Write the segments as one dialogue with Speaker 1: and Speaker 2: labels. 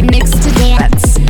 Speaker 1: mix to Dance.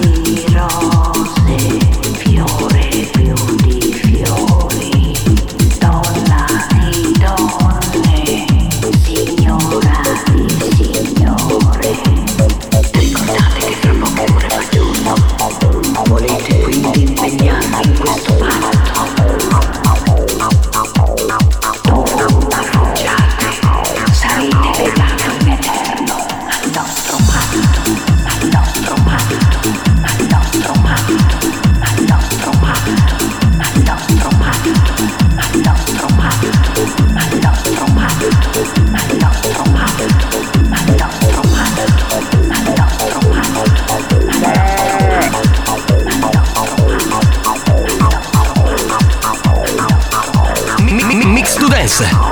Speaker 2: di rose, fiore più di fiori, donna di donne, signora di signore. Ricordate che fra poco ore va giorno. Volete quindi impegnarvi in questo patto? Dove appoggiate, sarete legati in eterno al nostro patto, al nostro patto, al nostro patto, al nostro patto, al nostro patto, al nostro patto, al nostro patto, al nostro patto, al nostro patto, al nostro patto.
Speaker 3: Mi- mi- Mix to Dance,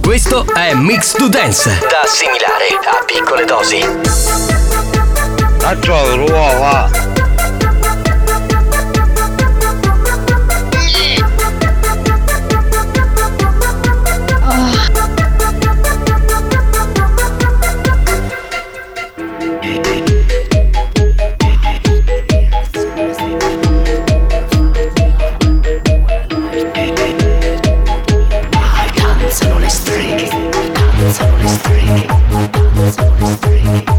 Speaker 3: Questo è Mix to Dance, da assimilare a piccole dosi.
Speaker 4: A trovo l'uova!
Speaker 2: Danzano le streghe, danzano le streghe, danzano le streghe.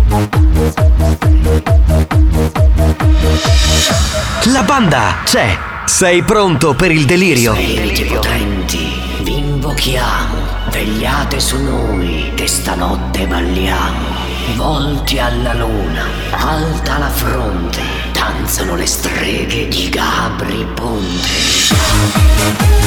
Speaker 3: La banda c'è. Sei pronto per il delirio?
Speaker 2: Spiriti potenti, vi invochiamo, vegliate su noi, che stanotte balliamo. Volti alla luna, alta la fronte, danzano le streghe di Gabri Ponte.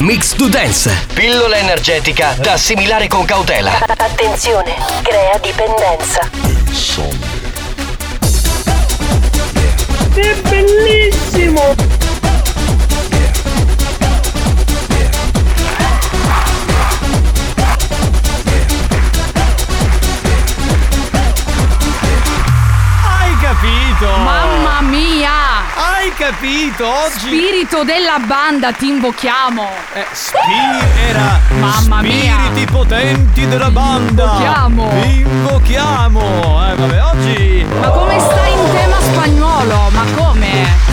Speaker 3: Mix to Dance, pillola energetica da assimilare con cautela.
Speaker 5: Attenzione, crea dipendenza.
Speaker 6: È bellissimo!
Speaker 7: Hai capito?
Speaker 8: Mamma mia!
Speaker 7: Hai capito? Oggi
Speaker 8: Spirito della banda, ti invochiamo!
Speaker 7: Eh, spi- era
Speaker 8: Mamma mia.
Speaker 7: spiriti potenti della banda.
Speaker 8: Invochiamo.
Speaker 7: Vi Invochiamo. Eh, vabbè, oggi
Speaker 8: Ma come stai in tema spagnolo? Ma come?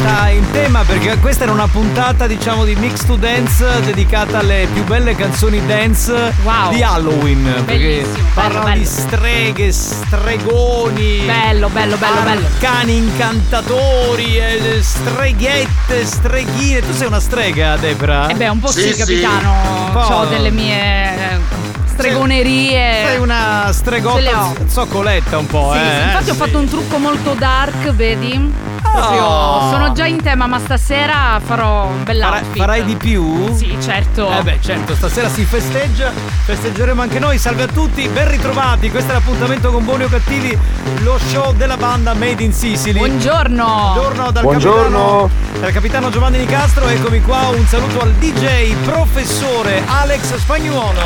Speaker 7: sta in tema perché questa era una puntata, diciamo, di Mix to Dance dedicata alle più belle canzoni dance
Speaker 8: Wow.
Speaker 7: di Halloween. perché
Speaker 8: Bellissimo, bello,
Speaker 7: parlano
Speaker 8: bello.
Speaker 7: di streghe, stregoni.
Speaker 8: Bello, bello, bello, bello.
Speaker 7: Cani incantatori, eh, streghette, streghine. Tu sei una strega, Debra?
Speaker 8: E Eh beh, un po' sì,
Speaker 9: Sì, sì.
Speaker 8: capitano.
Speaker 7: Un po'.
Speaker 8: Ho delle mie. eh, stregonerie.
Speaker 7: Sei una
Speaker 8: Ce le
Speaker 7: stregotta
Speaker 8: ho.
Speaker 7: zoccoletta un po',
Speaker 8: Sì,
Speaker 7: eh.
Speaker 8: sì, infatti
Speaker 7: eh,
Speaker 8: ho
Speaker 7: sì.
Speaker 8: fatto un trucco molto dark, vedi? Proprio- Sono già in tema, ma stasera farò un
Speaker 7: Oh. Farai,
Speaker 8: bell'outfit.
Speaker 7: farai di più?
Speaker 8: Sì, certo.
Speaker 7: Eh beh, certo, stasera si festeggia, festeggeremo anche noi. Salve a tutti, ben ritrovati. Questo è l'appuntamento con Buoni o Cattivi, lo show della banda Made in Sicily.
Speaker 8: Buongiorno.
Speaker 7: Buongiorno dal
Speaker 10: Buongiorno.
Speaker 7: capitano dal capitano Giovanni Nicastro, eccomi qua, un saluto al DJ professore Alex Spagnuolo.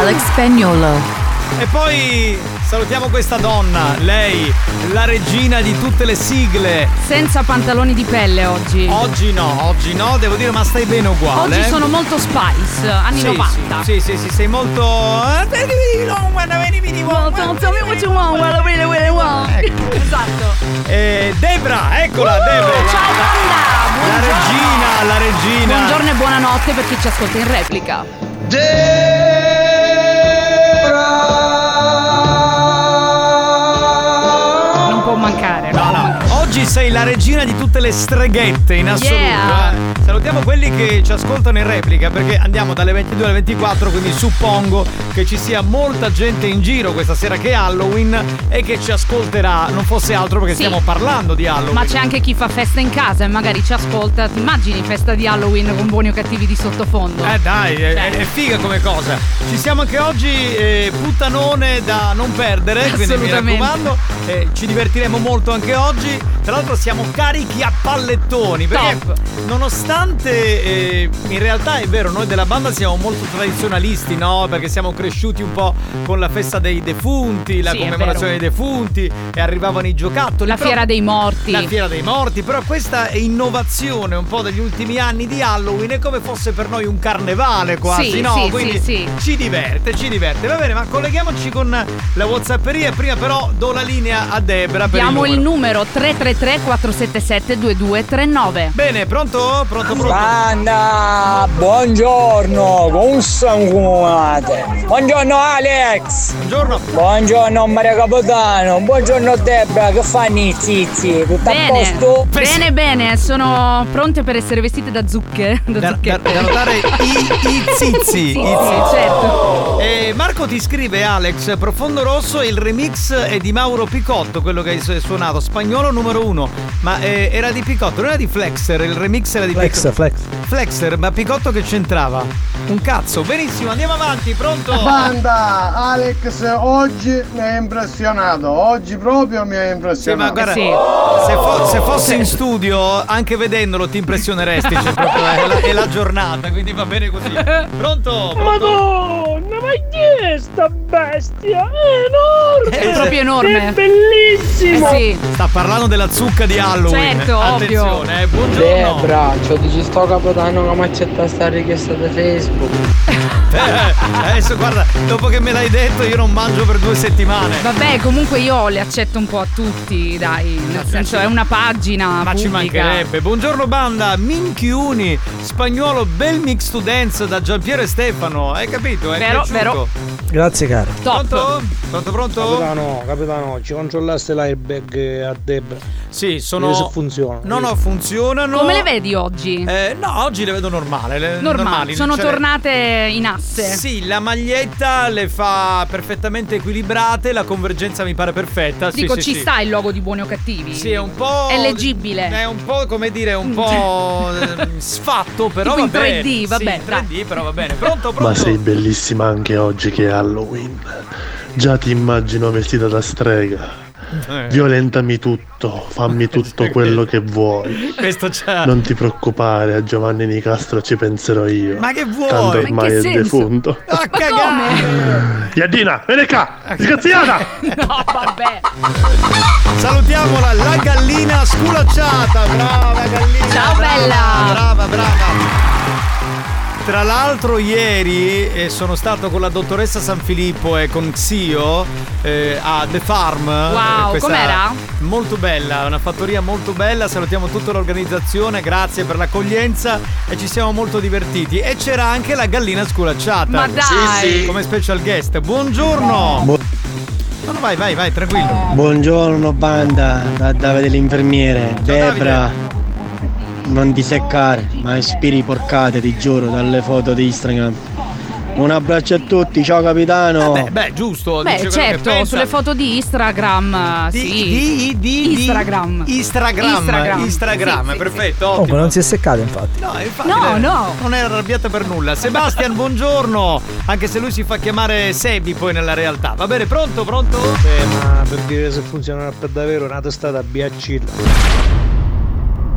Speaker 11: Alex Spagnolo.
Speaker 7: E poi salutiamo questa donna, lei, la regina di tutte le sigle.
Speaker 8: Senza pantaloni di pelle oggi.
Speaker 7: Oggi no, oggi no, devo dire, ma stai bene uguale.
Speaker 8: Oggi
Speaker 7: eh?
Speaker 8: sono molto spice, anni
Speaker 7: Sì,
Speaker 8: 90.
Speaker 7: Sì, sì, sì, sei molto. eh, perché mi dici no, guarda, vieni, vieni, guarda,
Speaker 8: Tell me what you want, guarda, guarda, guarda, guarda. Esatto.
Speaker 7: Eh, Debra, eccola, Debra.
Speaker 8: Uh, Ciao banda,
Speaker 7: La
Speaker 8: buongiorno.
Speaker 7: regina, la regina.
Speaker 8: Buongiorno e buonanotte per chi ci ascolta in replica. Non può mancare.
Speaker 7: No, no. Oggi sei la regina di tutte le streghette in assoluto.
Speaker 8: Yeah.
Speaker 7: eh. Salutiamo quelli che ci ascoltano in replica perché andiamo dalle 22 alle 24, quindi suppongo che ci sia molta gente in giro questa sera che è Halloween e che ci ascolterà, non fosse altro perché
Speaker 8: Sì.
Speaker 7: stiamo parlando di Halloween.
Speaker 8: Ma c'è anche chi fa festa in casa e magari ci ascolta. Ti immagini festa di Halloween con buoni o cattivi di sottofondo? Cioè,
Speaker 7: Eh dai, è, è- è figa come cosa. Ci siamo anche oggi, eh, puttanone da non perdere, quindi mi
Speaker 8: Assolutamente.
Speaker 7: raccomando, eh, ci divertiremo molto anche oggi. Tra l'altro siamo carichi a pallettoni, perché nonostante eh, in realtà è vero, noi della banda siamo molto tradizionalisti, no? Perché siamo cresciuti un po' con la festa dei defunti, la
Speaker 8: Sì, è
Speaker 7: commemorazione
Speaker 8: vero.
Speaker 7: dei defunti e arrivavano i giocattoli.
Speaker 8: La
Speaker 7: però-
Speaker 8: fiera dei morti.
Speaker 7: la fiera dei morti, però questa è innovazione un po' degli ultimi anni di Halloween, è come fosse per noi un carnevale quasi,
Speaker 8: Sì,
Speaker 7: no?
Speaker 8: sì,
Speaker 7: Quindi
Speaker 8: sì, sì.
Speaker 7: ci diverte, ci diverte. Va bene, ma colleghiamoci con la Whatsapperia, prima però do la linea a Debra per
Speaker 8: Diamo
Speaker 7: il
Speaker 8: il
Speaker 7: numero.
Speaker 8: numero 333 477 2239.
Speaker 7: Bene, pronto? Pronto, pronto.
Speaker 12: Anna, buongiorno, come sanguinate? Buongiorno Alex!
Speaker 7: Buongiorno!
Speaker 12: Buongiorno Maria Capodano, buongiorno Debra, che fanno i zizi? Tutto a
Speaker 8: Bene,
Speaker 12: posto?
Speaker 8: bene, bene, sono pronte per essere vestite da zucche. Da, zucche.
Speaker 7: da notare i, i zizi.
Speaker 8: Sì,
Speaker 7: i
Speaker 8: sì, certo.
Speaker 7: Eh, Marco ti scrive Alex, Profondo Rosso e il remix è di Mauro Picotto, quello che hai su- suonato, spagnolo numero uno. Ma eh, era di Picotto, non era di Flexer, il remix era di
Speaker 10: Flex,
Speaker 7: Picotto.
Speaker 10: flex.
Speaker 7: Flexer, ma Picotto che c'entrava? Un cazzo, benissimo, andiamo avanti, pronto?
Speaker 13: Banda, Alex oggi mi ha impressionato, oggi proprio mi ha
Speaker 7: Sì, ma
Speaker 13: impressionato.
Speaker 7: guarda, se, fo- se fosse in studio, anche vedendolo ti impressioneresti, cioè, proprio, è, la, è la giornata, quindi va bene così. Pronto?
Speaker 2: Madonna, ma chi è sta bestia? È enorme!
Speaker 7: È proprio enorme.
Speaker 2: È bellissimo!
Speaker 8: Eh
Speaker 7: Sta parlando della zucca di Halloween.
Speaker 2: Certo, ovvio.
Speaker 7: Attenzione, eh, buongiorno.
Speaker 14: Debra, c'ho dici sto capodanno che mi accetta sta richiesta di Facebook.
Speaker 7: Eh, adesso guarda, dopo che me l'hai detto io non mangio per due settimane.
Speaker 8: Vabbè, comunque io le accetto un po' a tutti, dai. Nel senso, è una pagina.
Speaker 7: Ma ci mancherebbe. Buongiorno banda, Minchiuni, spagnolo, bel mix to dance da Giampiero e Stefano. Hai capito? È
Speaker 8: Vero,
Speaker 7: piaciuto?
Speaker 8: vero.
Speaker 10: Grazie caro.
Speaker 7: Pronto? Pronto, pronto?
Speaker 10: Capitano, capitano, ci controllaste l'airbag a Debra.
Speaker 7: Sì, sono.
Speaker 10: Vedi se funziona.
Speaker 7: No, no, funzionano.
Speaker 8: Come le vedi oggi?
Speaker 7: Eh, no, oggi le vedo normale. le-
Speaker 8: Normali,
Speaker 7: normali,
Speaker 8: sono
Speaker 7: cioè-
Speaker 8: tornate in asse.
Speaker 7: Sì, la maglietta le fa perfettamente equilibrate, la convergenza mi pare perfetta. sì,
Speaker 8: Dico,
Speaker 7: sì,
Speaker 8: ci
Speaker 7: sì.
Speaker 8: sta il logo di buoni o cattivi.
Speaker 7: Sì, è un po'.
Speaker 8: È leggibile.
Speaker 7: È un po', come dire, un po' ehm, sfatto, però
Speaker 8: Tipo in
Speaker 7: va bene.
Speaker 8: 3D, va
Speaker 7: Sì,
Speaker 8: bene,
Speaker 7: in 3D, però va bene. Pronto, pronto.
Speaker 15: Ma sei bellissima anche oggi che è Halloween. Già ti immagino vestita da strega.
Speaker 7: Eh.
Speaker 15: Violentami tutto, fammi tutto quello che vuoi.
Speaker 7: Questo c'è.
Speaker 15: Non ti preoccupare, a Giovanni Nicastro ci penserò io.
Speaker 7: Ma che vuoi?
Speaker 15: Tanto
Speaker 7: Ma in
Speaker 15: ormai
Speaker 7: che
Speaker 15: è
Speaker 7: senso?
Speaker 15: defunto.
Speaker 7: Ah, cagare!
Speaker 15: Iadina, vieni qua!
Speaker 7: Ah,
Speaker 15: Disgraziata!
Speaker 8: No, vabbè.
Speaker 7: Salutiamola, la gallina sculacciata. Brava gallina.
Speaker 8: Ciao,
Speaker 7: brava,
Speaker 8: bella.
Speaker 7: Brava, brava. Tra l'altro ieri eh, sono stato con la dottoressa Sanfilippo e con Xio eh, a The Farm. Eh,
Speaker 8: Wow, com'era?
Speaker 7: Molto bella, una fattoria molto bella, salutiamo tutta l'organizzazione, grazie per l'accoglienza e ci siamo molto divertiti. E c'era anche la gallina sculacciata.
Speaker 8: Ma dai! Sì, sì.
Speaker 7: Come special guest. Buongiorno!
Speaker 16: Bu-
Speaker 7: No, no, vai, vai, vai, tranquillo.
Speaker 16: Buongiorno banda da Davide l'infermiere, Debra. Non ti seccare, ma ispiri porcate, ti giuro, dalle foto di Instagram.
Speaker 17: Un abbraccio a tutti, ciao capitano.
Speaker 7: Eh Beh, beh, giusto.
Speaker 8: Beh,
Speaker 7: dice quello che
Speaker 8: certo,
Speaker 7: pensa.
Speaker 8: sulle foto di Instagram. Di, sì.
Speaker 7: di,
Speaker 8: Instagram.
Speaker 7: Instagram. Instagram,
Speaker 8: Sì, sì,
Speaker 7: perfetto.
Speaker 18: Comunque
Speaker 7: ottimo.
Speaker 18: non si è seccato infatti.
Speaker 7: No, infatti, eh, Non è arrabbiata per nulla. Sebastian, buongiorno. Anche se lui si fa chiamare Sebi poi nella realtà. Va bene, pronto, pronto?
Speaker 19: Eh, ma per dire se funzionerà per davvero una testata biaccilla.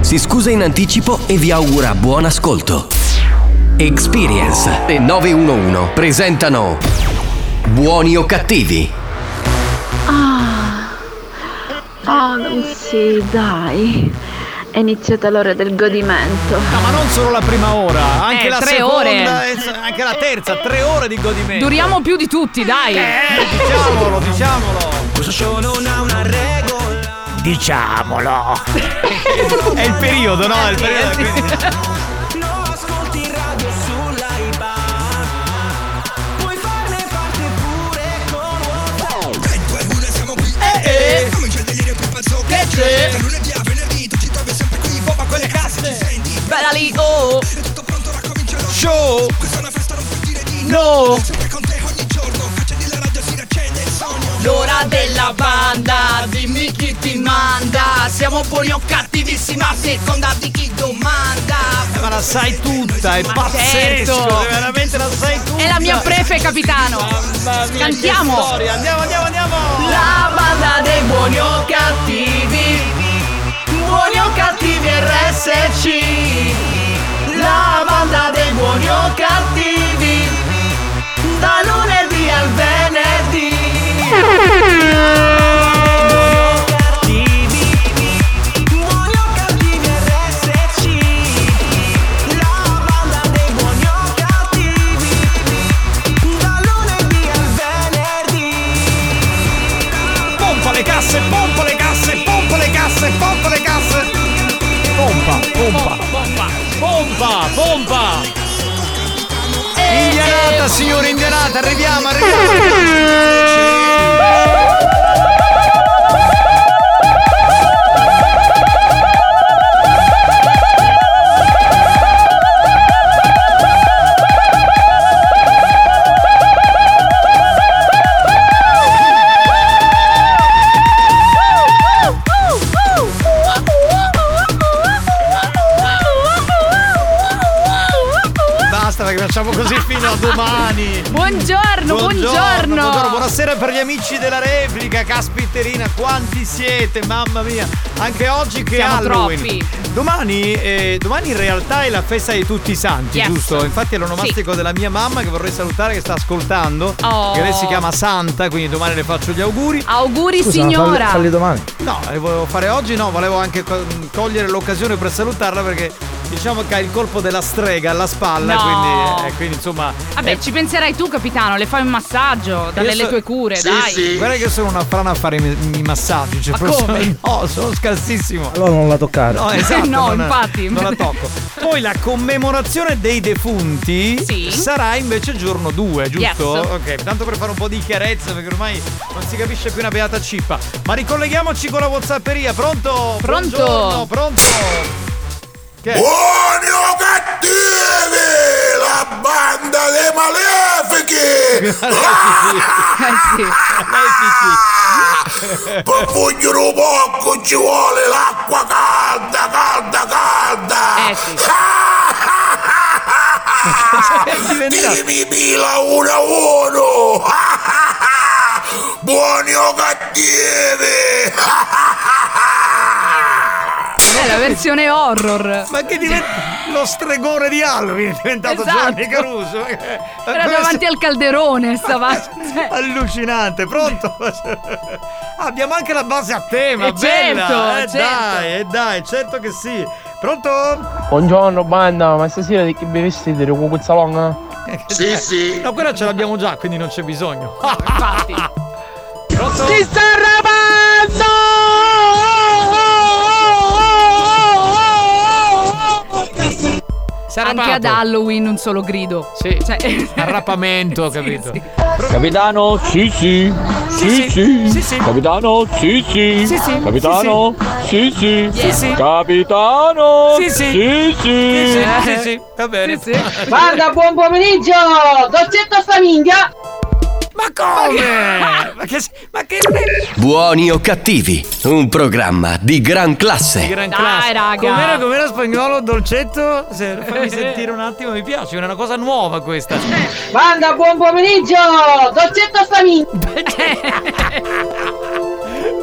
Speaker 3: si scusa in anticipo e vi augura buon ascolto. Experience e 911 presentano Buoni o cattivi?
Speaker 20: Ah, ah, non si, dai. È iniziata l'ora del godimento.
Speaker 7: No, ma non solo la prima ora, anche
Speaker 8: Eh,
Speaker 7: la
Speaker 8: tre
Speaker 7: seconda,
Speaker 8: ore.
Speaker 7: eh, anche la terza, tre ore di godimento.
Speaker 8: Duriamo più di tutti, dai.
Speaker 7: Eh. Diciamolo, diciamolo. Questo show non ha una regola.
Speaker 2: Diciamolo.
Speaker 7: È il periodo, no? È il periodo.
Speaker 8: Certo.
Speaker 2: Eh, eh. Che c'è? Da lunedì a venerdì tu ci trovi sempre qui, bomba con le casse. Bella lì, oh. Tutto pronto, ora comincia lo show. Questa è una festa, non puoi dire di no. Sempre con te ogni giorno, accendi la radio, si riaccende il sogno. L'ora della banda, dimmi chi ti manda. Siamo buoni o cattivissimi a seconda di chi domanda.
Speaker 7: Eh, Ma la sai tutta, è
Speaker 2: Ma
Speaker 7: pazzesco. cioè,
Speaker 2: certo.
Speaker 7: Veramente la sai tutta.
Speaker 8: È la mia prefe, capitano. Cantiamo.
Speaker 7: Andiamo, andiamo, andiamo.
Speaker 2: La banda dei buoni o cattivi Buoni o cattivi RSC La banda dei buoni o cattivi Da lunedì al venerdì
Speaker 7: Pompa le casse, pompa le casse, pompa le casse, pompa le casse. Pompa, pompa, pompa, pompa, pompa. Indianata, signore indianata, arriviamo, arriviamo. Basta perché facciamo così fino a domani.
Speaker 8: Buongiorno, buongiorno.
Speaker 7: buongiorno, Buonasera per gli amici della replica, caspiterina, quanti siete, mamma mia. Anche oggi che
Speaker 8: Siamo
Speaker 7: Halloween.
Speaker 8: troppi.
Speaker 7: Domani, eh, domani in realtà è la festa di tutti i santi,
Speaker 8: Yes.
Speaker 7: giusto? Infatti è l'onomastico della mia mamma che vorrei salutare, che sta ascoltando.
Speaker 8: Oh.
Speaker 7: Che lei si chiama Santa, quindi domani le faccio gli auguri.
Speaker 8: Auguri
Speaker 7: Scusa, ma
Speaker 8: signora.
Speaker 7: falli- falli No, le volevo fare oggi, no, volevo anche co- cogliere l'occasione per salutarla perché diciamo che ha il colpo della strega alla spalla,
Speaker 8: No.
Speaker 7: quindi, eh, quindi insomma...
Speaker 8: Vabbè,
Speaker 7: eh,
Speaker 8: ci penserai tu, capitano. Le fai un massaggio, dalle
Speaker 7: io
Speaker 8: le
Speaker 7: so-
Speaker 8: tue cure, dai.
Speaker 7: Guarda che io sono una frana a fare i, i massaggi. Cioè,
Speaker 8: Ma
Speaker 7: proprio-
Speaker 8: come?
Speaker 7: No, sono scarsissimo.
Speaker 18: Allora non la toccare.
Speaker 7: No, esatto,
Speaker 8: No,
Speaker 7: non-
Speaker 8: infatti.
Speaker 7: Non la tocco. Poi la commemorazione dei defunti sarà invece giorno 2, giusto?
Speaker 8: Yes. Oh,
Speaker 7: Ok, tanto per fare un po' di chiarezza, perché ormai non si capisce più una beata cippa. Ma ricolleghiamoci con la Whatsapperia, pronto?
Speaker 8: Pronto?
Speaker 7: Buongiorno, pronto? Che? è?
Speaker 2: Buoni o cattivi La banda dei malefici Per fuggire un poco ci vuole l'acqua calda, calda, calda Dimmi Mila uno a uno Buoni o cattivi
Speaker 8: È la versione horror.
Speaker 7: Ma che diventa lo stregone di Halloween è diventato
Speaker 8: Esatto.
Speaker 7: Gianni Caruso.
Speaker 8: Era davanti al calderone, stava. Cioè,
Speaker 7: Allucinante, pronto? Abbiamo anche la base a tema,
Speaker 8: Eh,
Speaker 7: bella!
Speaker 8: certo,
Speaker 7: eh
Speaker 8: certo.
Speaker 7: dai, eh dai, certo che sì! Pronto?
Speaker 12: Buongiorno banda, ma stasera di che vi vestite? Con quel salon?
Speaker 7: Sì, sì. Eh, No, quella ce l'abbiamo già, quindi non c'è bisogno.
Speaker 8: Infatti.
Speaker 7: Pronto?
Speaker 21: Ti sta rapando!
Speaker 8: Anche ad Halloween un solo grido. Sì. Cioè,
Speaker 7: Arrapamento, capito?
Speaker 2: Capitano, sì sì. Sì sì. Capitano, sì sì.
Speaker 21: Sì, sì.
Speaker 2: Capitano, sì sì.
Speaker 21: Sì, sì.
Speaker 2: Capitano,
Speaker 21: Sì, sì.
Speaker 2: sì.
Speaker 21: Sì, sì.
Speaker 2: sì.
Speaker 21: Sì,
Speaker 7: sì. Va bene.
Speaker 21: Guarda, buon pomeriggio! Dolcetto famiglia!
Speaker 7: Ma come? Ma che. Ma che.
Speaker 3: Buoni o cattivi, un programma di gran
Speaker 7: Di
Speaker 3: classe.
Speaker 7: gran classe.
Speaker 8: raga.
Speaker 7: Com'era, com'era spagnolo, dolcetto? Se- fammi sentire un attimo, mi piace, è una cosa nuova questa.
Speaker 8: Eh.
Speaker 21: Banda, buon pomeriggio! Dolcetto famiglia!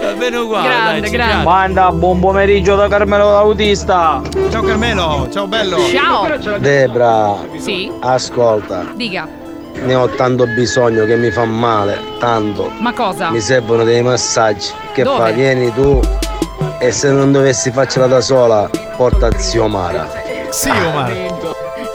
Speaker 7: Va bene uguale. dai, ci piace.
Speaker 22: Manda buon pomeriggio da Carmelo Autista.
Speaker 7: Ciao Carmelo, ciao bello.
Speaker 8: Ciao.
Speaker 22: Debra,
Speaker 8: Sì.
Speaker 22: ascolta,
Speaker 8: Dica.
Speaker 22: ne ho tanto bisogno che mi fa male, tanto.
Speaker 8: Ma cosa?
Speaker 22: Mi servono dei massaggi. Che
Speaker 8: Dove?
Speaker 22: fa? Vieni tu e se non dovessi farcela da sola, porta zio Mara.
Speaker 7: Sì, Omar.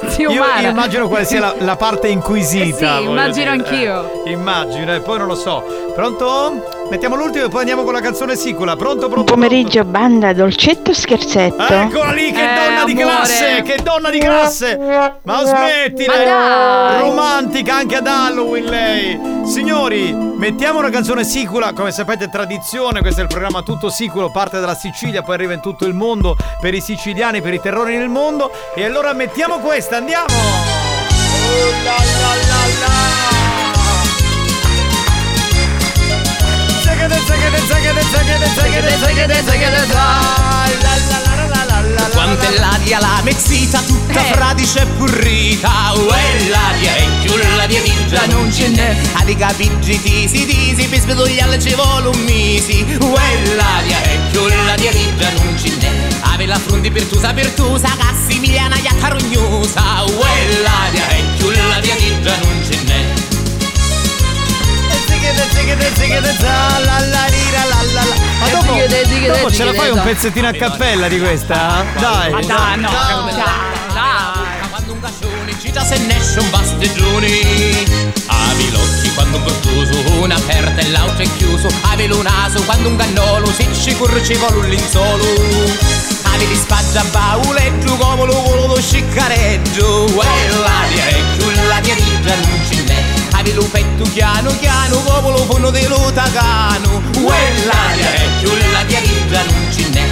Speaker 8: Zio
Speaker 7: Ah. io,
Speaker 8: Mara.
Speaker 7: io immagino quale sia la, la parte inquisita.
Speaker 8: Eh sì,
Speaker 7: voglio
Speaker 8: immagino
Speaker 7: dire.
Speaker 8: anch'io.
Speaker 7: Eh, immagino, e poi non lo so. Pronto? Mettiamo l'ultimo e poi andiamo con la canzone sicula. Pronto, pronto?
Speaker 11: Pomeriggio banda dolcetto scherzetto.
Speaker 7: Eccola lì, che donna di classe! Che donna di classe! Ma smettila!
Speaker 11: Ma dai!
Speaker 7: Romantica anche ad Halloween lei! Signori, mettiamo una canzone sicula, come sapete è tradizione, questo è il programma tutto siculo, parte dalla Sicilia, poi arriva in tutto il mondo, per i siciliani, per i terrori nel mondo, e allora mettiamo questa, andiamo!
Speaker 12: Quanta è l'aria la mezzita tutta fradice e purrita Uè l'aria e giù l'aria vinta non ce n'è Ali capiggi tisi tisi per svedogliarle ci vuole un misi Uè l'aria e giù l'aria vinta non ce n'è Ave la fronte pertusa pertusa Cassimiliana iatta rognosa Uè l'aria e giù l'aria vinta non ce n'è
Speaker 7: Ma dopo, dopo ce la fai un pezzettino a cappella di questa? Dai!
Speaker 12: Ma dai, no, Quando un gascione ci dà se ne esce un bastigione Avi l'occhi quando un cortuso Una aperta e l'altro è chiuso Avi lo naso quando un gannolo Se ci corre ci vuole un linzolo Avi di spaggia bauleggio Come lo volo lo sciccareggio E l'aria è giù l'aria di Gianlucinè Avi lo petto piano piano Come lo fono dello tagano E l'aria è giù l'aria di Gianlucinè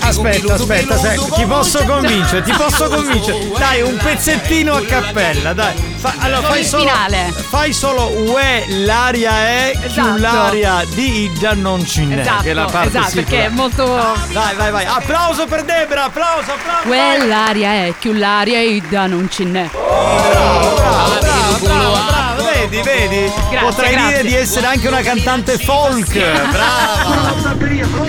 Speaker 7: Aspetta, aspetta, se- ti posso convincere, ti posso convincere. Dai, un pezzettino a cappella, dai. Fa- allora,
Speaker 8: Solo
Speaker 7: fai
Speaker 8: il
Speaker 7: solo.
Speaker 8: finale.
Speaker 7: Fai solo UE, l'aria è,
Speaker 8: Esatto.
Speaker 7: più l'aria di già non ci n'è.
Speaker 8: Esatto,
Speaker 7: che è la parte
Speaker 8: esatto,
Speaker 7: sicura.
Speaker 8: perché è molto.
Speaker 7: Dai, vai, vai. Applauso per Debra, applauso, applauso.
Speaker 8: Quell'aria è, più l'aria idda non ce n'è.
Speaker 7: Brava, brava, vedi, vedi.
Speaker 8: Grazie,
Speaker 7: Potrei
Speaker 8: grazie.
Speaker 7: dire di essere anche una cantante folk. Brava.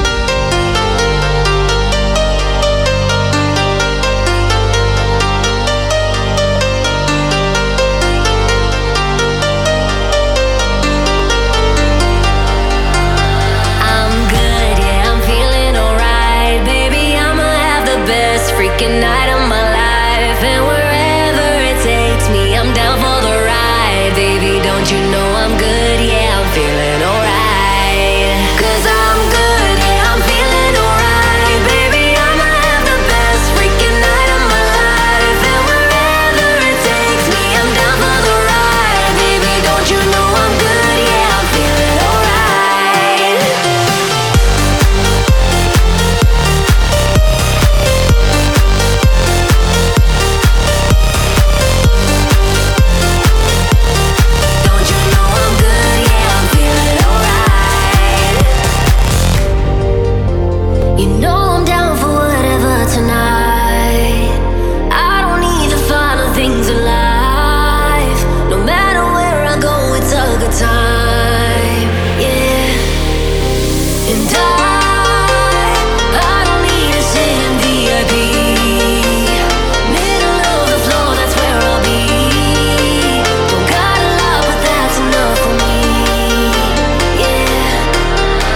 Speaker 2: I'm good, yeah, I'm feeling alright. Baby, I'ma have the best freaking night of my life. And wherever it takes me, I'm down for the ride. Baby, don't you know I'm good, yeah, I'm feeling alright. Cause I'm good, yeah, I'm feeling alright. Baby, I'ma have the best freaking night of my life. And wherever it takes me, I'm down for the ride. Baby, don't you know I'm good, yeah, I'm feeling alright. You know I'm down for whatever tonight. I don't need the final things in life. No matter where I go, it's a good time. Yeah. And I, I don't need a sit in VIP. Middle of the floor, that's where I'll be. Don't got a lot, but that's enough for me. Yeah.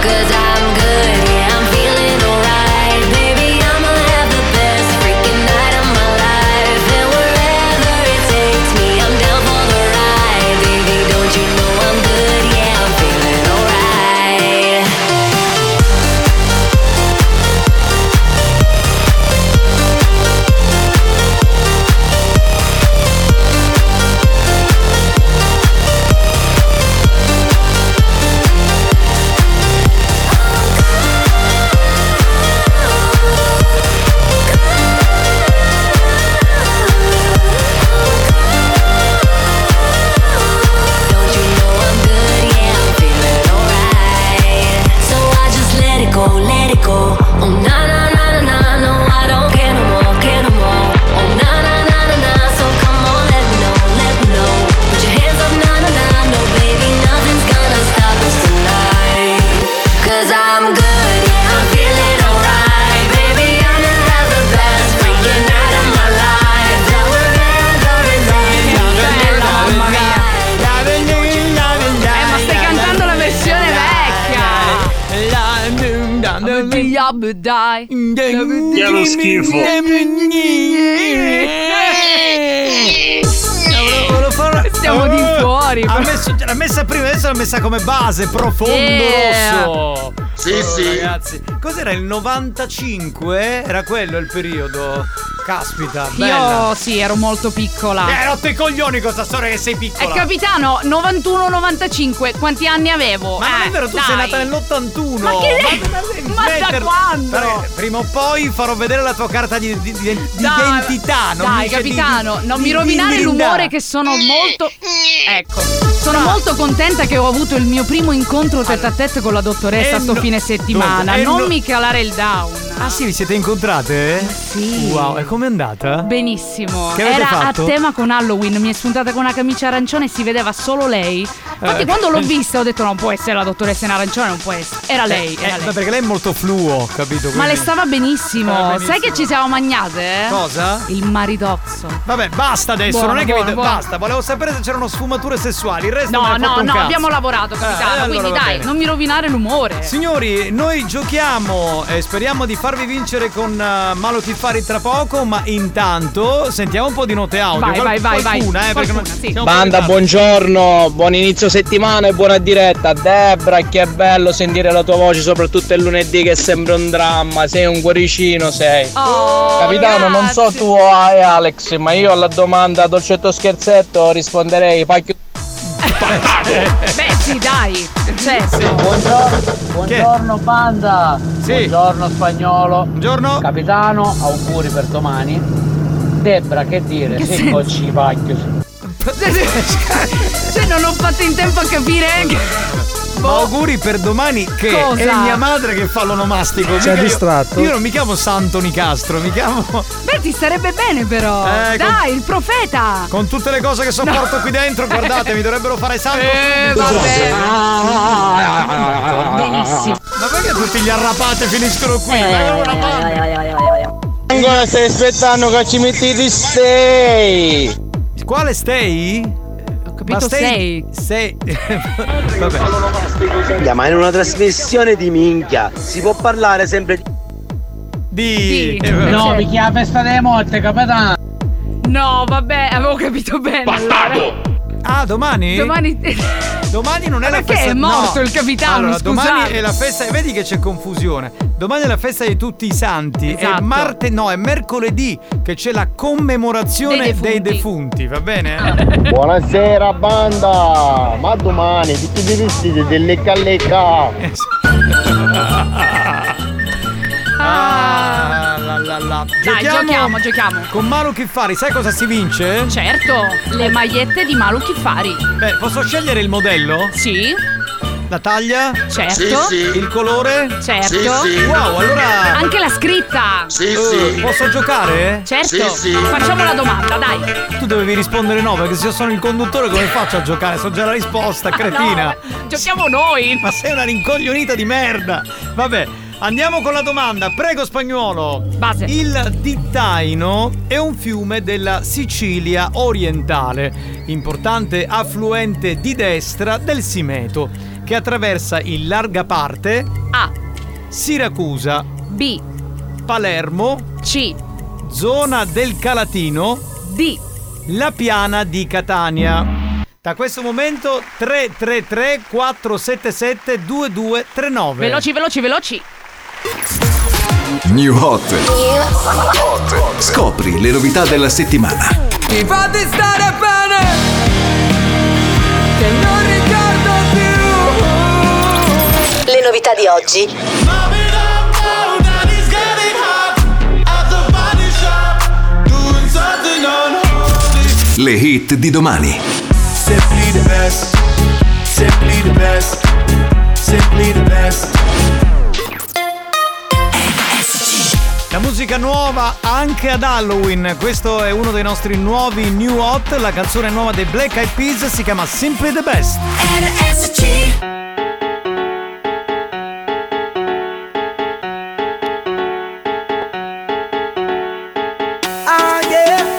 Speaker 2: Cause I'm good, yeah, I'm feeling alright. Baby, I'ma have the best freaking night of my life. And wherever it takes me, I'm down for the ride. Baby, don't you know I'm good, yeah, I'm feeling alright. So I just let it go, let it go. Oh na na na na na, no I don't care no more, care no more. Oh na na na na na, so come on, let me know, let me know. Put your hands up, na na na, no baby, nothing's gonna stop us tonight. Cause I'm good, yeah, I'm feeling alright, baby. I'ma have the best freaking night of my life. Now we're
Speaker 7: Mamma mia.
Speaker 8: Eh, ma stai cantando la versione vecchia.
Speaker 2: Che è lo schifo.
Speaker 8: Siamo di fuori.
Speaker 7: Ha messo- l'ha messa prima, adesso l'ha messa come base, profondo
Speaker 8: Yeah.
Speaker 7: rosso.
Speaker 23: Sì, sì.
Speaker 7: Ragazzi, cos'era il 95? Era quello il periodo. Caspita, bella.
Speaker 8: Io sì, ero molto piccola.
Speaker 7: Eh, rotto i coglioni questa storia che sei
Speaker 8: Eh,
Speaker 7: piccola.
Speaker 8: capitano, 91-95, quanti anni avevo?
Speaker 7: Ma non è
Speaker 8: Eh,
Speaker 7: vero, tu
Speaker 8: dai.
Speaker 7: sei nata nell'81.
Speaker 8: Ma che Ma da quando?
Speaker 7: Prima o poi farò vedere la tua carta di, di- di- di
Speaker 8: Dai,
Speaker 7: identità.
Speaker 8: dai,
Speaker 7: Non mi dice di-
Speaker 8: capitano,
Speaker 7: di-
Speaker 8: non
Speaker 7: di-
Speaker 8: mi
Speaker 7: di
Speaker 8: rovinare
Speaker 7: brindare.
Speaker 8: l'umore che sono molto. Ecco, sono molto contenta che ho avuto il mio primo incontro tête a tête con la dottoressa
Speaker 7: Eh
Speaker 8: sto
Speaker 7: no.
Speaker 8: fine settimana.
Speaker 7: Dunque, eh
Speaker 8: non
Speaker 7: no.
Speaker 8: mi calare il down.
Speaker 7: Ah sì, vi siete incontrate?
Speaker 8: Sì.
Speaker 7: Wow, e com'è andata?
Speaker 8: Benissimo.
Speaker 7: Che avete
Speaker 8: Era
Speaker 7: fatto?
Speaker 8: a tema con Halloween, mi è spuntata con una camicia arancione e si vedeva solo lei. Infatti,
Speaker 7: Eh.
Speaker 8: quando l'ho vista, ho detto: No, non può essere la dottoressa in arancione, non può essere. Era lei,
Speaker 7: Eh,
Speaker 8: era
Speaker 7: eh,
Speaker 8: lei.
Speaker 7: ma perché lei è molto fluo, capito?
Speaker 8: Ma
Speaker 7: Quindi-
Speaker 8: le stava benissimo.
Speaker 7: Stava benissimo.
Speaker 8: Sai che ci siamo magnate? eh?
Speaker 7: Cosa?
Speaker 8: Il maritozzo.
Speaker 7: Vabbè, basta adesso,
Speaker 8: Buono,
Speaker 7: non è che
Speaker 8: buono,
Speaker 7: mi.
Speaker 8: buono.
Speaker 7: Basta, volevo sapere se c'erano sfumature sessuali. Il resto
Speaker 8: No,
Speaker 7: non
Speaker 8: no, no, abbiamo lavorato,
Speaker 7: Eh, Ah,
Speaker 8: capitano. quindi dai, non mi rovinare l'umore.
Speaker 7: Signori, noi giochiamo e speriamo di farvi vincere con eh, Malo Tiffari tra poco, ma intanto sentiamo un po' di note audio.
Speaker 8: Vai, vai, vai, vai.
Speaker 7: qualcuna, eh, perché non- siamo
Speaker 24: Banda,
Speaker 7: un po' in
Speaker 24: buongiorno, buon inizio settimana e buona diretta. Debra, che è bello sentire la tua voce, soprattutto il lunedì che sembra un dramma. Sei un cuoricino, sei.
Speaker 8: Oh,
Speaker 24: Capitano, non so tu o Alex, ma io alla domanda dolcetto scherzetto risponderei pacchio.
Speaker 8: Beh, sì, dai. Cioè,
Speaker 24: Buongiorno, buongiorno banda. Buongiorno spagnolo.
Speaker 7: Buongiorno.
Speaker 24: Capitano, auguri per domani. Debra, che dire?
Speaker 8: Che
Speaker 24: Sì,
Speaker 8: senso?
Speaker 24: cocci pacchio.
Speaker 8: cioè, non ho fatto in tempo a capire.
Speaker 7: Ma auguri per domani che
Speaker 8: Cosa?
Speaker 7: è mia madre che fa l'onomastico.
Speaker 8: Ci ha
Speaker 7: mica io-
Speaker 8: distratto.
Speaker 7: Io, non mi chiamo Santo Nicastro, mi chiamo.
Speaker 8: Beh, ti starebbe bene, però.
Speaker 7: Eh, con-
Speaker 8: dai, il profeta.
Speaker 7: Con tutte le cose che sopporto qui dentro, guardate, mi dovrebbero fare santo.
Speaker 8: Eh, vabbè.
Speaker 7: Ah,
Speaker 25: Benissimo.
Speaker 7: Ma perché tutti gli arrapate finiscono
Speaker 8: Eh,
Speaker 7: qui? Ma è una
Speaker 24: Ancora stai aspettando che ci metti di stay.
Speaker 7: Quale stay? Ho
Speaker 8: capito
Speaker 7: Sei. Vabbè.
Speaker 12: Minchia, ma in una trasmissione di minchia si può parlare sempre di.
Speaker 7: Di. Eh,
Speaker 12: Eh,
Speaker 24: No, mi chiama festa delle morte, capitano.
Speaker 8: No, vabbè, avevo capito bene. allora.
Speaker 7: Ah, domani?
Speaker 8: Domani.
Speaker 7: Domani non è la
Speaker 8: Perché
Speaker 7: festa
Speaker 8: è morto
Speaker 7: no.
Speaker 8: il capitano?
Speaker 7: Allora, domani
Speaker 8: scusate.
Speaker 7: è la festa. eh, Vedi che c'è confusione. Domani è la festa di tutti i santi. È
Speaker 8: Esatto.
Speaker 7: martedì, no, è mercoledì che c'è la commemorazione dei
Speaker 24: Dei defunti.
Speaker 7: defunti, va bene?
Speaker 24: Buonasera banda, ma domani tutti vi vestiti delle lecca lecca.
Speaker 7: Ah, la, la, la.
Speaker 8: Dai, giochiamo, giochiamo.
Speaker 7: Con Malu Kiffari, sai cosa si vince?
Speaker 8: Certo, le magliette di Malu Chiffari.
Speaker 7: Beh, posso scegliere il modello?
Speaker 8: Sì.
Speaker 7: La taglia?
Speaker 8: Certo. Sì, sì.
Speaker 7: Il colore?
Speaker 8: Certo.
Speaker 7: Wow, allora.
Speaker 8: Anche la scritta.
Speaker 7: Eh, Posso giocare?
Speaker 8: Certo. Facciamo la domanda, dai.
Speaker 7: Tu dovevi rispondere no, perché se io sono il conduttore come faccio a giocare? So già la risposta, cretina.
Speaker 8: Giochiamo noi!
Speaker 7: Ma sei una rincoglionita di merda! Vabbè, andiamo con la domanda. Prego, spagnolo.
Speaker 8: Base.
Speaker 7: Il Dittaino è un fiume della Sicilia orientale, importante affluente di destra del Simeto, che attraversa in larga parte
Speaker 8: A.
Speaker 7: Siracusa.
Speaker 8: B.
Speaker 7: Palermo.
Speaker 8: C.
Speaker 7: Zona del Calatino.
Speaker 8: D.
Speaker 7: La piana di Catania. Da questo momento 333 477 2239.
Speaker 8: Veloci, veloci, veloci.
Speaker 26: New Hot. Scopri le novità della settimana.
Speaker 25: Mi fate stare bene Che non ricordo più Le novità di oggi
Speaker 26: Le hit di domani.
Speaker 27: Simply the best. Simply the best. Simply the best.
Speaker 7: La musica nuova anche ad Halloween. Questo è uno dei nostri nuovi new hot. La canzone nuova dei Black Eyed Peas si chiama Simply the Best.
Speaker 27: Ah yeah,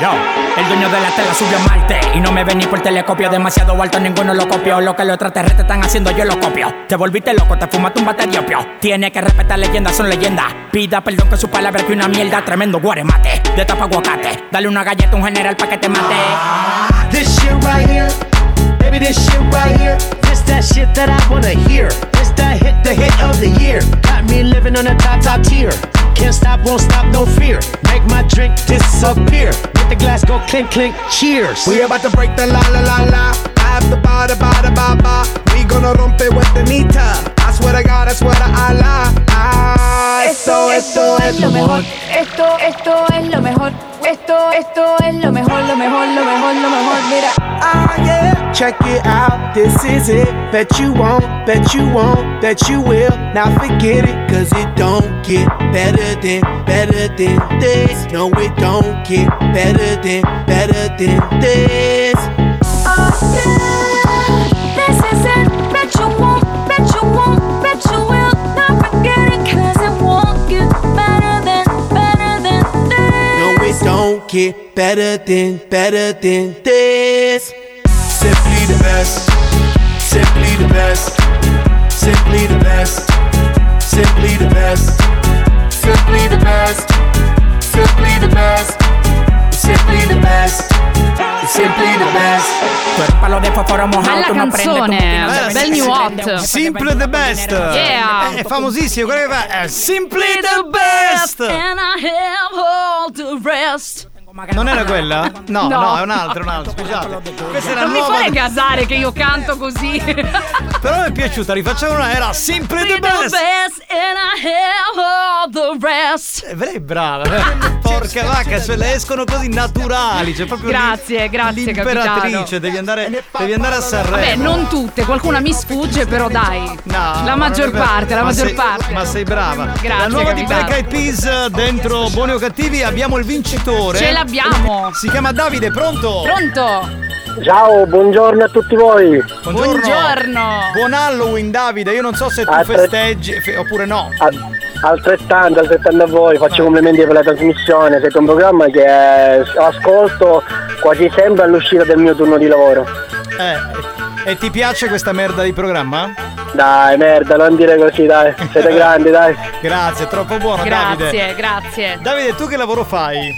Speaker 28: Yo, el dueño de la tela subió a Marte Y no me vení por telescopio Demasiado alto, ninguno lo copió Lo que los extraterrestres están haciendo, yo lo copio Te volviste loco, te fumaste un bate de opio Tiene que respetar leyendas, son leyendas Pida perdón que su palabra que una mierda Tremendo guaremate, de tapa aguacate Dale una galleta a un general pa' que te mate
Speaker 12: This shit right here, baby, this shit right here. This that shit that I wanna hear. This that hit, the hit of the year. Got me living on a top, top tier. Can't stop, won't stop, no fear. Make my drink disappear. Let the glass go clink, clink, cheers. We about to break the la la la la. I have the bada bada ba ba. We gonna rompe with the nita. I swear to God, I swear to Allah. Ah,
Speaker 2: Esto, esto es lo mejor. Esto, esto es lo mejor. Esto, esto es lo mejor, lo mejor, lo mejor, lo mejor. Mira.
Speaker 27: Ah, yeah. Check it out, this is it. Bet you won't, bet you won't, bet you will. Now forget it, cause it don't get better than, better than this. No, it don't get better than, better than this.
Speaker 2: Oh, This is it. Bet you won't, bet you won't, bet you will not forget it. Cause it won't get better than, better than this.
Speaker 27: No, it don't get better than, better than this. Simply the best.
Speaker 12: Simply the best. Simply the best. Simply the best. Simply the best. Simply the best. Simply the best. Simply the best.
Speaker 28: Tu eres palo de fósforo mojado,
Speaker 8: Bella
Speaker 28: tu no prende, tu
Speaker 8: canzone,
Speaker 28: continua,
Speaker 8: bella,
Speaker 28: se
Speaker 8: bel
Speaker 28: prende,
Speaker 8: new
Speaker 28: se
Speaker 8: hot.
Speaker 28: prende.
Speaker 7: Simple the best.
Speaker 8: Yeah.
Speaker 7: È, è famosissimo, quello che fa. eh, Simply the best.
Speaker 2: And I have all the rest.
Speaker 7: Non era quella? No, no,
Speaker 8: No.
Speaker 7: è un altro, un altro, scusate. Questa era
Speaker 8: Non mi
Speaker 7: nuova.
Speaker 8: fare gasare che io canto così.
Speaker 7: Però mi è piaciuta, rifacciamo una, era Simply the best.
Speaker 2: and I have all the rest.
Speaker 7: Lei è brava, veramente. porca vacca, cioè, le escono così naturali, cioè proprio
Speaker 8: Grazie, grazie, capitano.
Speaker 7: l'imperatrice, devi andare, devi andare a Sanremo.
Speaker 8: Vabbè, non tutte, qualcuna mi sfugge, però dai. la maggior
Speaker 7: Ma non è vero.
Speaker 8: parte, la
Speaker 7: Ma
Speaker 8: maggior
Speaker 7: sei-
Speaker 8: parte.
Speaker 7: Ma sei brava.
Speaker 8: Grazie,
Speaker 7: La nuova di
Speaker 8: capitano.
Speaker 7: Black Eyed Peas eh, dentro Buoni o Cattivi abbiamo il vincitore.
Speaker 8: Ce l'abbiamo.
Speaker 7: Si chiama Davide, pronto?
Speaker 8: Pronto?
Speaker 12: Ciao, buongiorno a tutti voi.
Speaker 7: Buongiorno.
Speaker 8: Buongiorno.
Speaker 7: Buon Halloween Davide, io non so se tu
Speaker 12: Ah, tre-
Speaker 7: festeggi fe- oppure no.
Speaker 12: Al- Altrettanto, altrettanto a voi, faccio complimenti per la trasmissione, siete un programma che eh, ascolto quasi sempre all'uscita del mio turno di lavoro.
Speaker 7: Eh, e ti piace questa merda di programma?
Speaker 12: Dai, merda, non dire così, dai, siete grandi, dai.
Speaker 7: Grazie, troppo buono Davide.
Speaker 8: Grazie, grazie.
Speaker 7: Davide, tu che lavoro fai?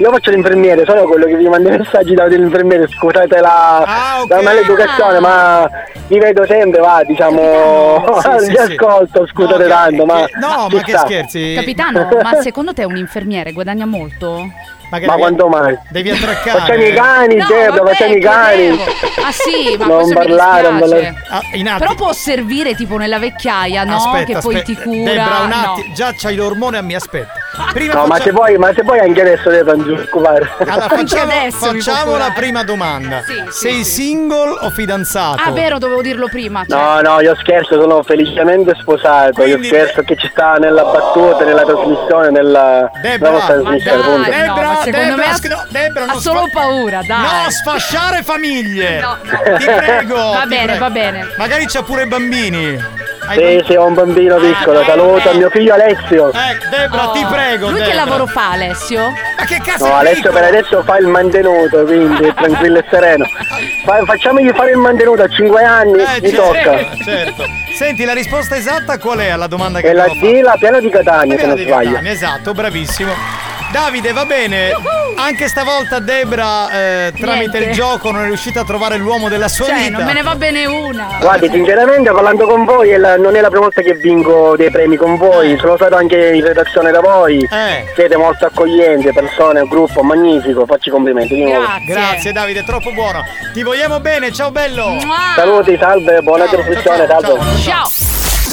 Speaker 12: Io faccio l'infermiere, sono quello che vi manda i messaggi da dell'infermiere, scusate la,
Speaker 7: Ah,
Speaker 12: la maleducazione, ma vi vedo sempre, va, diciamo,
Speaker 7: Sì, sì,
Speaker 12: vi
Speaker 7: sì.
Speaker 12: ascolto, scusate tanto, ma...
Speaker 7: No,
Speaker 12: ci
Speaker 7: ma che
Speaker 12: sta.
Speaker 7: scherzi?
Speaker 8: Capitano, ma secondo te un infermiere guadagna molto?
Speaker 7: Ma,
Speaker 12: Ma quanto mai?
Speaker 7: Devi attraccare.
Speaker 12: Facciamo i cani,
Speaker 8: No,
Speaker 12: Zebra,
Speaker 8: vabbè,
Speaker 12: facciamo i cani.
Speaker 8: chiedevo. Ah sì, ma
Speaker 12: Non
Speaker 8: questo
Speaker 12: parlare,
Speaker 8: mi
Speaker 12: non
Speaker 8: dispiace.
Speaker 12: parlare.
Speaker 8: Però può servire tipo nella vecchiaia, no?
Speaker 7: Ah, aspetta,
Speaker 8: che poi
Speaker 7: aspetta.
Speaker 8: ti cura.
Speaker 7: Debra, un
Speaker 8: no.
Speaker 7: attimo, già c'hai l'ormone a mi aspetta. Prima
Speaker 12: No, ma se
Speaker 7: facciamo,
Speaker 12: vuoi, ma se vuoi anche adesso devo preoccupare.
Speaker 7: allora, facciamo,
Speaker 8: adesso mi
Speaker 7: facciamo
Speaker 8: può
Speaker 7: la
Speaker 8: curare.
Speaker 7: prima domanda.
Speaker 8: Sì, sì,
Speaker 7: Sei single o fidanzato?
Speaker 8: Ah, vero, dovevo dirlo prima. cioè.
Speaker 12: No, no, io scherzo, sono felicemente sposato, io scherzo che ci sta nella battuta, nella trasmissione, nella
Speaker 7: Debra,
Speaker 12: nuova
Speaker 7: ma dai,
Speaker 12: trasmissione. punto.
Speaker 8: Dai, no,
Speaker 7: Debra,
Speaker 8: ma secondo
Speaker 7: Debra,
Speaker 8: me ha,
Speaker 7: scri- Debra,
Speaker 8: ha
Speaker 7: non
Speaker 8: solo
Speaker 7: sfa-
Speaker 8: paura, dai.
Speaker 7: No, sfasciare famiglie!
Speaker 8: Ah. No.
Speaker 7: Ti prego!
Speaker 8: Va
Speaker 7: ti
Speaker 8: bene,
Speaker 7: prego.
Speaker 8: va bene.
Speaker 7: Magari c'ha pure i bambini. Hai Ah,
Speaker 12: Sì, sì, ho un bambino piccolo, saluto mio figlio Alessio.
Speaker 7: Eh, Debra,
Speaker 8: Oh.
Speaker 7: ti prego!
Speaker 8: Lui che
Speaker 7: Debra.
Speaker 8: lavoro fa, Alessio?
Speaker 7: Ma che cazzo
Speaker 12: No,
Speaker 7: è
Speaker 12: Alessio per adesso fa il mantenuto, quindi è tranquillo e sereno. Fa- facciamogli fare il mantenuto a 5 anni,
Speaker 7: Eh,
Speaker 12: mi
Speaker 7: certo,
Speaker 12: tocca.
Speaker 7: certo. Senti, la risposta esatta qual è alla domanda che
Speaker 12: E la
Speaker 7: abbiamo
Speaker 12: D, la piano di Catania, se
Speaker 7: Piano
Speaker 12: non
Speaker 7: di
Speaker 12: sbaglio.
Speaker 7: Catania, esatto, bravissimo. Davide, va bene. Anche stavolta Debra, eh,
Speaker 8: Niente.
Speaker 7: tramite il gioco, non è riuscita a trovare l'uomo della sua
Speaker 8: Cioè,
Speaker 7: vita.
Speaker 8: non me ne va bene una.
Speaker 12: Guardi, sinceramente parlando con voi è la- non è la prima volta che vinco dei premi con voi, sono stato anche in redazione da voi,
Speaker 7: Eh.
Speaker 12: siete molto accoglienti, persone, un gruppo magnifico, facci complimenti di nuovo.
Speaker 7: Grazie Davide, troppo buono. Ti vogliamo bene, ciao bello.
Speaker 12: Saluti, salve, buona trasmissione, salve.
Speaker 8: Ciao.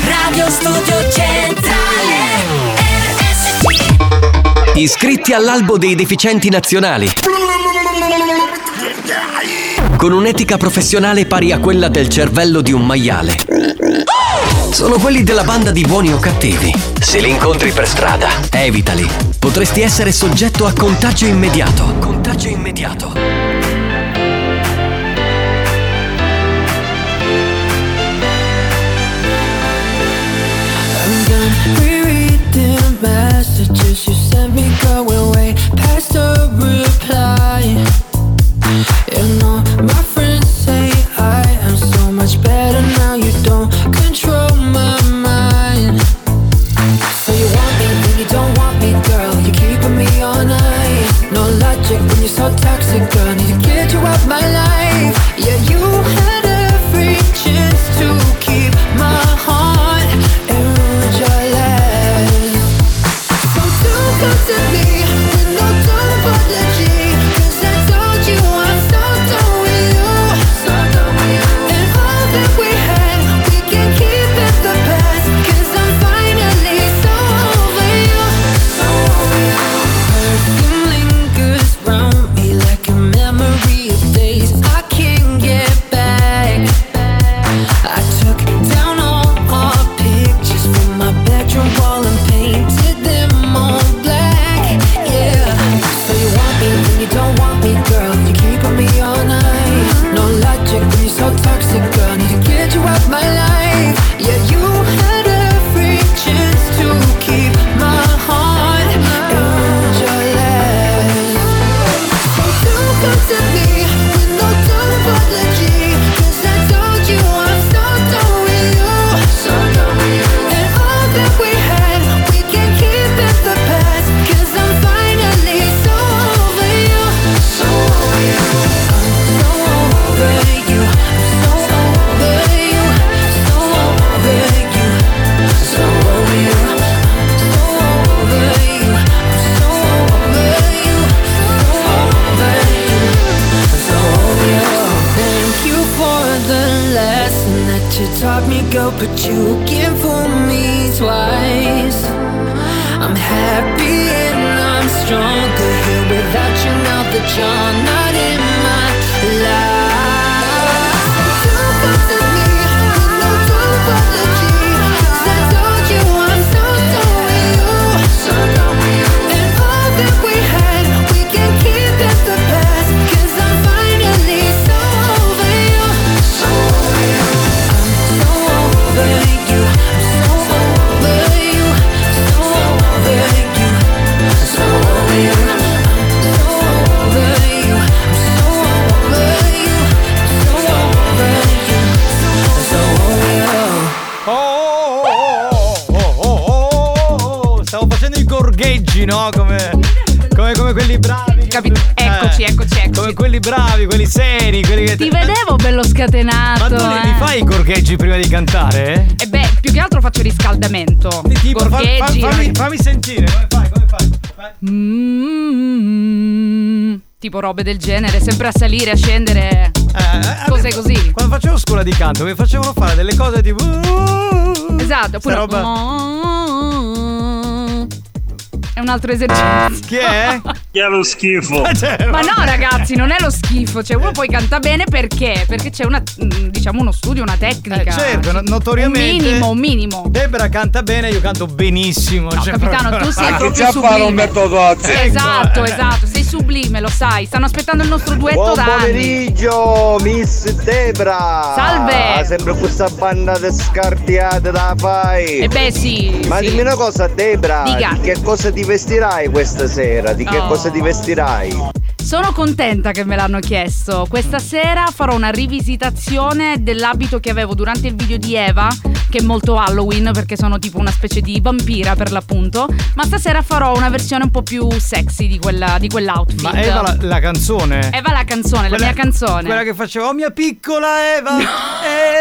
Speaker 6: Radio
Speaker 2: Radio Studio Centrale RSC
Speaker 24: Iscritti all'albo dei deficienti nazionali. Con un'etica professionale pari a quella del cervello di un maiale. Sono quelli della banda di buoni o cattivi. Se li incontri per strada, evitali. Potresti essere soggetto a contagio immediato. Contagio immediato.
Speaker 2: I'm done rereading messages you sent me going way past the reply. You know, my friends say I am so much better now. You don't control my mind. So you want me, then you don't want me, girl. You're keeping me all night. No logic when you're so toxic, girl. Need to get you out my life. Yeah, you had every chance to keep my heart and ruined your life. So don't come to me with no dumb apology. 'Cause I told you I'm so done with you. And all that we had, we can keep in the past. 'Cause I'm finally so over you. So over you. Perfume lingers round me like a memory of days I can't get back. I took down all our pictures from my bedroom wall and painted them all black. Yeah. So you want me when you don't want me, girl. You're keeping me all night. No logic when you're so toxic, girl. Need to get you out my life. Yeah, you had every chance to keep my heart and ruined your life. So don't come to me with no dumb apology. 'Cause I told you I'm so done with you. And all that we had, we can keep in the past. 'Cause I'm finally so over you. So over you. I'm so over you. I'm so over you. So over you. So over you. So over you. So over you. So over you. So thank you for the lesson that you taught me, girl, but you can't fool me twice. I'm happy and I'm stronger here without you now that you're not in my life. Don't come to me with no apology, 'cause I told you I'm so done with you. And all that we had, we can keep it the past, 'cause I'm finally so over you. So over you. I'm so over you. I'm so over you. So over you. So over you. So over you. I'm so over you. So over you. So over you.
Speaker 7: Oh, Stavo facendo i gorgheggi, no? Come, come, come quelli bravi. Capito?
Speaker 8: Eccoci, eccoci, eccoci.
Speaker 7: Come quelli bravi, quelli seri, quelli che.
Speaker 29: Ti vedevo bello scatenato.
Speaker 7: Ma tu li, li
Speaker 29: eh.
Speaker 7: fai i gorgheggi prima di cantare? Eh,
Speaker 8: E eh. beh, più che altro faccio riscaldamento.
Speaker 7: Tipo, fa- fa-
Speaker 8: Gorgheggi.
Speaker 7: fammi, fammi sentire. come fai?
Speaker 8: Mm, tipo robe del genere, sempre a salire, a scendere. cose così.
Speaker 7: eh, Quando facevo scuola di canto mi facevano fare delle cose tipo. uh,
Speaker 8: Esatto,
Speaker 7: Sta
Speaker 8: oppure
Speaker 7: roba-
Speaker 8: È un altro esercizio.
Speaker 7: Chi è? cioè,
Speaker 6: Chi è lo schifo?
Speaker 8: Ma no, ragazzi, non è lo schifo. Cioè, uno poi canta bene perché? Perché c'è una, mm, diciamo, uno studio, una tecnica.
Speaker 7: Eh, certo, no- notoriamente.
Speaker 8: Un minimo, un minimo.
Speaker 7: Debra canta bene, io canto benissimo. cioè, Ah, No,
Speaker 8: capitano, tu sei proprio Anche Giappone sublime. Umberto
Speaker 7: eh.
Speaker 8: Esatto, esatto, sei sublime, lo sai. Stanno aspettando il nostro duetto
Speaker 15: Buon
Speaker 8: da anni.
Speaker 15: pomeriggio, Miss Debra!
Speaker 8: Salve.
Speaker 15: Sempre questa banda de scartiate da fai!
Speaker 8: E Eh beh, sì,
Speaker 15: Ma
Speaker 8: sì.
Speaker 15: dimmi una cosa, Debra!
Speaker 8: Dica.
Speaker 15: Di che cosa ti vestirai questa sera? Di che
Speaker 8: Oh.
Speaker 15: cosa ti vestirai?
Speaker 8: Sono contenta che me l'hanno chiesto. Questa sera farò una rivisitazione dell'abito che avevo durante il video di Eva, che è molto Halloween perché sono tipo una specie di vampira per l'appunto, ma stasera farò una versione un po' più sexy di, quella, di quell'outfit.
Speaker 7: Ma Eva la, la canzone.
Speaker 8: Eva la canzone, la
Speaker 7: Quella-
Speaker 8: mia canzone.
Speaker 7: Quella che faceva, oh mia piccola Eva,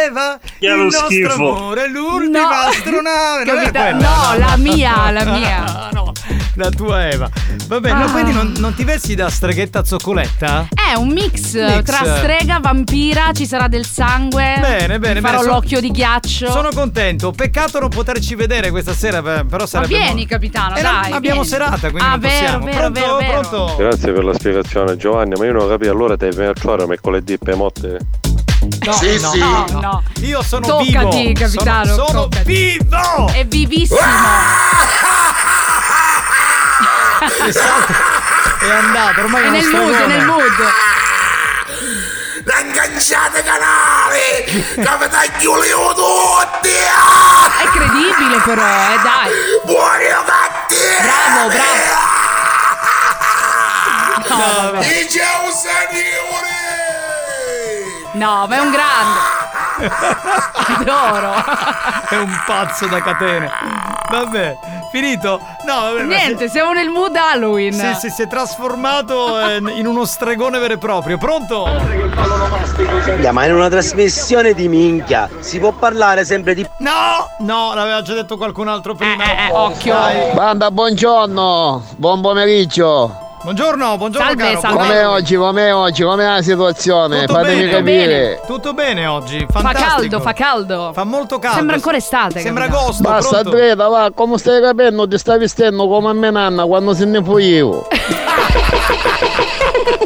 Speaker 7: Eva,
Speaker 6: Chi è
Speaker 7: il
Speaker 6: lo
Speaker 7: nostro
Speaker 6: schifo?
Speaker 7: amore, l'ultima
Speaker 8: No.
Speaker 7: astronave. Non era
Speaker 8: Capita-
Speaker 7: quella,
Speaker 8: no, la mia, la mia.
Speaker 7: No, La tua Eva. Vabbè, no,
Speaker 8: Ah.
Speaker 7: quindi non, non ti versi da streghetta zoccoletta?
Speaker 8: È un mix,
Speaker 7: Mix.
Speaker 8: tra strega, vampira, ci sarà del sangue.
Speaker 7: Bene, bene,
Speaker 8: Eh, Farò
Speaker 7: bene, sono-
Speaker 8: l'occhio di ghiaccio.
Speaker 7: Sono contento, peccato non poterci vedere questa sera, beh, però
Speaker 8: Ma
Speaker 7: sarebbe.
Speaker 8: vieni, capitano,
Speaker 7: Eh, no,
Speaker 8: dai.
Speaker 7: abbiamo
Speaker 8: vieni.
Speaker 7: serata, quindi
Speaker 8: Ah,
Speaker 7: non
Speaker 8: vero,
Speaker 7: possiamo.
Speaker 8: vero,
Speaker 7: Pronto?
Speaker 8: vero, vero.
Speaker 7: Pronto?
Speaker 30: Grazie per la spiegazione Giovanni, ma io non capì allora te per ora mercoledì per motte.
Speaker 7: No,
Speaker 30: Sì,
Speaker 7: no,
Speaker 30: sì.
Speaker 7: no, no. Io sono vivo.
Speaker 8: Toccati, capitano.
Speaker 7: Sono, sono
Speaker 8: toccati.
Speaker 7: vivo!
Speaker 8: È vivissimo.
Speaker 7: È stato- esatto. è andato, ormai
Speaker 8: È
Speaker 7: è uno
Speaker 8: nel mood, è
Speaker 7: stagone.
Speaker 8: nel mood.
Speaker 2: Agganciate canali! Come tagliulivo tutti!
Speaker 8: È credibile però, eh, dai.
Speaker 2: Buoni o cattivi!
Speaker 8: Bravo, bravo. No, vabbè.
Speaker 2: Dice eh, un signore!
Speaker 8: No, ma è un grande. Adoro.
Speaker 7: È un pazzo da catene. Vabbè, finito. No, vabbè, ma
Speaker 8: Niente, siamo nel mood Halloween.
Speaker 7: si, si- si è trasformato eh, in uno stregone vero e proprio. Pronto?
Speaker 31: Dai, ma in una trasmissione di minchia si può parlare sempre di
Speaker 7: No! Oh, No, l'aveva già detto qualcun altro prima.
Speaker 8: Eh, occhio.
Speaker 10: Banda, buongiorno, buon pomeriggio.
Speaker 7: Buongiorno, buongiorno
Speaker 10: Salve,
Speaker 7: caro.
Speaker 10: salve. Com'è oggi, com'è oggi, com'è la situazione?
Speaker 7: Tutto
Speaker 10: Fatemi
Speaker 7: bene,
Speaker 10: capire.
Speaker 7: Tutto bene oggi,
Speaker 8: Fa
Speaker 7: fantastico.
Speaker 8: caldo, fa caldo.
Speaker 7: Fa molto caldo.
Speaker 8: Sembra ancora estate.
Speaker 7: Sembra
Speaker 8: capitano.
Speaker 7: agosto,
Speaker 10: Basta,
Speaker 7: pronto?
Speaker 10: Andrea, va, come stai capendo? Ti stai vestendo come a me nanna quando se ne fu io.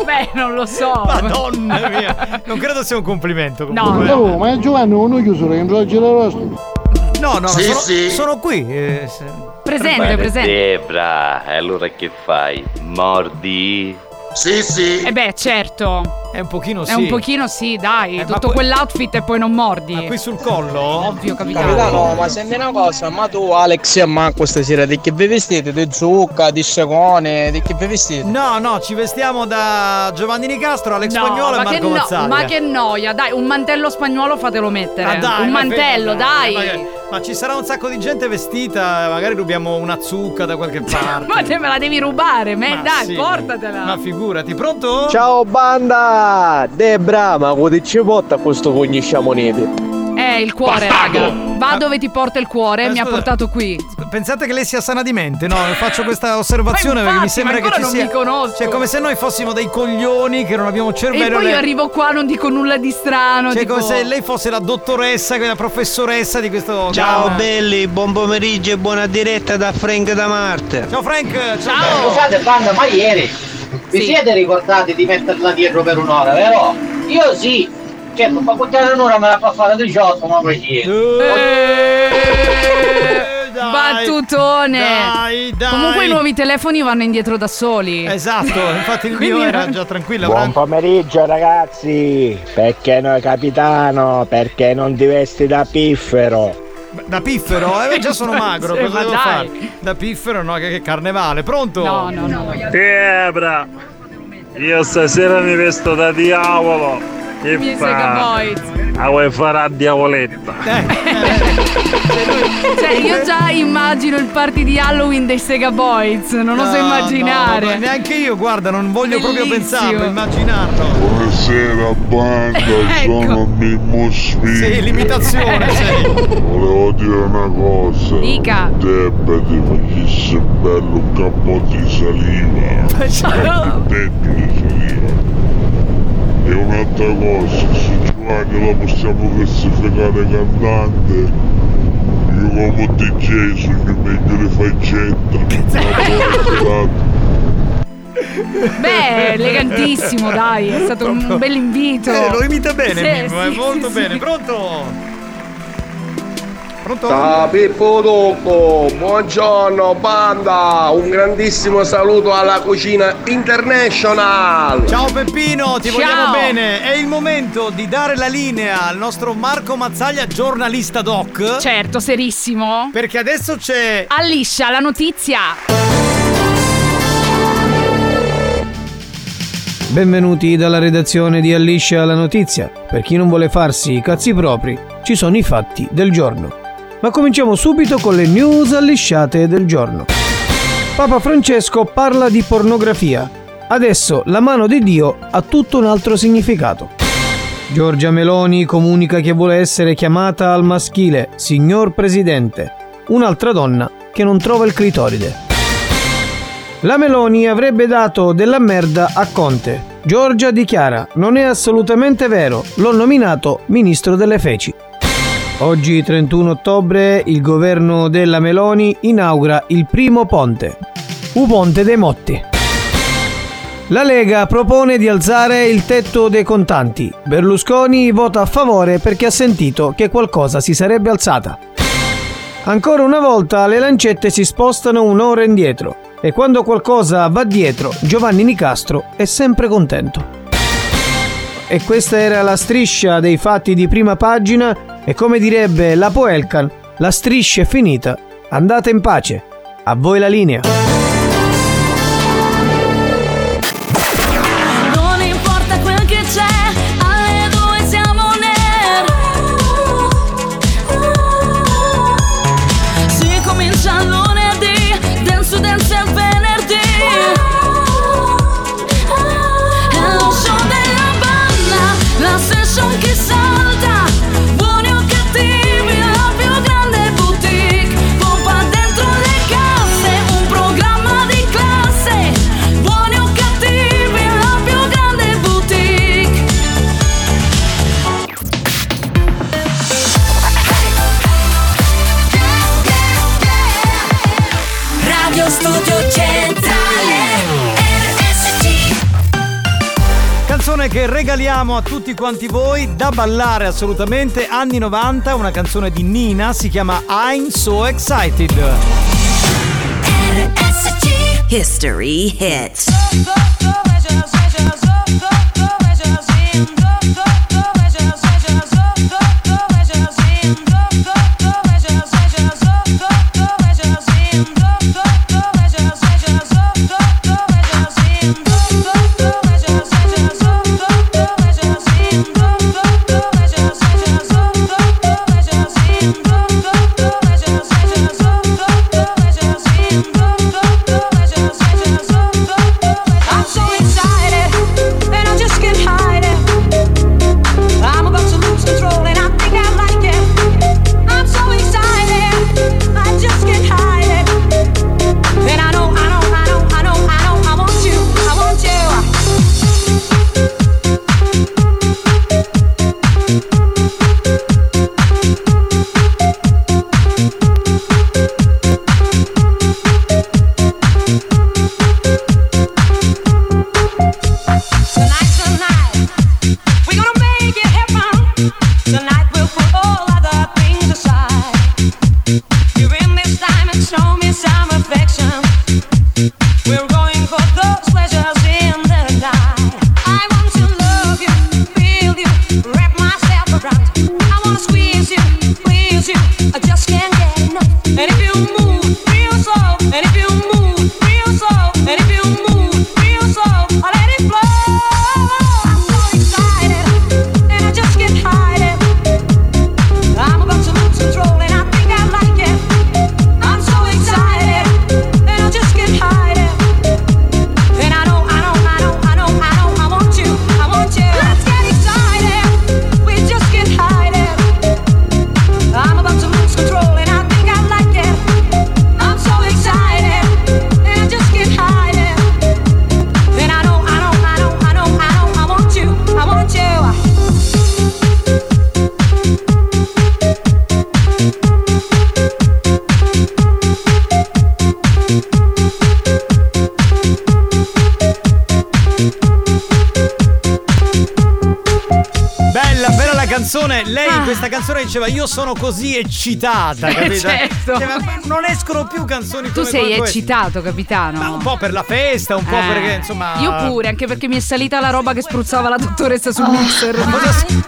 Speaker 8: Beh, non lo so.
Speaker 7: Madonna mia. Non credo sia un complimento comunque.
Speaker 10: Oh, ma Giovanni non ho chiuso, che non ho girato rosto.
Speaker 7: No, no,
Speaker 10: Sì,
Speaker 7: sono,
Speaker 10: sì.
Speaker 7: sono qui. eh, se-
Speaker 8: Presente, presente.
Speaker 32: Debra, e allora che fai? Mordi? Sì, sì.
Speaker 8: Eh beh, certo.
Speaker 7: È un pochino Eh,
Speaker 8: È un pochino sì, dai. Tutto quell'outfit e poi non mordi. Ma qui
Speaker 7: sul collo?
Speaker 8: Ovvio, capitano.
Speaker 24: Capitano, ma senti una cosa, ma tu Alex e Marco stasera di che vi vestite? Di zucca, di segone, di che vi vestite?
Speaker 7: No, no, ci vestiamo da Giovanni Nicastro, Alex
Speaker 8: No,
Speaker 7: Spagnolo e
Speaker 8: ma, che
Speaker 7: Marco
Speaker 8: no-
Speaker 7: Mazzaglia.
Speaker 8: ma che noia, dai, un mantello spagnolo fatelo mettere.
Speaker 7: Ah, dai,
Speaker 8: un
Speaker 7: ma
Speaker 8: mantello,
Speaker 7: fermo,
Speaker 8: dai.
Speaker 7: Ma, ma ci sarà un sacco di gente vestita, magari rubiamo una zucca da qualche parte.
Speaker 8: Ma te me la devi rubare, me,
Speaker 7: Ma
Speaker 8: dai,
Speaker 7: sì.
Speaker 8: portatela.
Speaker 7: Ma figurati, pronto?
Speaker 33: Ciao banda! Debra, ma come ci porta questo cognisciamo neve?
Speaker 8: Eh, il cuore, raga. Va dove ti porta il cuore, mi ha
Speaker 7: scusa.
Speaker 8: portato qui.
Speaker 7: Pensate che lei sia sana di mente, no? Faccio questa osservazione
Speaker 8: Ma
Speaker 7: perché mi
Speaker 8: infatti, ma
Speaker 7: sembra che
Speaker 8: ancora
Speaker 7: ci
Speaker 8: non
Speaker 7: sia.
Speaker 8: mi conosco.
Speaker 7: Cioè, come se noi fossimo dei coglioni che non abbiamo cervello.
Speaker 8: E poi
Speaker 7: né-
Speaker 8: io arrivo qua, non dico nulla di strano.
Speaker 7: Cioè,
Speaker 8: tipo-
Speaker 7: come se lei fosse la dottoressa, la professoressa di questo.
Speaker 3: Ciao
Speaker 7: grande-
Speaker 3: belli, buon pomeriggio e buona diretta da Frank da Marte.
Speaker 7: Ciao Frank,
Speaker 3: ciao. Scusate banda, ma ieri vi siete ricordati di metterla dietro per un'ora, vero? Io sì. Cioè, non fa contare un'ora, me la fa fare 18, ma così.
Speaker 8: Battutone.
Speaker 3: dai, dai.
Speaker 8: Comunque i nuovi telefoni vanno indietro da soli.
Speaker 7: Esatto, infatti il
Speaker 8: Quindi
Speaker 7: mio
Speaker 8: era-
Speaker 7: era già tranquillo.
Speaker 34: Buon
Speaker 7: Frank.
Speaker 34: pomeriggio ragazzi! Perché noi capitano? Perché non ti vesti da piffero?
Speaker 7: Da piffero, eh, già sono magro,
Speaker 34: Sì,
Speaker 7: cosa
Speaker 34: ma
Speaker 7: devo
Speaker 34: dai.
Speaker 7: fare? Da piffero, no, che, che carnevale, pronto?
Speaker 34: No,
Speaker 8: no, no.
Speaker 35: Debra, io stasera mi vesto da diavolo. Che fa? Ah, vuoi fare a diavoletta?
Speaker 7: Eh,
Speaker 8: Cioè, io già immagino il party di Halloween dei Sega Boys. Non oso
Speaker 7: No,
Speaker 8: immaginare.
Speaker 7: no, ma neanche io, guarda, non voglio proprio
Speaker 8: Bellissimo.
Speaker 7: pensarlo, immaginarlo.
Speaker 28: Buonasera banda, sono Mimmo Smith.
Speaker 7: Sì, l'imitazione, sei.
Speaker 28: Volevo dire una cosa.
Speaker 8: Dica.
Speaker 28: Debba ti facesse bello un capo di saliva.
Speaker 8: Ciao.
Speaker 28: Tetto di saliva. E un'altra cosa, su Giovanni la possiamo classificare cantante. Io come DJ sono il migliore faccetta. Una buona serata.
Speaker 8: Beh, elegantissimo, dai. È stato un bel invito.
Speaker 7: Eh, lo imita bene,
Speaker 8: Sì,
Speaker 7: Mimmo,
Speaker 8: sì,
Speaker 7: eh, molto
Speaker 8: sì,
Speaker 7: bene.
Speaker 8: sì.
Speaker 7: Pronto? Pronto?
Speaker 12: Da Pippo Tocco, buongiorno banda, un grandissimo saluto alla cucina international.
Speaker 7: Ciao Peppino, ti vogliamo bene. È il momento di dare la linea al nostro Marco Mazzaglia, giornalista doc.
Speaker 8: Certo, serissimo.
Speaker 7: Perché adesso c'è.
Speaker 8: Alliscia la notizia.
Speaker 36: Benvenuti dalla redazione di Alliscia la notizia. Per chi non vuole farsi i cazzi propri, ci sono i fatti del giorno. Ma cominciamo subito con le news allisciate del giorno. Papa Francesco parla di pornografia. Adesso la mano di Dio ha tutto un altro significato. Giorgia Meloni comunica che vuole essere chiamata al maschile, signor Presidente. Un'altra donna che non trova il clitoride. La Meloni avrebbe dato della merda a Conte. Giorgia dichiara: Non è assolutamente vero, l'ho nominato ministro delle feci. Oggi 31 ottobre il governo della Meloni inaugura il primo ponte, U Ponte dei Motti. La Lega propone di alzare il tetto dei contanti. Berlusconi vota a favore perché ha sentito che qualcosa si sarebbe alzata. Ancora una volta le lancette si spostano un'ora indietro e quando qualcosa va dietro Giovanni Nicastro è sempre contento. E questa era la striscia dei fatti di prima pagina e come direbbe la Poelcan, la striscia è finita, andate in pace, a voi la linea.
Speaker 2: Non importa quel che c'è, alle due siamo nel. Si comincia lunedì, dance dance è venerdì. È lo show della banda, la session che salta. Buoni o cattivi, la più grande boutique. Pompa dentro le casse, un programma di classe. Buoni o cattivi, la più grande boutique.
Speaker 37: Radio Studio Centrale RSC
Speaker 7: Canzone che regaliamo a tutti quanti voi da ballare assolutamente, anni 90, una canzone di Nina, si chiama I'm So Excited.
Speaker 11: History hit.
Speaker 37: I'm so excited, and I just can't hide it. I'm about to lose control, and I think I like it. I'm so excited, I just can't hide it. And I know, I know, I know, I know, I know, I want you, I want you. Tonight, tonight, we're gonna make it happen. Tonight we'll put all other things aside. During this time, and show me some affection. We're going for those pleasures in the night. I want to love you, feel you, wrap myself around. I wanna squeeze you, please you. I just can't get enough. And if you move real slow, and if you move real slow, and if you move real slow, I let it flow. I'm so excited, and I just can't hide it. I'm about to lose control, and I think I like it. I'm so excited, and I just can't hide it. And I know, I know, I know, I know, I know, I want you, I want you. Let's get excited, we just can't hide it. I'm about to lose control, and I think I like it. I'm so excited, and I just can't hide it. And I know, I know, I know, I know, I know, I want you, I want you.
Speaker 7: Bella, bella la canzone. Lei
Speaker 8: Ah.
Speaker 7: in questa canzone diceva io sono così eccitata,
Speaker 8: Eh,
Speaker 7: capito?
Speaker 8: certo.
Speaker 7: Cioè, ma non escono più canzoni
Speaker 8: Tu
Speaker 7: come
Speaker 8: sei
Speaker 7: quelle-
Speaker 8: eccitato, capitano.
Speaker 7: Un po' per la festa, un po'
Speaker 8: Eh.
Speaker 7: perché insomma.
Speaker 8: Io pure, anche perché mi è salita la roba che spruzzava la dottoressa sul mixer.
Speaker 7: Ah.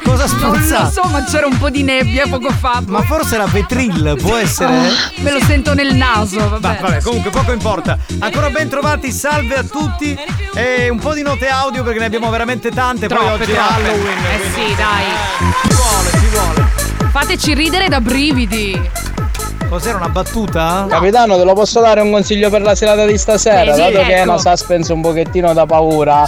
Speaker 7: Cosa, spruzza?
Speaker 8: Non lo so, ma c'era un po' di nebbia poco fa.
Speaker 7: Ma forse la Petril può essere.
Speaker 8: Ah, me lo sento nel naso, vabbè.
Speaker 7: Ma vabbè, comunque poco importa. Ancora ben trovati, salve a tutti. E un po' di note audio perché ne abbiamo veramente tante. Poi
Speaker 8: Troppe,
Speaker 7: oggi è
Speaker 8: troppe.
Speaker 7: Halloween.
Speaker 8: Eh sì, dai.
Speaker 7: Ci vuole, ci vuole.
Speaker 8: Fateci ridere da brividi.
Speaker 7: Cos'era una battuta?
Speaker 24: Capitano, te lo posso dare un consiglio per la serata di stasera?
Speaker 7: Beh, sì,
Speaker 24: Dato che è
Speaker 7: ecco.
Speaker 24: una suspense un pochettino da paura,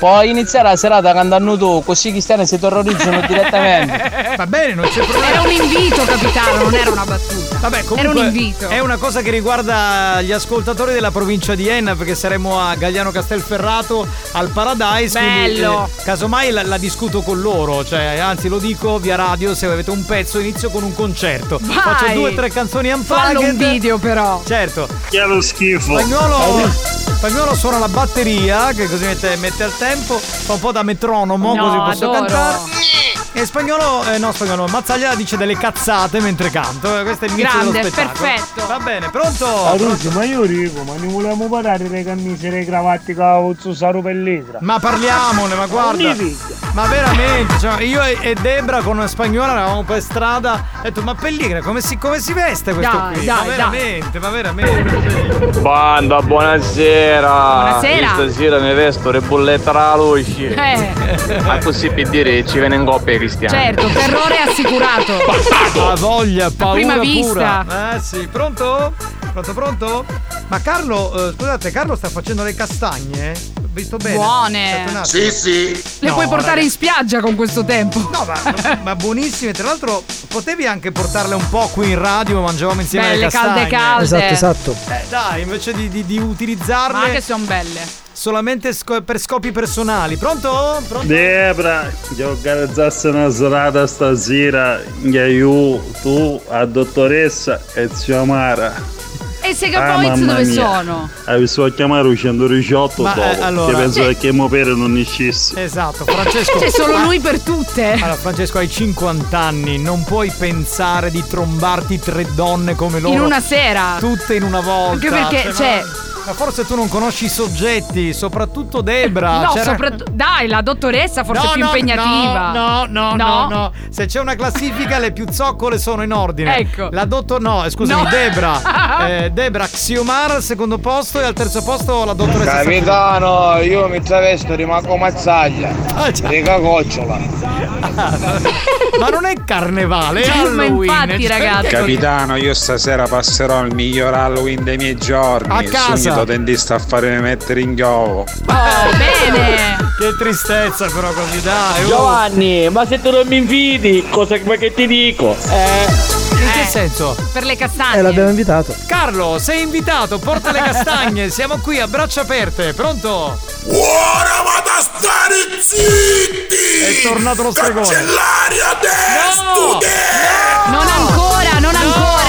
Speaker 24: puoi iniziare la serata cantando tu, così i cristiani si terrorizzano direttamente.
Speaker 7: Va bene, non c'è problema.
Speaker 8: Eh, Era un invito, capitano, non era una battuta.
Speaker 7: Vabbè,
Speaker 8: era
Speaker 7: comunque
Speaker 8: un invito.
Speaker 7: È una cosa che riguarda gli ascoltatori della provincia di Enna perché saremo a Gagliano Castelferrato al Paradise. quindi,
Speaker 8: Bello.
Speaker 7: eh, casomai la, la discuto con loro, cioè anzi lo dico via radio se avete un pezzo inizio con un concerto.
Speaker 8: Vai.
Speaker 7: Faccio due o tre canzoni unplugged.
Speaker 8: Fallo un video, però.
Speaker 7: Certo.
Speaker 35: Chiaro schifo.
Speaker 8: Eh,
Speaker 7: Spagnolo, spagnolo suona la batteria che così mette, mette al tempo, fa un po' da metronomo
Speaker 8: No,
Speaker 7: così posso
Speaker 8: adoro.
Speaker 7: cantare. E spagnolo, eh, no spagnolo, Mazzaglia dice delle cazzate mentre canto. eh, Questo è il inizio
Speaker 8: Grande,
Speaker 7: dello spettacolo.
Speaker 8: perfetto.
Speaker 7: Va bene, pronto?
Speaker 38: Aruzzo, ma io dico, ma ne volevamo parlare delle camicie, delle cravatte che uso Saru Pellegra.
Speaker 7: Ma parliamone, ma guarda. Ma veramente, cioè, io e, e Debra con una spagnola eravamo per strada. Ho detto, ma Pellegrina, come si, come si veste questo
Speaker 38: Dai,
Speaker 7: qui? ma
Speaker 38: dai, dai.
Speaker 7: veramente, ma veramente.
Speaker 30: Banda, buonasera!
Speaker 7: Buonasera.
Speaker 30: Io stasera mi vesto le bollette alla luce.
Speaker 8: Eh.
Speaker 30: Ma così per dire ci viene in coppia i cristiani.
Speaker 8: Certo, terrore assicurato.
Speaker 7: Ha voglia, paura
Speaker 8: prima
Speaker 7: pura.
Speaker 8: vista.
Speaker 7: Eh sì, pronto? Pronto, pronto? Ma Carlo, eh, scusate, Carlo sta facendo le castagne? Ho Visto bene?
Speaker 8: Buone.
Speaker 7: Aspetta un attimo.
Speaker 8: Sì, Le
Speaker 7: No,
Speaker 8: puoi portare
Speaker 7: raga.
Speaker 8: in spiaggia con questo tempo. No,
Speaker 7: ma, ma buonissime, tra l'altro potevi anche portarle un po' qui in radio, mangiavamo insieme
Speaker 8: Belle,
Speaker 7: le castagne.
Speaker 8: calde, calde. Esatto, esatto.
Speaker 7: Eh, dai, invece di, di- di utilizzarle
Speaker 8: Ma che sono belle.
Speaker 7: solamente sco- per scopi personali. Pronto? Pronto?
Speaker 35: Debra, che organizzasse una serata stasera, che io, tu, la dottoressa e zio Mara.
Speaker 8: E se
Speaker 35: Ah,
Speaker 8: Gapoiz
Speaker 35: mamma
Speaker 8: dove
Speaker 35: mia.
Speaker 8: sono?
Speaker 35: Ah, vi so chiamare il 118
Speaker 7: Ma,
Speaker 35: dopo,
Speaker 7: eh, allora-
Speaker 35: che penso
Speaker 7: Sì.
Speaker 35: che mio pere non uscisse.
Speaker 7: Esatto, Francesco.
Speaker 8: C'è Cioè, solo lui per tutte.
Speaker 7: Allora, Francesco, hai 50 anni, non puoi pensare di trombarti tre donne come loro.
Speaker 8: In una sera.
Speaker 7: Tutte in una volta.
Speaker 8: Anche perché, cioè-
Speaker 7: ma- Ma forse tu non conosci i soggetti, soprattutto Debra.
Speaker 8: No,
Speaker 7: c'era-
Speaker 8: soprattutto. Dai, la dottoressa forse
Speaker 7: No,
Speaker 8: è più
Speaker 7: no,
Speaker 8: impegnativa.
Speaker 7: No, no, no, no, no. Se c'è una classifica, le più zoccole sono in ordine.
Speaker 8: Ecco.
Speaker 7: La dottor. No, eh, scusami,
Speaker 8: No.
Speaker 7: Debra. Eh, Debra Xiomara al secondo posto e al terzo posto la dottoressa.
Speaker 24: Capitano, io mi travesto, rimango mazzaglia. Riga gocciola.
Speaker 7: Ah, Ma non è carnevale, è
Speaker 8: Cioè, ma
Speaker 7: Halloween.
Speaker 8: infatti,
Speaker 7: cioè,
Speaker 8: ragazzi.
Speaker 39: Capitano, io stasera passerò il miglior Halloween dei miei giorni.
Speaker 7: A casa.
Speaker 39: Il sogno dentista a farmi mettere in gioco.
Speaker 7: Che tristezza però così dai. oh.
Speaker 40: Giovanni, ma se tu non mi inviti, cosa vuoi che ti dico?
Speaker 7: Eh,
Speaker 8: Eh,
Speaker 7: In che senso?
Speaker 8: Per le
Speaker 36: E
Speaker 8: castagne.
Speaker 36: Eh, l'abbiamo invitato.
Speaker 7: Carlo, sei invitato, porta le castagne, siamo qui a braccia aperte, pronto?
Speaker 41: Ora vado a stare zitti!
Speaker 7: È tornato lo stregone.
Speaker 41: Cancellari a destra!
Speaker 8: Non ancora, non ancora.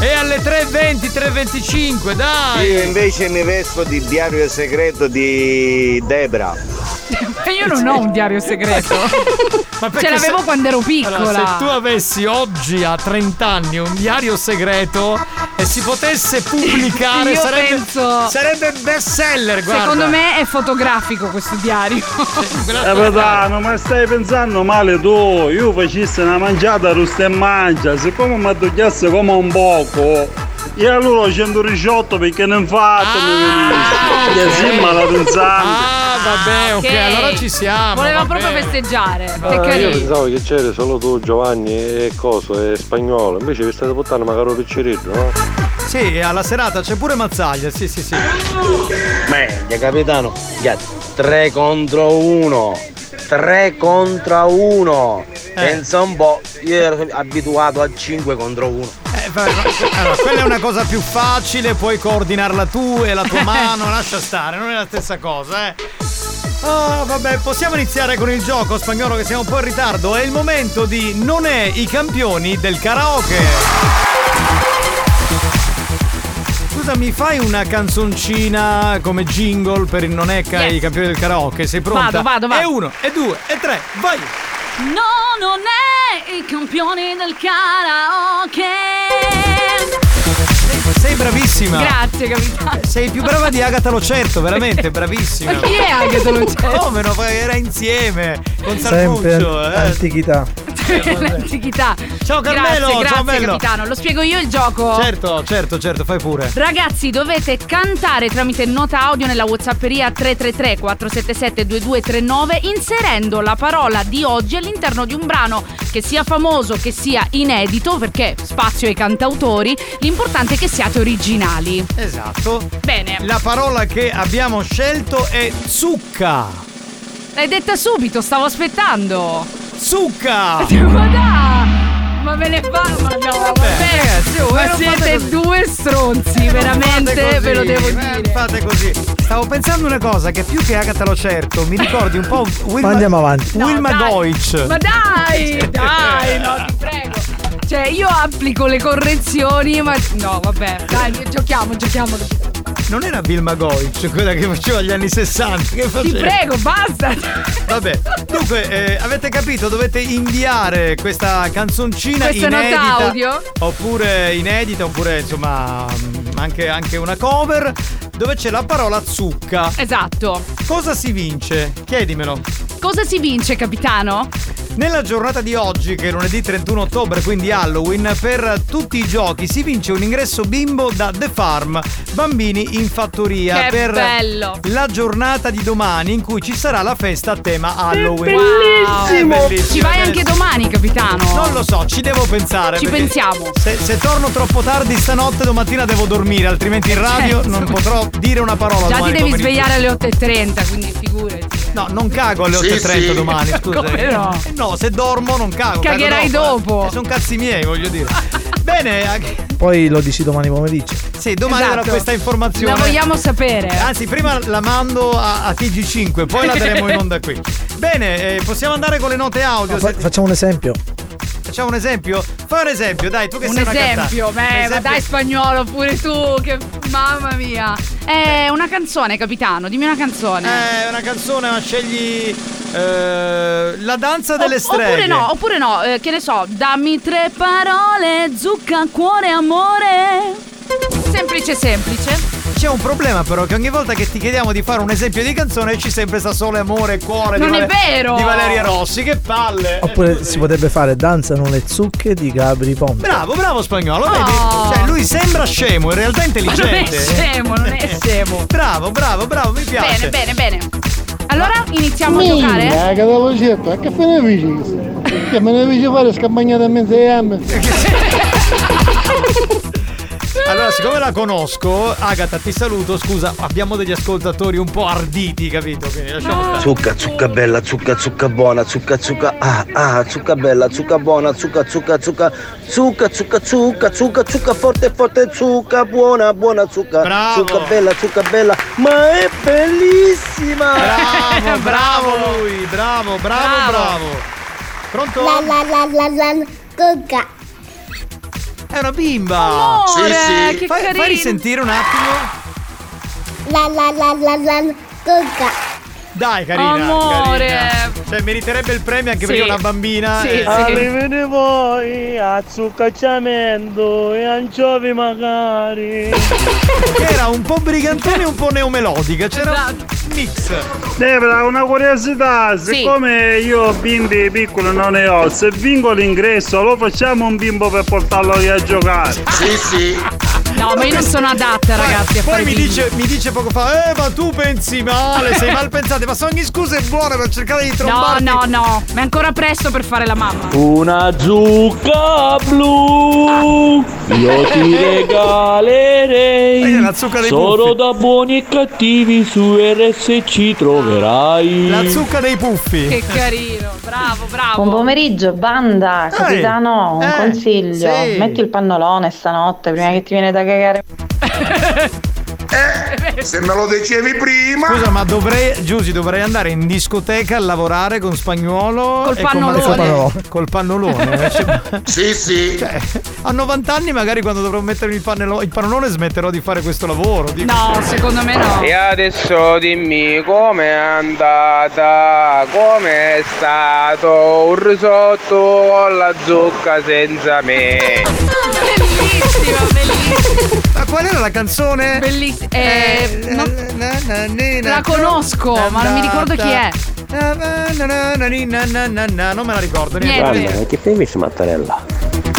Speaker 7: E alle 3.20, 3.25, dai!
Speaker 42: Io invece mi vesto di diario segreto di Debra.
Speaker 8: Ma io non ho un diario segreto.
Speaker 7: perché
Speaker 8: Ce l'avevo
Speaker 7: se-
Speaker 8: quando ero piccola.
Speaker 7: Allora, se tu avessi oggi a 30 anni un diario segreto e si potesse pubblicare
Speaker 8: Io
Speaker 7: sarebbe,
Speaker 8: penso-
Speaker 7: sarebbe best seller, guarda.
Speaker 8: Secondo me è fotografico questo diario.
Speaker 7: Eh,
Speaker 35: Capitano, Eh, ma stai pensando male tu? Io facessi una mangiata rusta e mangia, siccome mi addogliasse come un poco, e allora 118 perché non fatto mi venisse. Che sì, malapensanti.
Speaker 7: Ah, vabbè, ok,
Speaker 8: Ok.
Speaker 7: allora ci siamo.
Speaker 8: Voleva
Speaker 7: va
Speaker 8: proprio
Speaker 7: bene.
Speaker 8: festeggiare. Che
Speaker 30: Ah, io
Speaker 8: carino.
Speaker 30: pensavo che c'era solo tu Giovanni e coso e spagnolo, invece vi state portando magari un piccerello, no?
Speaker 7: Sì, alla serata c'è pure Mazzaglia, sì, sì, sì.
Speaker 12: Meglio, capitano. 3 contro 1. 3 contro 1.
Speaker 7: Eh.
Speaker 12: Pensa un po', io ero abituato a 5 contro 1.
Speaker 7: Eh, Allora, quella è una cosa più facile, puoi coordinarla tu e la tua mano, lascia stare, non è la stessa cosa, eh. Ah, vabbè, possiamo iniziare con il gioco spagnolo che siamo un po' in ritardo. È il momento di Non è i campioni del karaoke. Scusa, mi fai una canzoncina come jingle per il Non è ca- i campioni del karaoke? Sei pronta?
Speaker 8: Vado, vado, vado.
Speaker 7: E uno, e due, e tre, vai!
Speaker 43: No, non è i campioni del karaoke.
Speaker 7: Sei bravissima!
Speaker 8: Grazie, capitano.
Speaker 7: Sei più brava di Agatha Locerto, veramente, bravissima.
Speaker 8: Ma chi è Agatha Certo? Locerto?
Speaker 7: Come no, Poi era insieme con
Speaker 36: Sempre
Speaker 7: Salvuccio. eh.
Speaker 36: antichità.
Speaker 8: l'antichità.
Speaker 7: Ciao Carmelo,
Speaker 8: grazie,
Speaker 7: ciao
Speaker 8: grazie
Speaker 7: bello.
Speaker 8: capitano. Lo spiego io il gioco.
Speaker 7: Certo, certo, certo, fai pure.
Speaker 8: Ragazzi, dovete cantare tramite nota audio nella WhatsApperia 333 477 2239 inserendo la parola di oggi all'interno di un brano che sia famoso, che sia inedito, perché spazio ai cantautori, l'importante è che siate originali.
Speaker 7: Esatto.
Speaker 8: Bene.
Speaker 7: La parola che abbiamo scelto è zucca.
Speaker 8: L'hai detta subito, stavo aspettando.
Speaker 7: Zucca!
Speaker 8: Ma dai! Ma ve ne fa, ma abbiamo
Speaker 7: ragazzi, oh, eh,
Speaker 8: Ma
Speaker 7: non fate
Speaker 8: siete
Speaker 7: così.
Speaker 8: due stronzi,
Speaker 7: Eh,
Speaker 8: veramente,
Speaker 7: fate così,
Speaker 8: ve lo devo
Speaker 7: eh,
Speaker 8: dire.
Speaker 7: Fate così. Stavo pensando una cosa che più che Agatha lo certo mi ricordi un po' Wilma,
Speaker 36: Andiamo avanti.
Speaker 7: Wilma Deutsch.
Speaker 8: Ma dai, dai, no, ti prego. Cioè, io applico le correzioni, ma no, vabbè, dai, giochiamo, giochiamo. Ti
Speaker 7: Non era Wilma Goic quella che faceva agli anni 60? Che faceva?
Speaker 8: prego, basta.
Speaker 7: Vabbè, dunque eh, avete capito, dovete inviare questa canzoncina
Speaker 8: Questa nota
Speaker 7: inedita
Speaker 8: audio.
Speaker 7: oppure inedita oppure insomma mm, anche, anche una cover dove c'è la parola zucca.
Speaker 8: Esatto.
Speaker 7: Cosa si vince? Chiedimelo.
Speaker 8: Cosa si vince, capitano?
Speaker 7: Nella giornata di oggi, che è lunedì 31 ottobre, quindi Halloween, per tutti i giochi si vince un ingresso bimbo da The Farm, bambini in fattoria,
Speaker 8: Che
Speaker 7: per
Speaker 8: bello.
Speaker 7: la giornata di domani in cui ci sarà la festa a tema Halloween.
Speaker 8: Bellissimo.
Speaker 7: È Eh, bellissimo.
Speaker 8: Ci vai anche domani, capitano.
Speaker 7: Non lo so, ci devo pensare.
Speaker 8: Ci
Speaker 7: perché
Speaker 8: pensiamo.
Speaker 7: Se, se torno troppo tardi stanotte, domattina devo dormire, altrimenti in radio
Speaker 8: certo.
Speaker 7: non potrò dire una parola.
Speaker 8: Già ti
Speaker 7: domani
Speaker 8: devi
Speaker 7: pomeriggio.
Speaker 8: svegliare alle 8.30, quindi figurati.
Speaker 7: No, non cago alle
Speaker 8: Sì,
Speaker 7: 8.30
Speaker 8: sì.
Speaker 7: domani, scusa.
Speaker 8: Come no?
Speaker 7: Eh no, se dormo non cago. cago
Speaker 8: Cagherai dopo.
Speaker 7: Eh, sono cazzi miei, voglio dire. Bene, anche-
Speaker 36: Poi lo dici domani pomeriggio.
Speaker 7: sì, domani
Speaker 8: Esatto.
Speaker 7: avrà questa informazione.
Speaker 8: La vogliamo sapere.
Speaker 7: Anzi, prima la mando a, a TG5, poi la terremo in onda qui. Bene, eh, possiamo andare con le note audio. se-
Speaker 36: Facciamo un esempio.
Speaker 7: Facciamo un esempio? Fai un esempio, dai, tu che
Speaker 8: Un
Speaker 7: sei una
Speaker 8: esempio,
Speaker 7: cantante.
Speaker 8: beh,
Speaker 7: Un
Speaker 8: ma
Speaker 7: esempio-
Speaker 8: dai spagnolo pure tu, che mamma mia. È una canzone, capitano, dimmi una canzone.
Speaker 7: Eh, una canzone, ma scegli eh, La danza
Speaker 8: O-
Speaker 7: delle streghe.
Speaker 8: Oppure no, oppure no, eh, che ne so, dammi tre parole, zucca, cuore, amore. Semplice, semplice.
Speaker 7: C'è un problema però che ogni volta che ti chiediamo di fare un esempio di canzone ci sempre sta solo amore e cuore
Speaker 8: Non
Speaker 7: di,
Speaker 8: è vero!
Speaker 7: di Valeria Rossi, che palle!
Speaker 36: Oppure si potrebbe fare Danzano le zucche di Gabri Pompe.
Speaker 7: Bravo, bravo spagnolo, vedi? Cioè lui sembra scemo, in realtà
Speaker 8: Oh.
Speaker 7: è
Speaker 8: Ma non è
Speaker 7: intelligente.
Speaker 8: scemo, non è scemo.
Speaker 7: Bravo, bravo, bravo, mi piace.
Speaker 8: Bene, bene, bene. Allora iniziamo a giocare.
Speaker 30: che te lo cerco, che me ne dici? Che me ne dici fare scampagnata a mezzo di amme?
Speaker 7: Allora, siccome la conosco, Agata ti saluto, scusa, abbiamo degli ascoltatori un po' arditi, capito? Quindi lasciamo stare.
Speaker 12: Zucca, zucca bella, zucca, zucca buona, zucca, zucca, ah, ah, zucca bella, zucca buona, zucca, zucca, zucca, zucca, zucca, zucca, zucca, zucca, forte, forte, zucca, buona, buona, zucca,
Speaker 7: Bravo.
Speaker 12: zucca bella, zucca bella, ma è bellissima!
Speaker 7: Bravo, bravo lui, bravo, bravo, bravo. Pronto?
Speaker 41: La la la la la Cucca
Speaker 7: È una bimba!
Speaker 41: Amore, Sì, sì. che
Speaker 7: Fai, fai
Speaker 41: carino.
Speaker 7: risentire un attimo.
Speaker 41: La la la la la Cucca
Speaker 7: Dai, carina.
Speaker 41: Amore.
Speaker 7: carina. Cioè, meriterebbe il premio anche
Speaker 41: Sì.
Speaker 7: perché è una bambina.
Speaker 41: Sì,
Speaker 7: eh.
Speaker 30: Arrivene voi a zuccacciamento e anciovi magari.
Speaker 7: Che era Ah, un po' brigantone e un po' neomelodica. C'era un
Speaker 41: Esatto.
Speaker 7: mix.
Speaker 35: Debra, una curiosità, siccome io bimbi piccoli non ne ho, se vinco l'ingresso lo facciamo un bimbo per portarlo lì a giocare. Sì, sì.
Speaker 8: No, ma io non sono adatta, ragazzi, a
Speaker 7: Poi
Speaker 8: fare
Speaker 7: mi
Speaker 8: bimbi.
Speaker 7: dice, mi dice poco fa, eh, ma tu pensi male, sei mal pensante, ma se ogni scusa è buona per cercare di
Speaker 8: No,
Speaker 7: trombarti.
Speaker 8: no, no, ma è ancora presto per fare la mamma.
Speaker 10: Una zucca blu io ti regalerei
Speaker 7: la zucca dei
Speaker 10: solo
Speaker 7: puffi.
Speaker 10: da buoni e cattivi su RSC troverai
Speaker 7: La zucca dei puffi
Speaker 8: Che carino, bravo, bravo.
Speaker 21: Buon pomeriggio, banda, capitano, un
Speaker 8: eh,
Speaker 21: consiglio.
Speaker 8: sì.
Speaker 21: Metti il pannolone stanotte prima che ti viene da cagare.
Speaker 7: Se me lo dicevi prima. Scusa, ma dovrei. Giusy, dovrei andare in discoteca a lavorare con spagnolo.
Speaker 21: Col
Speaker 7: e con
Speaker 21: pannolone.
Speaker 7: Mazzoni. Col pannolone. eh, cioè,
Speaker 30: sì, sì.
Speaker 7: a 90 anni, magari quando dovrò mettermi il, pannello- il pannolone, smetterò di fare questo lavoro. dico.
Speaker 8: No, secondo me no.
Speaker 39: E adesso dimmi com'è andata, com'è stato un risotto con la zucca senza me.
Speaker 8: Bellissima, bellissima.
Speaker 7: Ma qual era la canzone?
Speaker 8: Bellissima. Eh, non- La conosco, ma non mi ricordo chi è.
Speaker 7: Non me la ricordo
Speaker 44: Guarda,
Speaker 7: niente.
Speaker 44: ma che stai messo Mattarella?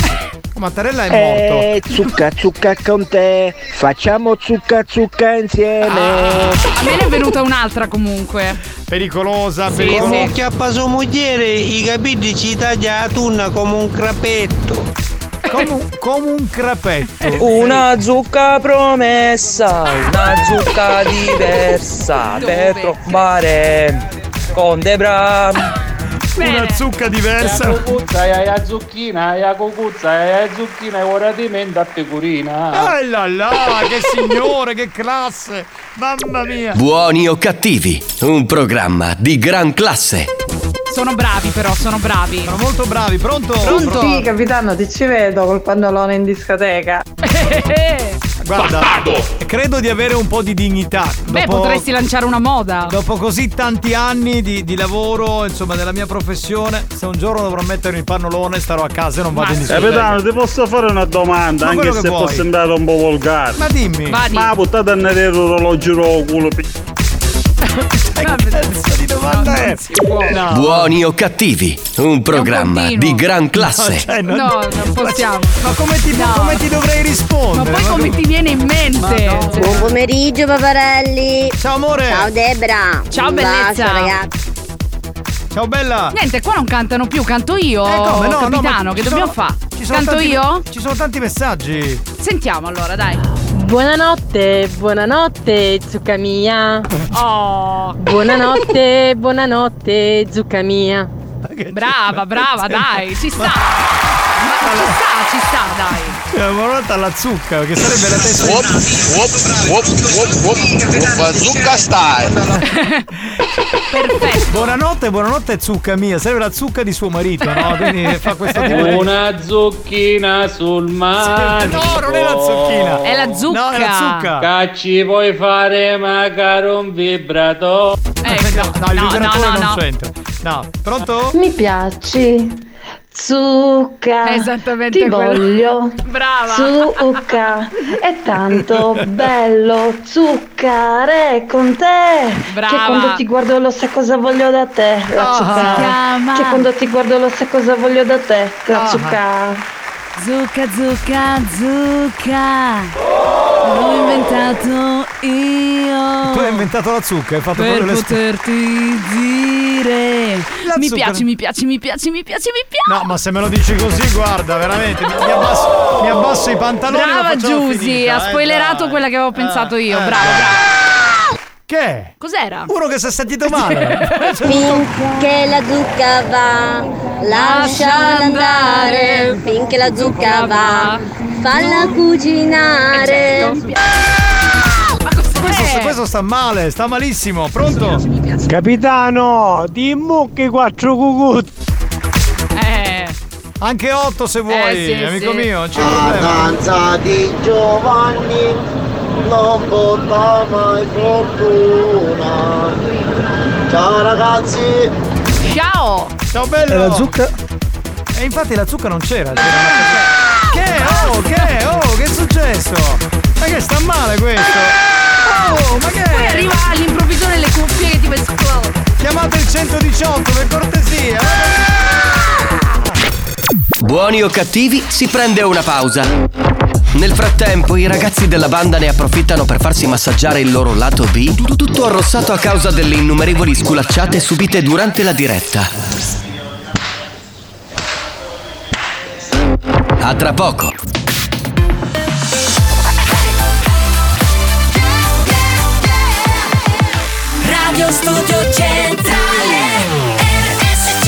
Speaker 7: Mattarella è morto.
Speaker 44: Eh, zucca zucca con te, facciamo zucca zucca
Speaker 7: Ah.
Speaker 44: insieme.
Speaker 8: A me ne è venuta un'altra comunque.
Speaker 7: Pericolosa,
Speaker 8: Sì,
Speaker 7: pericolosa.
Speaker 8: sì.
Speaker 45: Chiappa sua mogliere, i capelli ci taglia la tunna come un crapetto.
Speaker 7: Come un, come un crapetto.
Speaker 12: Una zucca promessa, una zucca diversa per trovare con Debra.
Speaker 7: Una zucca
Speaker 12: diversa.
Speaker 46: La cucuzza e la zucchina, e la cucuzza e la zucchina, e ora di menta a pecorina.
Speaker 7: Ah là là, che signore, che classe. Mamma mia.
Speaker 3: Buoni o cattivi, un programma di gran classe.
Speaker 8: Sono bravi però, sono bravi. Sono
Speaker 7: molto bravi, pronto?
Speaker 47: Sì, capitano, ti ci vedo col pannolone in discoteca.
Speaker 7: Guarda, credo di avere un po' di dignità.
Speaker 8: Beh,
Speaker 7: Dopo-
Speaker 8: potresti lanciare una moda.
Speaker 7: Dopo così tanti anni di, di lavoro, insomma, della mia professione, se un giorno dovrò mettere il pannolone, starò a casa e non vado in discoteca.
Speaker 35: Capitano, Eh, ti posso fare una domanda,
Speaker 7: Ma
Speaker 35: anche
Speaker 7: quello che
Speaker 35: se può
Speaker 7: vuoi.
Speaker 35: sembrare un po' volgare.
Speaker 7: Ma dimmi. Vadi.
Speaker 35: Ma buttate a nere l'orologio ro culo.
Speaker 7: di domanda
Speaker 35: è?
Speaker 8: Ah.
Speaker 3: Buoni o cattivi, un programma di gran classe.
Speaker 8: No, cioè, non possiamo. Ma
Speaker 7: come ti, come ti dovrei rispondere?
Speaker 8: Ma poi come ti viene in mente? Cioè,
Speaker 2: Buon pomeriggio paparelli.
Speaker 7: Ciao amore.
Speaker 2: Ciao Debra.
Speaker 8: Ciao,
Speaker 2: Un
Speaker 8: bellezza.
Speaker 2: bacio, ragazzi.
Speaker 7: Ciao bella. Eh,
Speaker 8: Niente, qua non cantano più, canto io.
Speaker 7: come? No, no,
Speaker 8: Oh, capitano,
Speaker 7: ma ci
Speaker 8: che
Speaker 7: sono-
Speaker 8: dobbiamo fare?
Speaker 7: ci sono
Speaker 8: Canto
Speaker 7: tanti-
Speaker 8: io?
Speaker 7: Ci sono tanti messaggi.
Speaker 8: Sentiamo allora, dai.
Speaker 21: Buonanotte, buonanotte, zucca mia.
Speaker 8: Oh.
Speaker 21: Buonanotte, buonanotte, zucca mia.
Speaker 8: Brava, brava, dai, ci sta. Ma ci sta, ci sta, dai.
Speaker 7: È morata alla zucca, che sarebbe la testa.
Speaker 48: Wop, wop, wop, wop, zucca style.
Speaker 8: Perfetto.
Speaker 7: Buonanotte, buonanotte zucca mia, sarebbe la zucca di suo marito, no? Quindi fa questo tipo di-
Speaker 46: Una zucchina sul mare.
Speaker 7: No, non è la zucchina.
Speaker 8: È la zucca.
Speaker 46: No,
Speaker 8: è la zucca.
Speaker 46: Cacci puoi fare macaron vibrato.
Speaker 7: No, il
Speaker 46: no,
Speaker 7: vibratore
Speaker 46: no, no,
Speaker 7: non
Speaker 46: no.
Speaker 7: c'entra. No, pronto?
Speaker 21: Mi piaci. Zucca.
Speaker 8: Esattamente
Speaker 21: Ti
Speaker 8: quello.
Speaker 21: voglio.
Speaker 8: Brava.
Speaker 21: Zucca. È tanto bello zuccare con te.
Speaker 8: Brava.
Speaker 21: Che quando ti guardo lo sai cosa voglio da te. La
Speaker 8: Oh. Si
Speaker 21: zucca.
Speaker 8: chiama-
Speaker 21: Che quando ti guardo lo sai cosa voglio da te. La
Speaker 8: Oh.
Speaker 21: zucca.
Speaker 8: Zucca, zucca, zucca. L'ho inventato io.
Speaker 7: Tu hai inventato la zucca, hai fatto
Speaker 8: Per
Speaker 7: proprio le
Speaker 8: poterti dire.
Speaker 7: La
Speaker 8: mi
Speaker 7: zucca-
Speaker 8: piaci, mi piaci, mi piaci, mi piaci, mi piaci.
Speaker 7: No, ma se me lo dici così, guarda, veramente, mi, mi abbasso, mi abbasso i pantaloni. e la
Speaker 8: Brava
Speaker 7: facciamo
Speaker 8: Giusy,
Speaker 7: finita,
Speaker 8: ha
Speaker 7: eh,
Speaker 8: spoilerato
Speaker 7: dai.
Speaker 8: quella che avevo pensato io.
Speaker 7: eh,
Speaker 8: Brava, brava.
Speaker 7: Che è?
Speaker 8: Cos'era?
Speaker 7: Uno che si è sentito male.
Speaker 2: Finché la zucca va, lasciala andare. Finché la zucca va, falla
Speaker 8: Eh,
Speaker 2: cucinare.
Speaker 8: certo.
Speaker 7: questo, questo sta male, sta malissimo. Pronto?
Speaker 36: Capitano, dimmi che quattro cucut.
Speaker 8: Eh.
Speaker 7: Anche 8 se vuoi,
Speaker 36: Eh, sì,
Speaker 7: amico
Speaker 36: sì.
Speaker 7: mio. non C'è
Speaker 36: La
Speaker 7: danza di Giovanni non porta mai fortuna. Ciao ragazzi.
Speaker 8: Ciao.
Speaker 7: Ciao bello.
Speaker 36: E la zucca?
Speaker 7: E infatti la zucca non c'era. c'era una-
Speaker 8: Eh,
Speaker 7: Che? Oh, che? Oh, che è successo? Ma che sta male questo? Oh, ma che?
Speaker 8: Poi arriva all'improvviso nelle cuffie che ti esplode.
Speaker 7: Chiamate il 118 per
Speaker 8: Ah,
Speaker 7: cortesia.
Speaker 3: Buoni o cattivi, si prende una pausa. Nel frattempo, i ragazzi della banda ne approfittano per farsi massaggiare il loro lato B, tu- tutto arrossato a causa delle innumerevoli sculacciate subite durante la diretta. A tra poco.
Speaker 49: Radio Studio Centrale RSC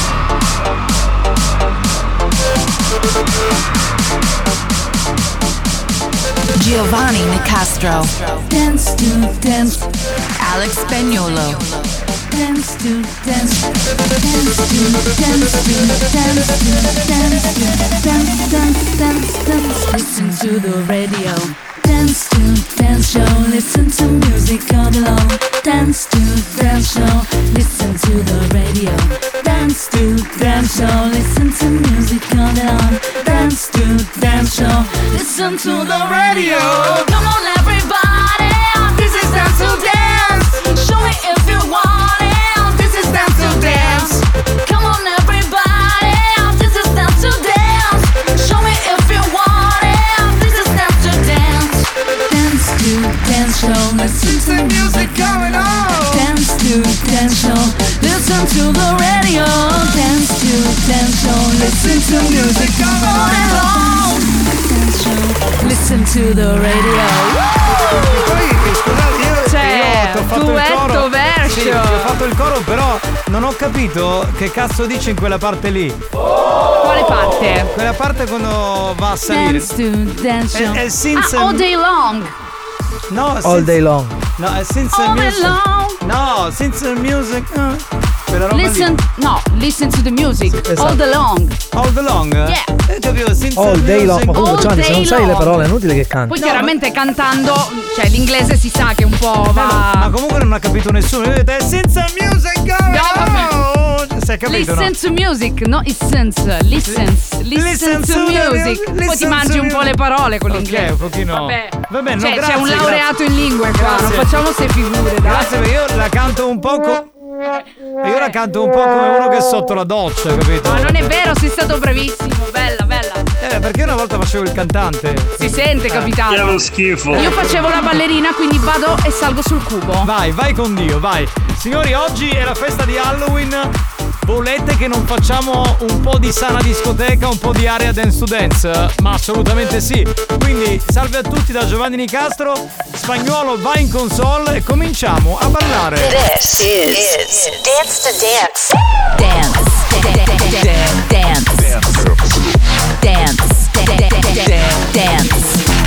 Speaker 11: Giovanni Nicastro.
Speaker 49: Dance to Dance
Speaker 11: Alex Spagnolo.
Speaker 2: dance to dance, dance to dance to dance to dance to dance dance dance dance. Listen to the radio. Dance to dance show. Listen to music all along. Dance to dance show. Listen to the radio. Dance to dance show. Listen to music all along. Dance to dance show. Listen to the radio. Come on everybody, this is dance to dance. Show it if you want it. This is dance to dance. Come on everybody, this is dance to dance. Show me if you want it. This is dance to dance. Dance to dance show. Listen to music going on. Dance to dance show. Listen to the radio. Dance to dance show. Listen to music all along. Dance show. Listen to the radio.
Speaker 7: Cioè, ho fatto il
Speaker 8: duetto
Speaker 7: coro.
Speaker 8: version.
Speaker 7: Sì, io ho fatto il coro, però non ho capito che cazzo dice in quella parte lì.
Speaker 50: Oh,
Speaker 8: Quale parte?
Speaker 7: Quella parte quando va a salire.
Speaker 2: Dance to dance show.
Speaker 7: È, è since
Speaker 8: Ah, all day long.
Speaker 7: No,
Speaker 8: All
Speaker 7: since-
Speaker 8: day long.
Speaker 7: No, è since
Speaker 8: All day
Speaker 7: music.
Speaker 8: long.
Speaker 7: No, since music. eh, Quella roba
Speaker 8: Listen,
Speaker 7: lì.
Speaker 8: no, listen to the music
Speaker 7: esatto.
Speaker 8: all day long.
Speaker 7: All the long?
Speaker 8: Yeah.
Speaker 7: Eh, capivo, since
Speaker 50: All day long.
Speaker 7: music.
Speaker 50: Ma comunque,
Speaker 8: All
Speaker 50: oh, Gianni, se non
Speaker 8: day
Speaker 50: sai le
Speaker 8: long.
Speaker 50: parole, è inutile che canti.
Speaker 8: Poi chiaramente cantando, cioè l'inglese si sa che un po' va.
Speaker 7: Ma comunque non ha capito nessuno. Io ho detto, è senza music. eh.
Speaker 8: No, vabbè.
Speaker 7: Sei capito?
Speaker 8: Listen to music, no it sense, listens, listen,
Speaker 7: Listen
Speaker 8: to
Speaker 7: to the music,
Speaker 8: music. Poi ti
Speaker 7: listen
Speaker 8: mangi
Speaker 7: to
Speaker 8: un po'
Speaker 7: music.
Speaker 8: le parole con
Speaker 7: Ok,
Speaker 8: l'inglese.
Speaker 7: un pochino.
Speaker 8: Vabbè,
Speaker 7: Vabbè, no,
Speaker 8: cioè,
Speaker 7: grazie,
Speaker 8: c'è un
Speaker 7: grazie.
Speaker 8: laureato in lingue qua, non
Speaker 7: Grazie.
Speaker 8: facciamo se figure, dai.
Speaker 7: Grazie, perché io la canto un po' co- Io la canto un po' come uno che è sotto la doccia, capito?
Speaker 8: Ma non è vero, sei stato bravissimo, bella, bella.
Speaker 7: Eh, perché una volta facevo il cantante.
Speaker 8: Si sente, capitano.
Speaker 7: Che è uno schifo.
Speaker 8: Io facevo la ballerina, quindi vado e salgo sul cubo.
Speaker 7: Vai, vai con Dio, vai. Signori, oggi è la festa di Halloween. Volete che non facciamo un po' di sana discoteca, un po' di area dance to dance? Ma assolutamente sì. Quindi salve a tutti da Giovanni Nicastro. Spagnolo va in console e cominciamo a ballare.
Speaker 51: This is, Dance to Dance. Dance. Dance. Dance. Dance.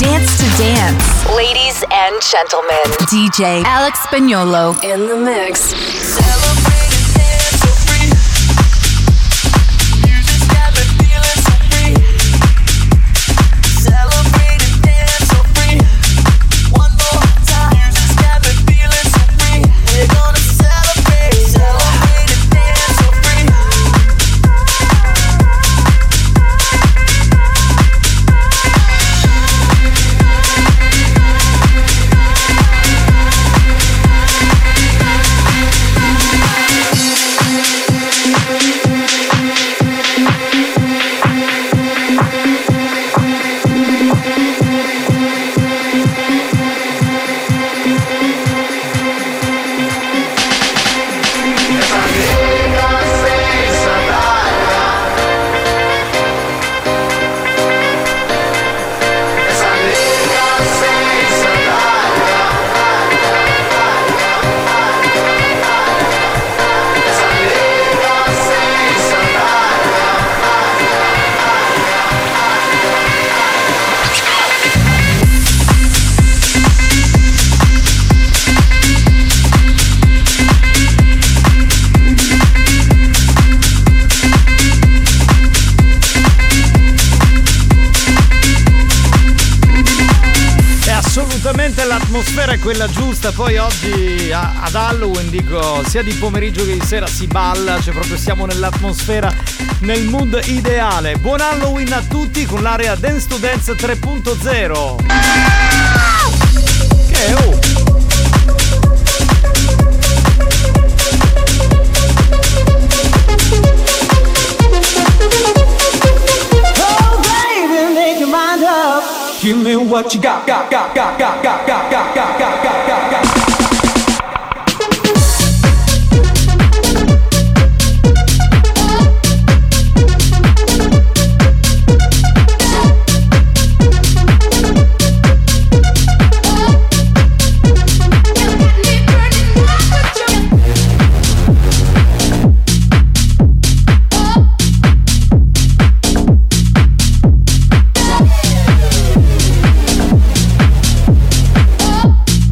Speaker 51: Dance to Dance. Ladies and gentlemen, DJ Alex Spagnolo in the mix.
Speaker 7: E assolutamente l'atmosfera è quella giusta. Poi oggi a- ad Halloween, dico, sia di pomeriggio che di sera si balla, cioè proprio siamo nell'atmosfera, nel mood ideale. Buon Halloween a tutti con l'area Dance to Dance 3.0. Che è, oh!
Speaker 2: Oh baby, make your mind up.
Speaker 52: Give me what you got, got, got, got, got, got, got, got, got, got, got, got, got.
Speaker 2: Thank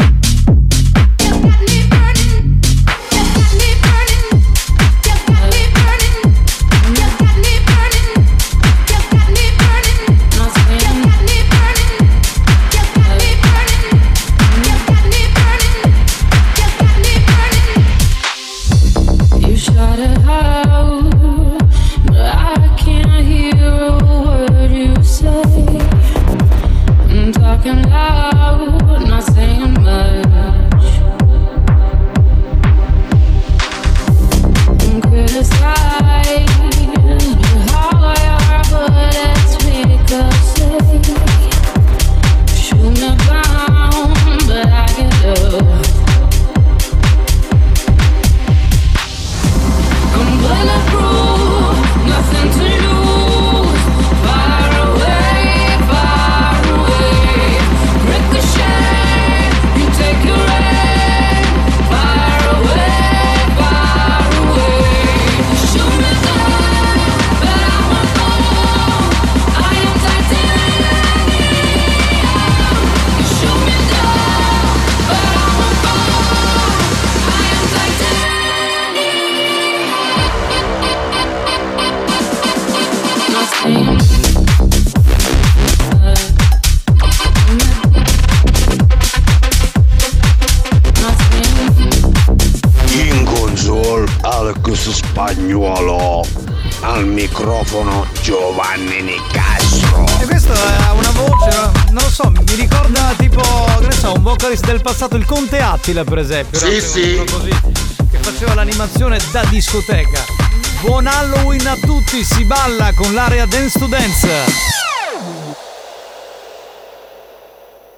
Speaker 12: Alex Spagnuolo. Al microfono Giovanni Nicastro.
Speaker 7: E questo ha una voce, no? non lo so, mi ricorda tipo, che ne so, un vocalist del passato, il Conte Attila per esempio.
Speaker 12: Sì, sì.
Speaker 7: uno Così, che faceva l'animazione da discoteca. Buon Halloween a tutti, si balla con l'area Dance to Dance.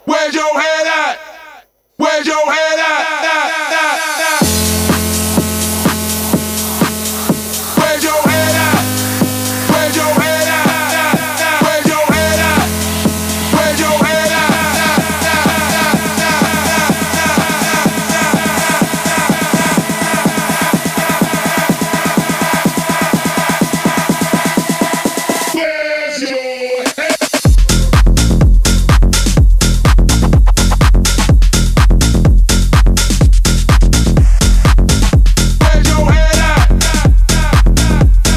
Speaker 2: Where's your head at? Where's your head at? Where's your head at? Where's your head at? Where's your head at? Where's your head at? Where's your head?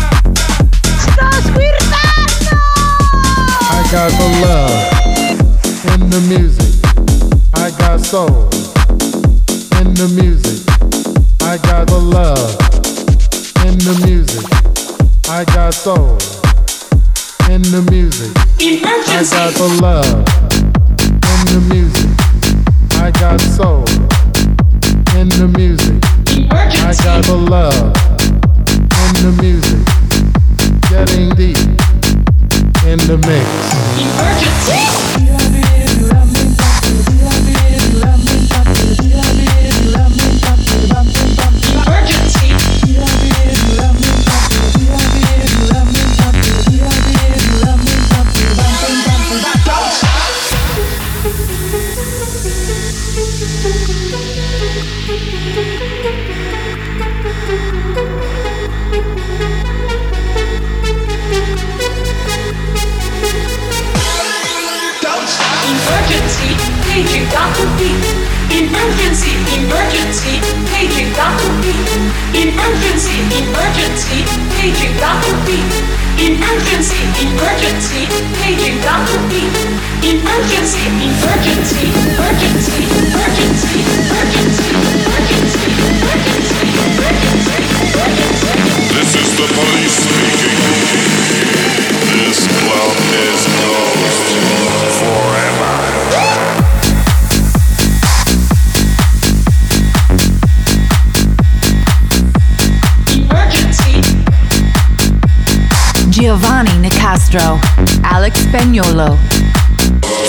Speaker 2: Sto squirtando!
Speaker 53: I got the love in the music. I got soul in the music. I got the love in the music. I got soul in the music. I got the love in the music. I got soul in the music. I got the love in the music. Getting deep in the mix.
Speaker 2: Emergency, paging Dr. B. Emergency, emergency, paging Dr. B. Emergency, emergency, paging Dr. B. Emergency, emergency, paging Dr. B. Emergency, emergency, emergency, emergency, emergency, emergency, emergency, emergency, emergency.
Speaker 54: This is the police speaking. This club is closed forever.
Speaker 28: Giovanni Nicastro, Alex Spagnolo.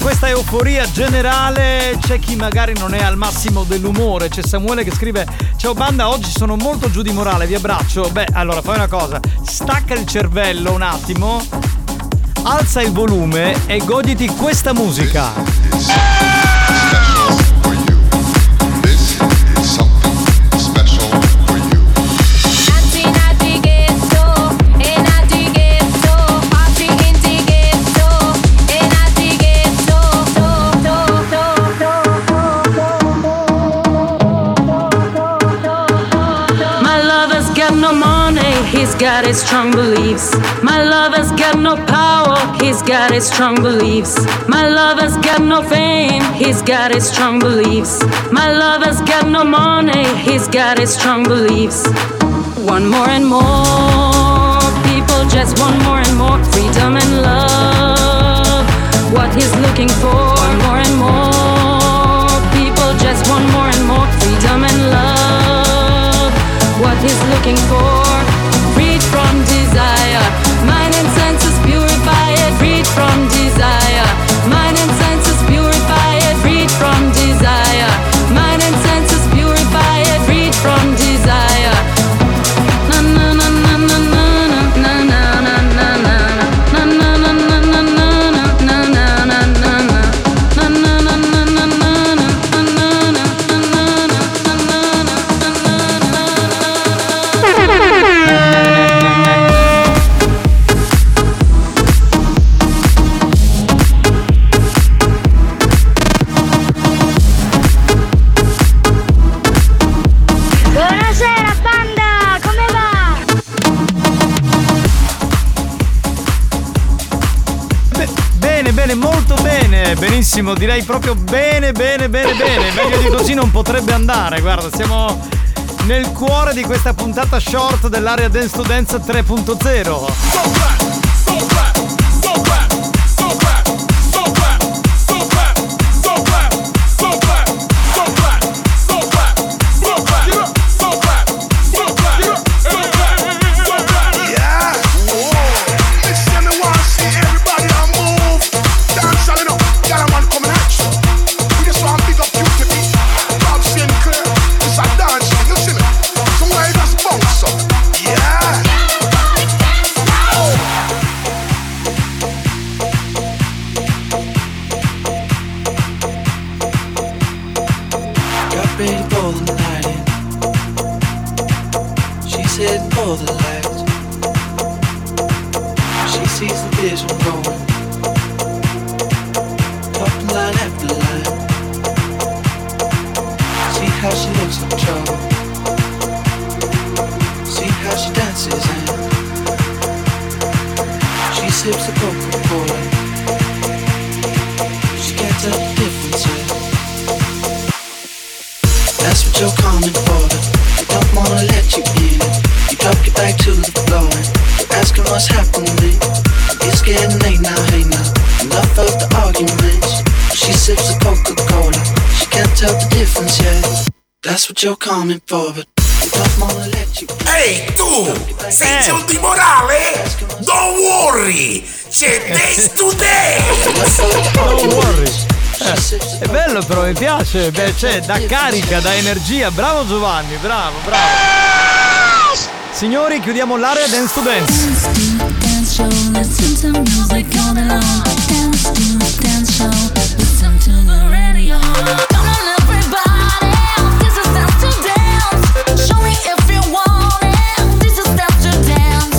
Speaker 7: questa euforia generale c'è chi magari non è al massimo dell'umore. C'è Samuele che scrive: Ciao banda, oggi sono molto giù di morale, vi abbraccio. Beh, allora fai una cosa: stacca il cervello un attimo, alza il volume e goditi questa musica.
Speaker 22: My lover's got no money, he's got his strong beliefs. My lover's got no power, he's got his strong beliefs. My lover's got no fame, he's got his strong beliefs. My lover's got no money, he's got his strong beliefs. One more and more people, just one more and more freedom and love. What he's looking for, one more and more people, just one more and more freedom and love what he's looking for. Freed from desire, mind and senses purify it. Freed from desire, mind and senses purify it. Freed from desire, mind and senses purify it. Freed from desire. Na na na na na na na na na na na na na na na na na na na na na na.
Speaker 55: Buonasera banda, come va?
Speaker 7: Be- bene, bene, molto bene, benissimo, direi proprio bene, bene, bene, bene. Meglio di così non potrebbe andare, guarda, siamo nel cuore di questa puntata short dell'area Dance to Dance 3.0.
Speaker 2: Got ready for the night in. She's heading for the lights. She sees the vision growing. Up line after line. See how she looks in trouble. See how she dances and she sips a Coca Cola. She can't tell the difference. yeah. That's what you're coming for. They don't wanna let you in. You drop your back to the floor and you're asking what's happening. It's getting late now, hey now. Enough of the arguments. She sips a Coca Cola. She can't tell the difference yet. That's what you're coming for, but they don't wanna let you in.
Speaker 56: Ehi tu, sei giù di morale? Don't worry, c'è Days Today!
Speaker 7: Don't worry. Eh, è bello però, mi piace, beh, c'è da carica, da energia. Bravo Giovanni, bravo, bravo. Signori, chiudiamo l'area Dance to Dance.
Speaker 57: Dance show, listen to music all day long. Dance to dance show, listen to the radio. Come on everybody, this is dance to dance. Show me if you want it. This is dance to dance.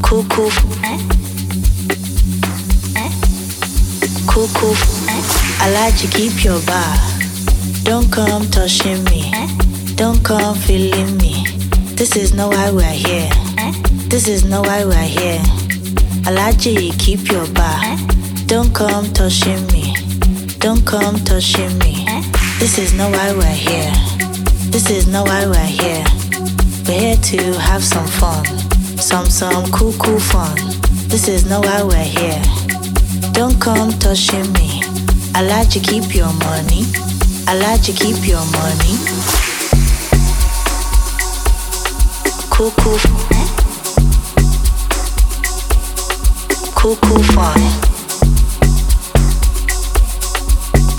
Speaker 11: Cucù. Cuckoo. I like to keep your bar. Don't come touching me. Don't come feeling me. This is not why we're here. This is not why we're here. I like to keep your bar. Don't come touching me. Don't come touching me. This is not why we're here. This is not why we're here. We're here to have some fun. Some, some cool, cool fun. This is not why we're here. Don't come touching me. I like to keep your money. I like to keep your money. Cool, cool. Cool, cool fun.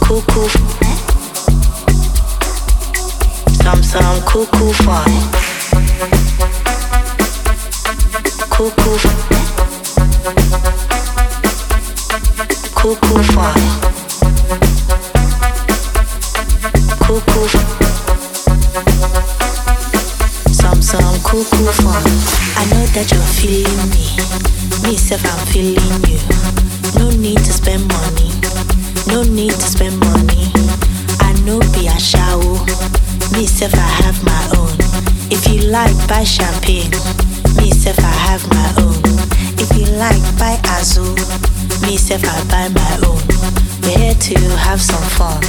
Speaker 11: Cool, cool. Some, some cool, cool fun. Cool, cool. Cool, cool fun. Cool, cool. Some, some cool, cool fun. I know that you're feeling me. Me, self, I'm feeling you. No need to spend money. No need to spend money. I know be a shower. Me, self, I have my own. If you like, buy champagne. Me, self, I have my own. If you like, buy Azul. Me, self, I buy my own. We're here to have some fun.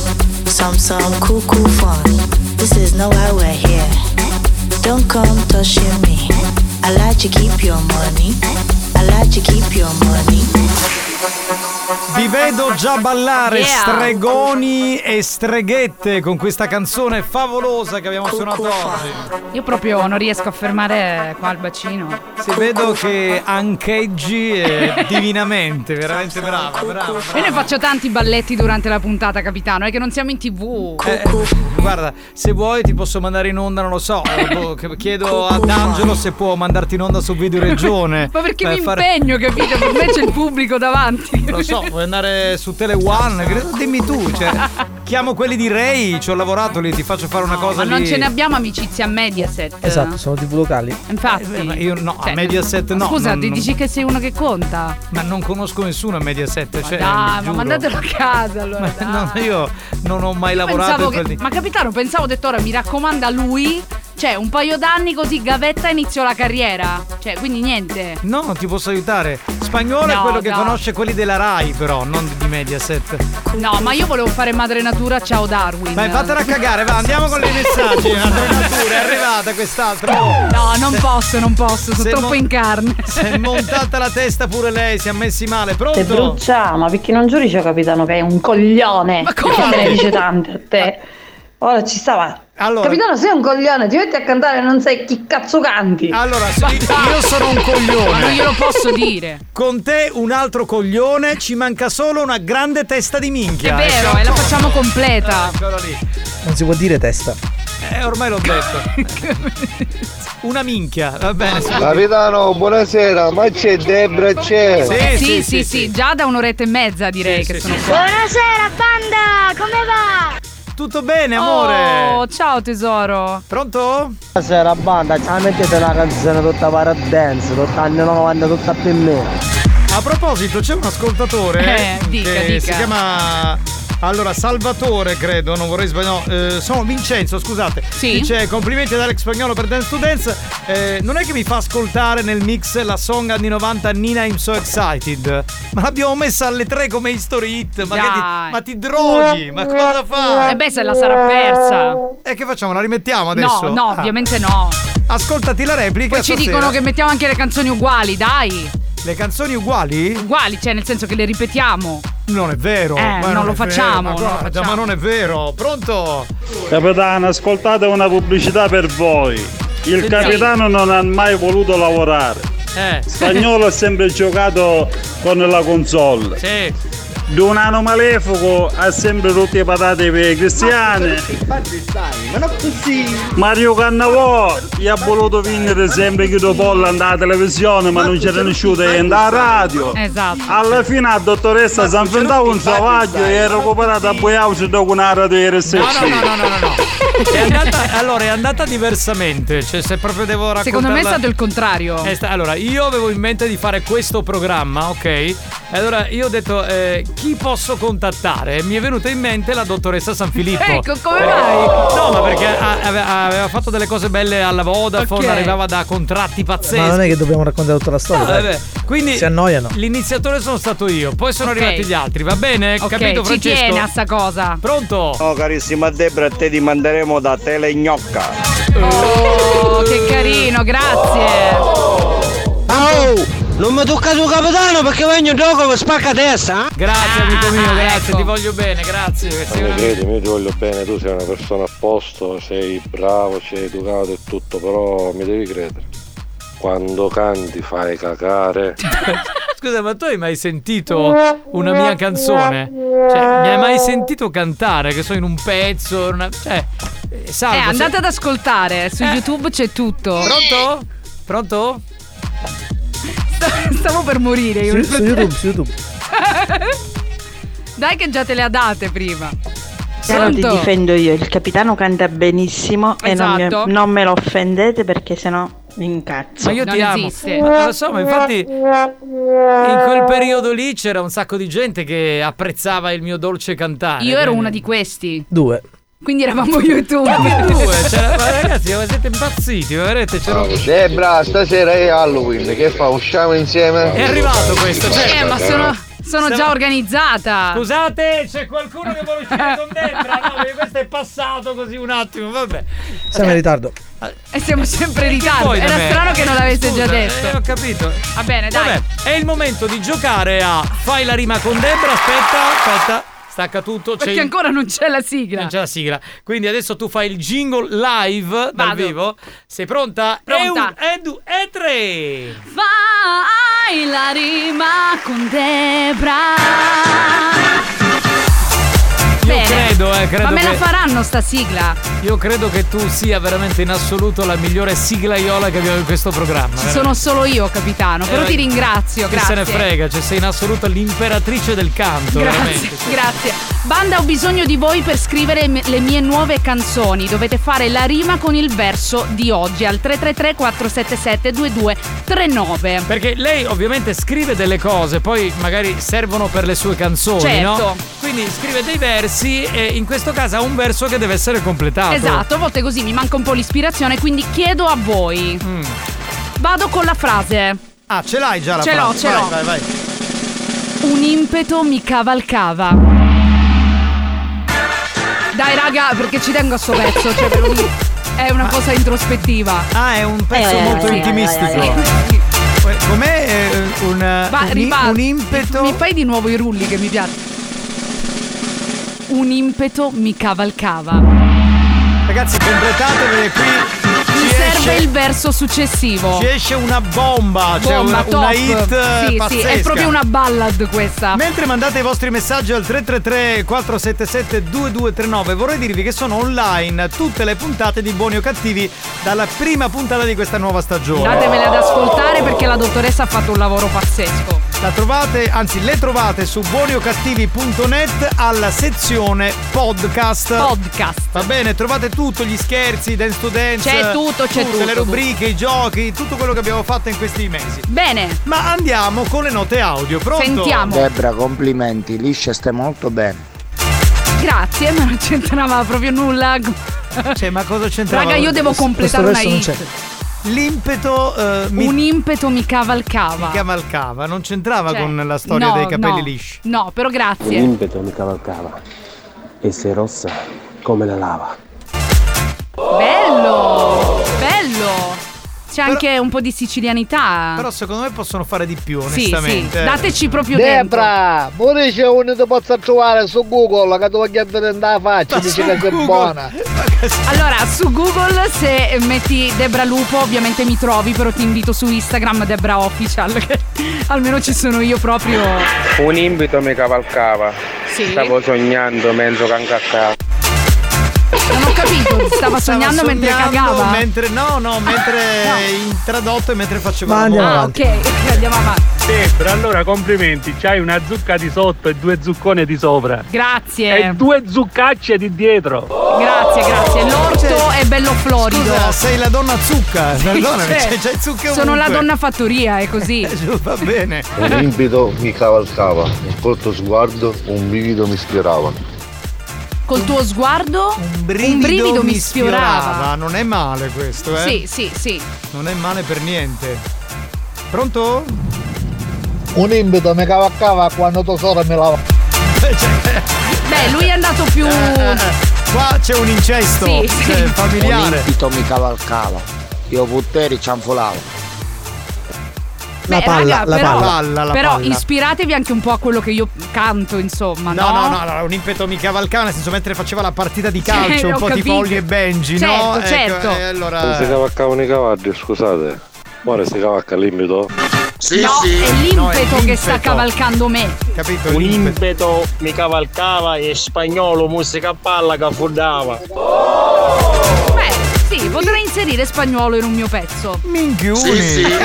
Speaker 11: Some, some cool, cool fun. This is not why we're here. Don't come touching me. I like to keep your money. I like to keep your money.
Speaker 7: Vi vedo già ballare
Speaker 11: Yeah.
Speaker 7: stregoni e streghette con questa canzone favolosa che abbiamo suonato oggi.
Speaker 8: Io proprio non riesco a fermare qua il bacino.
Speaker 7: Si vedo che ancheggi eh, divinamente, veramente brava, brava.
Speaker 8: Io ne faccio tanti balletti durante la puntata, capitano, è che non siamo in tv.
Speaker 7: Eh, guarda, se vuoi ti posso mandare in onda, non lo so. eh, boh, che- Chiedo ad Angelo se può mandarti in onda su Video Regione.
Speaker 8: Ma perché
Speaker 7: per
Speaker 8: mi
Speaker 7: fare-
Speaker 8: impegno, capito? Per me c'è il pubblico davanti.
Speaker 7: Lo so, vuoi andare su Tele One? Credo- Dimmi tu, cioè, chiamo quelli di Ray, ci ho lavorato lì, ti faccio fare una cosa
Speaker 8: Ma
Speaker 7: lì.
Speaker 8: non ce ne abbiamo amicizie a Mediaset.
Speaker 39: Esatto, sono tv locali.
Speaker 8: Infatti.
Speaker 7: Ah, eh, Ma io no,
Speaker 8: Cioè,
Speaker 7: a Mediaset no.
Speaker 8: Scusa,
Speaker 7: non-
Speaker 8: ti dici che sei uno che conta?
Speaker 7: Ma non conosco nessuno a Mediaset, cioè.
Speaker 8: dai, ma
Speaker 7: giuro.
Speaker 8: mandatelo a casa allora. dai.
Speaker 7: No, io non ho mai lavorato
Speaker 8: Pensavo
Speaker 7: in quel
Speaker 8: che-
Speaker 7: di-
Speaker 8: ma capitano, pensavo, ho detto ora mi raccomanda lui. Cioè, un paio d'anni così gavetta inizio la carriera. Cioè, quindi niente.
Speaker 7: No, non ti posso aiutare. Spagnolo è
Speaker 8: No,
Speaker 7: quello che
Speaker 8: no.
Speaker 7: conosce quelli della Rai, però, non di Mediaset.
Speaker 8: No, ma io volevo fare madre natura, ciao Darwin.
Speaker 7: Vai, fatela cagare, va, andiamo con i messaggi. Madre natura, è arrivata quest'altra. Oh.
Speaker 8: No, non posso, non posso, sono
Speaker 7: Se
Speaker 8: troppo
Speaker 7: mo-
Speaker 8: in carne.
Speaker 7: Si è montata la testa pure lei, si è messi male.
Speaker 21: Te
Speaker 7: Pronto?
Speaker 21: brucia, ma perché non giurisce capitano che è un coglione? Ma
Speaker 7: come?
Speaker 21: me ne dice tante a te? Ora ci stava.
Speaker 7: Allora-
Speaker 21: Capitano, sei un coglione, ti metti a cantare e non sai chi cazzo canti.
Speaker 7: Allora, so- io sono un coglione.
Speaker 21: Ma non glielo posso
Speaker 8: dire.
Speaker 7: Con te un altro coglione, ci manca solo una grande testa di
Speaker 8: È
Speaker 7: minchia.
Speaker 8: vero,
Speaker 7: Ecco. Ah,
Speaker 8: e la facciamo completa.
Speaker 7: Eccolo lì.
Speaker 39: Non si può dire testa.
Speaker 7: Eh, ormai l'ho detto. Una minchia, va bene. sì.
Speaker 58: Capitano, buonasera, ma c'è Debra c'è?
Speaker 8: Sì,
Speaker 7: Sì,
Speaker 8: sì, sì, già da un'oretta e mezza direi che sono qua.
Speaker 10: Buonasera banda, come va?
Speaker 7: Tutto bene,
Speaker 8: Oh, ciao tesoro.
Speaker 7: Pronto?
Speaker 12: Buonasera banda, ci mettete una canzone tutta paradance, tutta anni 90, tutta per me.
Speaker 7: A proposito, c'è un ascoltatore
Speaker 8: Eh, dica,
Speaker 7: che si
Speaker 8: dica.
Speaker 7: chiama allora Salvatore, credo, non vorrei sbagliare. No, eh, sono Vincenzo, scusate.
Speaker 8: Sì.
Speaker 7: Dice complimenti ad Alex Spagnolo per Dance to Dance. Eh, non è che mi fa ascoltare nel mix la song anni 90 Nina I'm so excited. Ma l'abbiamo messa alle 3 come history hit. Ma, che ti,
Speaker 8: Dai.
Speaker 7: ma ti droghi? Ma cosa fa?
Speaker 8: Eh beh, se la sarà persa.
Speaker 7: E che facciamo? La rimettiamo adesso?
Speaker 8: No, no,
Speaker 7: Ah.
Speaker 8: ovviamente no.
Speaker 7: Ascoltati la replica.
Speaker 8: Poi ci
Speaker 7: stasera.
Speaker 8: dicono che mettiamo anche le canzoni uguali, dai.
Speaker 7: Le canzoni uguali?
Speaker 8: Uguali, cioè nel senso che le ripetiamo.
Speaker 7: Non è vero.
Speaker 8: Eh,
Speaker 7: ma
Speaker 8: non lo
Speaker 7: è vero,
Speaker 8: facciamo,
Speaker 7: ma
Speaker 8: non lo
Speaker 7: guarda,
Speaker 8: facciamo.
Speaker 7: ma non è vero. Pronto?
Speaker 35: Capitano, Eh, ascoltate una pubblicità per voi. Il
Speaker 7: Sì.
Speaker 35: capitano non ha mai voluto lavorare.
Speaker 15: 네.
Speaker 7: Eh.
Speaker 35: Spagnolo ha sempre giocato con la console.
Speaker 15: 네.
Speaker 7: Sì.
Speaker 35: Donano Malefico ha sempre rotto le patate per i cristiani.
Speaker 53: Ma non così.
Speaker 35: Mario Cannavò Io ho voluto vincere sempre Chiudo Polla andare alla televisione, ma non c'era riuscito e andare alla radio.
Speaker 8: Esatto.
Speaker 35: Alla fine la dottoressa si inventava un travaglio e era recuperata a Boiauce dopo una radio era
Speaker 7: No, no, no, no, no, no. È andata, allora, è andata diversamente. Cioè, se proprio devo raccontare.
Speaker 8: Secondo me è stato il contrario.
Speaker 7: allora, io avevo in mente di fare questo programma, ok? E allora io ho detto, eh, chi posso contattare? E Mi è venuta in mente la dottoressa Sanfilippo.
Speaker 8: Ecco, come mai?
Speaker 7: No, ma perché a- ave- aveva fatto delle cose belle alla Vodafone,
Speaker 39: Ok.
Speaker 7: arrivava da contratti pazzeschi.
Speaker 39: Ma non è che dobbiamo raccontare tutta la storia.
Speaker 7: No,
Speaker 39: dai.
Speaker 7: vabbè. Quindi
Speaker 39: si annoiano.
Speaker 7: l'iniziatore sono stato io, poi sono
Speaker 8: Ok.
Speaker 7: arrivati gli altri, va bene?
Speaker 8: Ok,
Speaker 7: Capito
Speaker 8: ci
Speaker 7: Francesco?
Speaker 8: tiene a sta cosa.
Speaker 7: Pronto?
Speaker 12: No carissima Debra, te ti manderemo da Telegnocca.
Speaker 8: Oh, che carino, grazie.
Speaker 6: Non mi tocca tuo capitano perché vengo in gioco e spacca
Speaker 12: eh?
Speaker 6: testa.
Speaker 7: Grazie amico
Speaker 8: Ah,
Speaker 7: mio, grazie,
Speaker 8: ecco.
Speaker 7: ti voglio bene, grazie. sei
Speaker 53: Ma
Speaker 7: una-
Speaker 53: credimi, io ti voglio bene, tu sei una persona a posto, sei bravo, sei educato e tutto, però mi devi credere. Quando canti fai cacare.
Speaker 7: Scusa, ma tu hai mai sentito una mia canzone? Cioè, mi hai mai sentito cantare? Che so in un pezzo, in una- cioè, eh,
Speaker 8: Eh,
Speaker 7: salvo. se-
Speaker 8: andate ad ascoltare, su YouTube c'è tutto.
Speaker 7: Eh. Pronto? Pronto?
Speaker 8: Stavo per morire io.
Speaker 39: Su, su YouTube, su YouTube.
Speaker 8: Dai che già te le ha date prima.
Speaker 59: Caro, ti
Speaker 8: Pronto?
Speaker 59: difendo io, il capitano canta benissimo e non, mi-
Speaker 8: Esatto.
Speaker 59: non me lo offendete perché sennò mi incazzo.
Speaker 7: Ma io ti amo. Ma lo so, ma infatti in quel periodo lì c'era un sacco di gente che apprezzava il mio dolce cantare.
Speaker 8: Io ero
Speaker 7: quindi-
Speaker 8: una di questi.
Speaker 39: Due.
Speaker 8: Quindi eravamo io e tu.
Speaker 7: Due, c'era- ma ragazzi, ma siete impazziti, ma veramente c'era
Speaker 58: Debra, stasera è Halloween, che fa? Usciamo insieme?
Speaker 7: È arrivato questo, cioè-
Speaker 8: Eh, ma sono, sono già organizzata.
Speaker 7: Scusate, c'è qualcuno che vuole uscire con Debra? No, perché questo è passato così un attimo, vabbè.
Speaker 39: Siamo in ritardo.
Speaker 8: E siamo sempre in
Speaker 7: Che
Speaker 8: ritardo.
Speaker 7: vuoi da
Speaker 8: Era
Speaker 7: me?
Speaker 8: strano che non l'avesse già
Speaker 7: Scusa,
Speaker 8: detto.
Speaker 7: eh, ho capito.
Speaker 8: Va bene, dai.
Speaker 7: Vabbè, è il momento di giocare a Fai la rima con Debra. Aspetta, aspetta, stacca tutto.
Speaker 8: Perché
Speaker 7: c'è il-
Speaker 8: ancora non c'è la sigla.
Speaker 7: Non c'è la sigla. Quindi adesso tu fai il jingle live dal vivo. Sei pronta?
Speaker 8: Pronta.
Speaker 7: E, un, e due, e tre.
Speaker 37: Fai la rima con Debra.
Speaker 7: Io credo, eh, credo
Speaker 8: Ma me la
Speaker 7: che-
Speaker 8: faranno sta sigla?
Speaker 7: Io credo che tu sia veramente in assoluto la migliore siglaiola che abbiamo in questo programma.
Speaker 8: Ci sono solo io, capitano. Però
Speaker 7: Eh,
Speaker 8: ti ringrazio,
Speaker 7: Chi
Speaker 8: grazie.
Speaker 7: se ne frega, cioè sei in assoluto l'imperatrice del canto,
Speaker 8: Grazie,
Speaker 7: veramente.
Speaker 8: grazie. Banda, ho bisogno di voi per scrivere me- le mie nuove canzoni. Dovete fare la rima con il verso di oggi al 333-477-2239.
Speaker 7: Perché lei ovviamente scrive delle cose, poi magari servono per le sue canzoni,
Speaker 8: Certo.
Speaker 7: no? Quindi scrive dei versi e in questo caso ha un verso che deve essere completato.
Speaker 8: Esatto, a volte così mi manca un po' l'ispirazione, quindi chiedo a voi. Vado con la frase.
Speaker 7: Mm. Ah, ce l'hai già
Speaker 8: la Ce l'ho, frase? ce Vai, l'ho. vai, Un impeto mi cavalcava. Dai raga, perché ci tengo a sto pezzo, cioè ve lo dico. è una cosa introspettiva.
Speaker 7: Ah, è un pezzo molto intimistico. Com'è eh, un,
Speaker 8: Va,
Speaker 7: un-
Speaker 8: ripar-
Speaker 7: un impeto?
Speaker 8: Mi fai di nuovo i rulli che mi piacciono. Un impeto mi cavalcava.
Speaker 7: Ragazzi, completatevele qui.
Speaker 8: Mi
Speaker 7: ci
Speaker 8: serve
Speaker 7: esce-
Speaker 8: il verso successivo.
Speaker 7: Ci esce una bomba, cioè
Speaker 8: Bomba,
Speaker 7: una, una
Speaker 8: top.
Speaker 7: hit eh,
Speaker 8: Sì, sì,
Speaker 7: pazzesca.
Speaker 8: è proprio una ballad questa.
Speaker 7: Mentre mandate i vostri messaggi al 333 477 2239 vorrei dirvi che sono online tutte le puntate di Buoni o Cattivi dalla prima puntata di questa nuova stagione.
Speaker 8: Datemele ad ascoltare perché la dottoressa ha fatto un lavoro pazzesco.
Speaker 7: La trovate, anzi le trovate su buoniocattivi.net alla sezione podcast.
Speaker 8: Podcast.
Speaker 7: Va bene, trovate tutto, gli scherzi, dance to dance.
Speaker 8: C'è tutto, c'è
Speaker 7: tutte
Speaker 8: tutto,
Speaker 7: le
Speaker 8: tutto.
Speaker 7: rubriche, i giochi, tutto quello che abbiamo fatto in questi mesi.
Speaker 8: Bene.
Speaker 7: Ma andiamo con le note audio, pronto?
Speaker 23: Debra, complimenti, liscia stai molto bene.
Speaker 8: Grazie, ma non c'entrava proprio nulla.
Speaker 7: Cioè, ma cosa c'entrava?
Speaker 8: Raga, io devo
Speaker 7: Questo-
Speaker 8: completare una
Speaker 7: questo
Speaker 8: hit.
Speaker 7: verso non L'impeto. eh, mi-
Speaker 8: Un impeto mi cavalcava.
Speaker 7: Mi cavalcava, non c'entrava
Speaker 8: Ah, Cioè,
Speaker 7: con la storia
Speaker 8: no,
Speaker 7: dei capelli
Speaker 8: no,
Speaker 7: lisci.
Speaker 8: No, però grazie.
Speaker 60: L'impeto mi cavalcava e sei rossa come la lava.
Speaker 8: Bello! Bello! C'è anche un po' di sicilianità.
Speaker 7: Però secondo me possono fare di più,
Speaker 8: Sì, sì,
Speaker 7: onestamente.
Speaker 8: dateci proprio
Speaker 23: Debra, Ah, pure c'è uno ti possa trovare su Google che tu voglio vedere in la faccia,
Speaker 8: Ma
Speaker 23: dice
Speaker 8: su
Speaker 23: che sei
Speaker 8: Google?
Speaker 23: buona.
Speaker 8: dentro. Allora, su Google se metti Debra Lupo ovviamente mi trovi, però ti invito su Instagram Debra Official, che almeno ci sono io proprio.
Speaker 12: Un imbito mi cavalcava.
Speaker 8: Sì.
Speaker 12: Stavo sognando mezzo cancattavo.
Speaker 8: Non ho capito, stava sognando mentre cagava?
Speaker 7: mentre- no, no, mentre intradotto e mentre facevo
Speaker 8: Ma andiamo
Speaker 7: l'amore.
Speaker 8: avanti. Ah, ok, andiamo avanti.
Speaker 35: Debra, allora complimenti, c'hai una zucca di sotto e due zuccone di sopra.
Speaker 8: Grazie.
Speaker 35: E due zuccacce di dietro.
Speaker 8: Grazie, grazie. L'orto è bello florido.
Speaker 7: Cioè,
Speaker 8: Cioè,
Speaker 7: Scusa, sei la donna zucca, perdonami, c'è- c'è zucca
Speaker 8: Sono
Speaker 7: ovunque. Eh,
Speaker 8: la donna fattoria, è così.
Speaker 7: Va bene.
Speaker 30: Un limpido mi cavalcava, col tuo sguardo un brivido mi sfiorava.
Speaker 8: Col tuo sguardo un
Speaker 7: brivido,
Speaker 8: mi sfiorava.
Speaker 7: Non è male questo, eh?
Speaker 8: Sì, sì, sì.
Speaker 7: Non è male per niente. Pronto?
Speaker 23: Un impeto mi cavalcava quando tesoro mi lava.
Speaker 8: Beh, lui è andato
Speaker 7: Eh,
Speaker 8: più.
Speaker 7: Qua c'è un incesto
Speaker 8: Sì, sì.
Speaker 7: eh, familiare.
Speaker 61: L'empito mi cavalcava, io putteri cianfolavo.
Speaker 8: Beh, raga, però, però
Speaker 7: palla.
Speaker 8: ispiratevi anche un po' a quello che io canto, insomma. No,
Speaker 7: No, no, no, no, un impeto mi cavalcava, nel senso mentre faceva la partita di calcio,
Speaker 8: Sì,
Speaker 7: un
Speaker 8: ho
Speaker 7: po' di
Speaker 8: capito.
Speaker 7: Folli e Benji, no?
Speaker 8: Certo, certo.
Speaker 7: eh,
Speaker 41: Non
Speaker 7: allora...
Speaker 41: si cavaccavano i cavalli, scusate. Ora si cavacca l'imito? Sì,
Speaker 8: No, è l'impeto
Speaker 12: No, è
Speaker 8: che
Speaker 12: l'impeto.
Speaker 8: sta cavalcando me.
Speaker 7: Capito?
Speaker 12: Un impeto mi cavalcava e spagnolo musica a palla che affondava.
Speaker 8: Beh, sì, potrei inserire spagnolo in un mio pezzo.
Speaker 7: Minchiuni.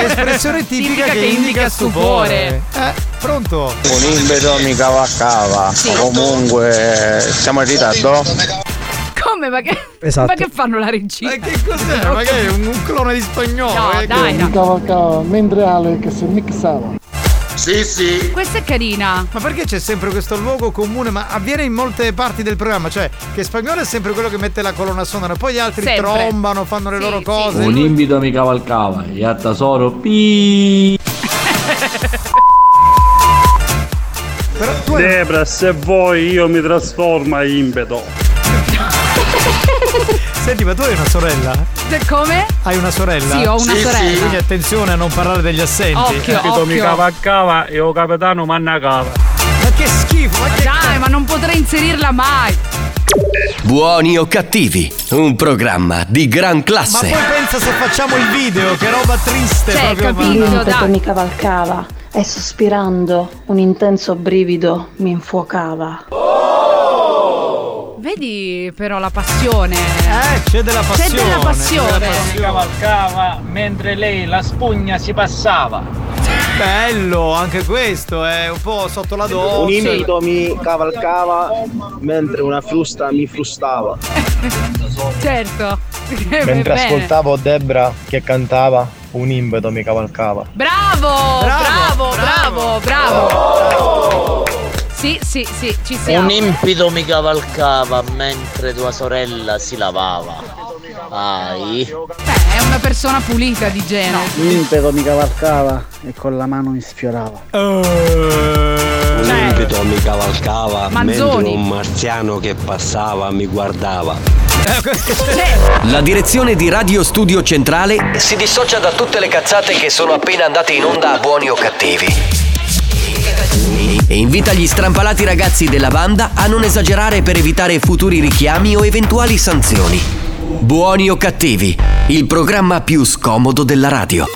Speaker 7: Espressione tipica che, indica stupore. Eh, pronto?
Speaker 62: Un imbeto mi cavalcava.
Speaker 8: Sì.
Speaker 62: Comunque, siamo in ritardo?
Speaker 8: Come? Ma che,
Speaker 62: Esatto.
Speaker 8: ma che fanno la regina? Ma
Speaker 7: Eh, che cos'è? Magari è un, un clone di spagnolo.
Speaker 8: No,
Speaker 7: eh,
Speaker 8: dai,
Speaker 7: che-
Speaker 8: no.
Speaker 23: Cavalcava mentre Alex si mixava.
Speaker 7: Sì, sì.
Speaker 8: Questa è carina.
Speaker 7: Ma perché c'è sempre questo luogo comune? Ma avviene in molte parti del programma. Cioè, che spagnolo è sempre quello che mette la colonna sonora, poi gli altri
Speaker 8: Sempre.
Speaker 7: trombano, fanno le loro cose.
Speaker 63: Un imbito mi cavalcava e a tesoro pi.
Speaker 64: Debra, se vuoi io mi trasformo in impeto.
Speaker 7: Senti, ma tu hai una sorella?
Speaker 8: Se- Cioè, Come?
Speaker 7: Hai una sorella?
Speaker 8: Sì, ho una Sì, sorella. sì.
Speaker 7: Quindi attenzione a non parlare degli assenti.
Speaker 8: Occhio,
Speaker 7: Capito?
Speaker 8: occhio.
Speaker 7: Mi
Speaker 35: Cavalcava e o capitano mannacava.
Speaker 7: che schifo, ma,
Speaker 8: dai, ma non potrei inserirla mai.
Speaker 3: Buoni o cattivi, un programma di gran
Speaker 7: Ma
Speaker 3: classe.
Speaker 7: poi pensa se facciamo il video, che roba triste
Speaker 8: Cioè,
Speaker 7: proprio. ma-
Speaker 21: Un impeto mi cavalcava e sospirando un intenso brivido mi infuocava.
Speaker 8: Vedi però la passione.
Speaker 7: Eh, c'è della
Speaker 8: C'è della passione.
Speaker 35: Si cavalcava mentre lei la spugna si passava.
Speaker 7: Bello, anche questo è un po' sotto la doccia.
Speaker 12: Un impeto mi cavalcava mentre una frusta mi frustava.
Speaker 8: Certo.
Speaker 12: Mentre
Speaker 8: Bene.
Speaker 12: ascoltavo
Speaker 65: Debra che cantava, un impeto mi cavalcava.
Speaker 8: Bravo, bravo, bravo, bravo. Sì, sì, sì, ci siamo.
Speaker 21: Un impido mi cavalcava mentre tua sorella si lavava. Ai.
Speaker 8: Eh, È una persona pulita di genere.
Speaker 66: L'impeto mi cavalcava e con la mano mi sfiorava.
Speaker 7: Un
Speaker 62: impeto mi cavalcava mentre
Speaker 8: Manzoni.
Speaker 62: un marziano che passava mi guardava.
Speaker 7: Cioè,
Speaker 3: La direzione di Radio Studio Centrale si dissocia da tutte le cazzate che sono appena andate in onda a buoni o cattivi. E invita gli strampalati ragazzi della banda a non esagerare per evitare futuri richiami o eventuali sanzioni. Buoni o cattivi, il programma più scomodo della radio.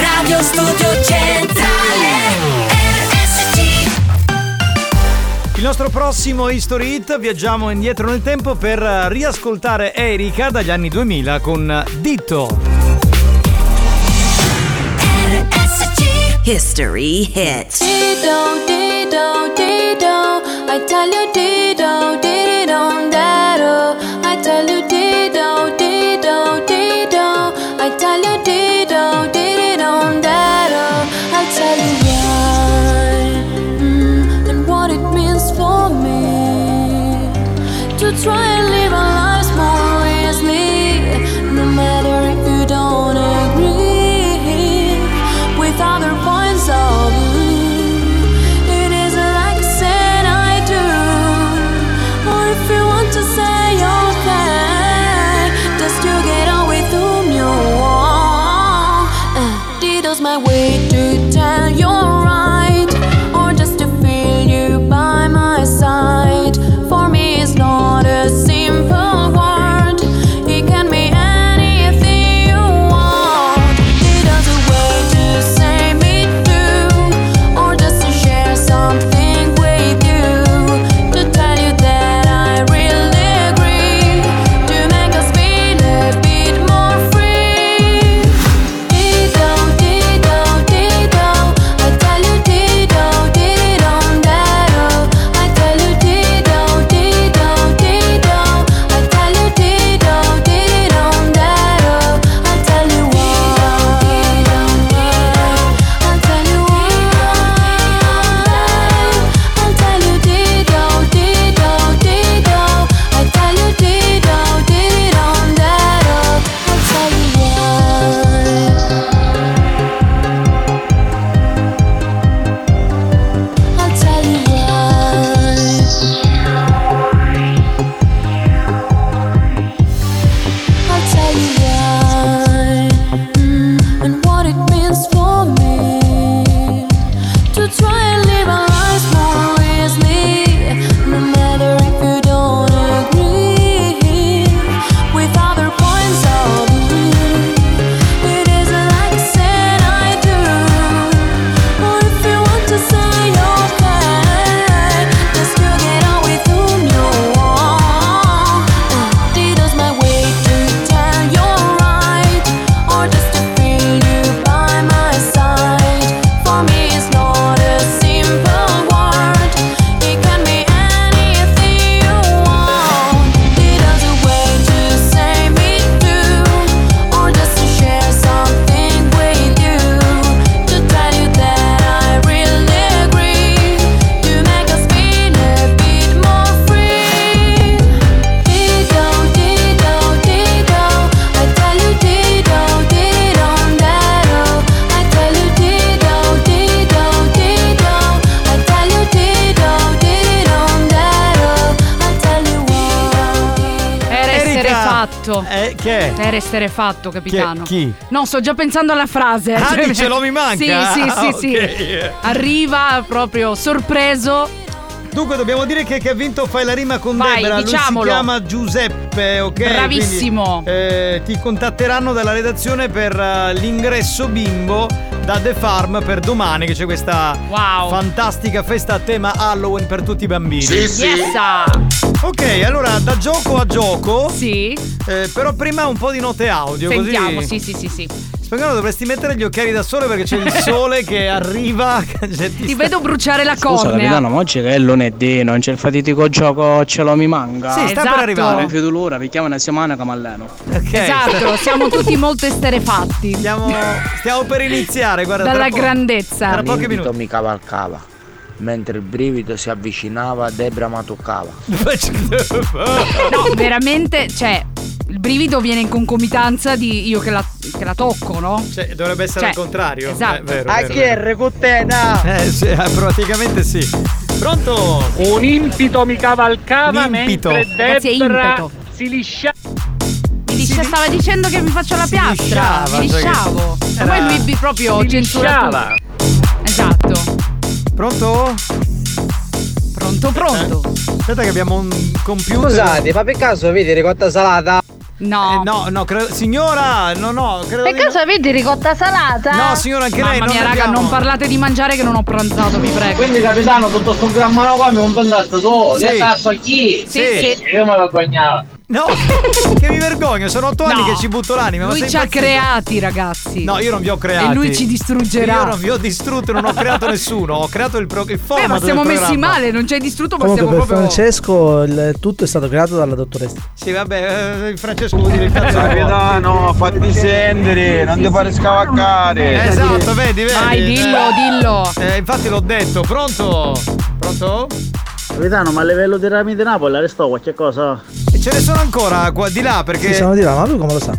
Speaker 67: Radio Studio Centrale RSC
Speaker 7: Il nostro prossimo History Hit viaggiamo indietro nel tempo per eh, riascoltare Erika dagli anni 2000 con eh, Ditto.
Speaker 11: History hit.
Speaker 2: Dee-dong, dee-dong, dee-dong. I tell you dee-dong, dee-dong, that-oh. I tell you dee-dong, dee-dong, dee-dong. I tell you dee-dong, dee-dong, that-oh. I tell you why, mm, and what it means for me to try and live our lives more wisely. No matter if you don't agree with other points of view, it is an accent I do. Mm,
Speaker 7: Che, che Eh, è?
Speaker 8: Per essere fatto, capitano.
Speaker 7: Chi- chi?
Speaker 8: No, sto già pensando alla frase.
Speaker 7: Ah,
Speaker 8: Cioè,
Speaker 7: dice, "Lo mi manca?"
Speaker 8: Sì, sì, sì,
Speaker 7: Ah,
Speaker 8: sì.
Speaker 7: ok.
Speaker 8: Arriva proprio sorpreso.
Speaker 7: Dunque dobbiamo dire che chi ha vinto fai la rima con
Speaker 8: Vai,
Speaker 7: Debra,
Speaker 8: diciamolo.
Speaker 7: lui si chiama Giuseppe, ok?
Speaker 8: Bravissimo.
Speaker 7: Quindi, eh, ti contatteranno dalla redazione per eh, l'ingresso bimbo da The Farm per domani che c'è questa fantastica festa a tema Halloween per tutti i bambini.
Speaker 8: Sì, sì. Yes.
Speaker 7: Ok, allora da gioco a gioco. eh,
Speaker 8: Sì.
Speaker 7: però prima un po' di note audio,
Speaker 8: Sentiamo,
Speaker 7: così.
Speaker 8: sì, sì, sì, sì.
Speaker 7: Spagnolo dovresti mettere gli occhiali da sole perché c'è il sole che arriva. Cioè, ti
Speaker 8: Ti vedo bruciare la
Speaker 24: Scusa
Speaker 8: cornea.
Speaker 24: capitano, ma oggi che è lunedì, non c'è il fatidico gioco ce lo mi manca.
Speaker 8: Sì,
Speaker 24: Eh,
Speaker 8: sta per Esatto. arrivare.
Speaker 24: Non vedo l'ora, picchiamo una settimana camalleno.
Speaker 8: Esatto, siamo tutti molto esterefatti.
Speaker 7: Stiamo per iniziare, guarda.
Speaker 8: Dalla
Speaker 7: tra poco.
Speaker 8: grandezza.
Speaker 7: Tra pochi
Speaker 27: L'invito
Speaker 7: minuti.
Speaker 27: mi cavalcava. Mentre il brivido si avvicinava, Debra matuccava.
Speaker 8: No, veramente, cioè, il brivido viene in concomitanza di io che la, che la tocco, no?
Speaker 7: Cioè, dovrebbe essere
Speaker 8: Cioè,
Speaker 7: al contrario.
Speaker 8: esatto.
Speaker 7: Eh, vero,
Speaker 8: Ah,
Speaker 7: vero,
Speaker 8: chi
Speaker 7: vero.
Speaker 27: recutena!
Speaker 7: Eh, sì, eh, praticamente sì. Pronto?
Speaker 5: Un impito mi cavalcava
Speaker 7: Impito.
Speaker 5: mentre
Speaker 8: Ragazzi, è
Speaker 5: Debra
Speaker 8: impeto.
Speaker 5: si lisciava.
Speaker 8: Mi liscia- stava dicendo che mi faccio la piastra.
Speaker 5: lisciava,
Speaker 8: mi
Speaker 5: cioè che-
Speaker 8: lisciavo. Ma poi
Speaker 5: Era-
Speaker 8: lui bi- proprio
Speaker 5: si
Speaker 8: censura
Speaker 5: lisciava.
Speaker 8: tutto. Esatto.
Speaker 7: Pronto? Eh,
Speaker 8: Pronto, pronto.
Speaker 7: Aspetta che abbiamo un computer. Eh,
Speaker 11: Scusate, ma per caso avete ricotta salata?
Speaker 8: No.
Speaker 7: no, no, credo- signora, no, no, credo
Speaker 22: Per
Speaker 7: di no.
Speaker 22: caso avete ricotta salata?
Speaker 7: No, signora, anche
Speaker 8: Mamma
Speaker 7: lei non
Speaker 8: mia, raga,
Speaker 7: abbiamo-
Speaker 8: non parlate di mangiare che non ho pranzato, vi prego.
Speaker 11: Quindi capitano tutto sto grammano qua mi ho pensato tu,
Speaker 8: Sì.
Speaker 11: sì. tasso oh, a chi?
Speaker 8: Sì, sì.
Speaker 11: Io me lo bagnavo.
Speaker 7: No, che mi vergogno, sono otto anni
Speaker 8: No.
Speaker 7: che ci butto l'anima. ma
Speaker 8: Lui
Speaker 7: sei
Speaker 8: ci ha
Speaker 7: impazzito?
Speaker 8: creati, ragazzi.
Speaker 7: No, io non vi ho creati.
Speaker 8: E lui ci distruggerà.
Speaker 7: Io non vi ho distrutto, non ho creato nessuno. Ho creato il, pro- il
Speaker 8: Beh,
Speaker 7: format.
Speaker 8: Eh, ma siamo
Speaker 7: del
Speaker 8: messi
Speaker 7: programma.
Speaker 8: male, non ci hai distrutto, ma
Speaker 39: Comunque
Speaker 8: siamo
Speaker 39: per
Speaker 8: proprio.
Speaker 39: Francesco il tutto è stato creato dalla dottoressa.
Speaker 7: Sì, vabbè, eh, Francesco vuol dire il cazzo.
Speaker 11: Capitano, fatti sendere, non ti fare
Speaker 7: Eh,
Speaker 11: scavalcare.
Speaker 7: Esatto, vedi, vedi.
Speaker 8: Vai, dillo, dillo.
Speaker 7: Eh, infatti l'ho detto. Pronto? Pronto?
Speaker 68: Capitano, ma a livello di rami di Napoli arrestò qualche cosa?
Speaker 7: E ce ne sono ancora qua di là perché.
Speaker 39: Sì, sono di là, ma lui come lo sa?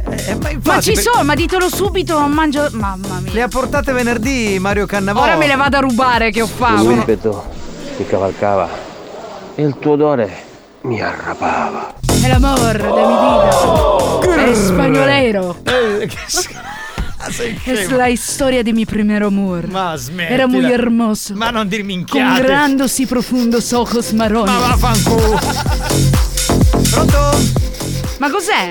Speaker 8: Ma ci
Speaker 7: per-
Speaker 8: sono, ma ditelo subito, non mangio. Mamma mia.
Speaker 7: Le ha portate venerdì Mario Cannavò.
Speaker 8: Ora me le vado a rubare che ho
Speaker 60: Lui
Speaker 8: fame.
Speaker 60: ripeto, mi cavalcava e il tuo odore mi arrapava.
Speaker 8: È l'amor de mi vida. È spagnolero.
Speaker 7: Eh, che sch- Ah, sei
Speaker 8: Es
Speaker 7: scemo.
Speaker 8: la historia de mi primer amor.
Speaker 7: Ma smettila.
Speaker 8: Era muy hermoso.
Speaker 7: Ma non dir
Speaker 8: Con
Speaker 7: minchiate.
Speaker 8: grandos y profundos ojos marrones.
Speaker 7: Ma vaffanculo. Pronto?
Speaker 8: Ma cos'è?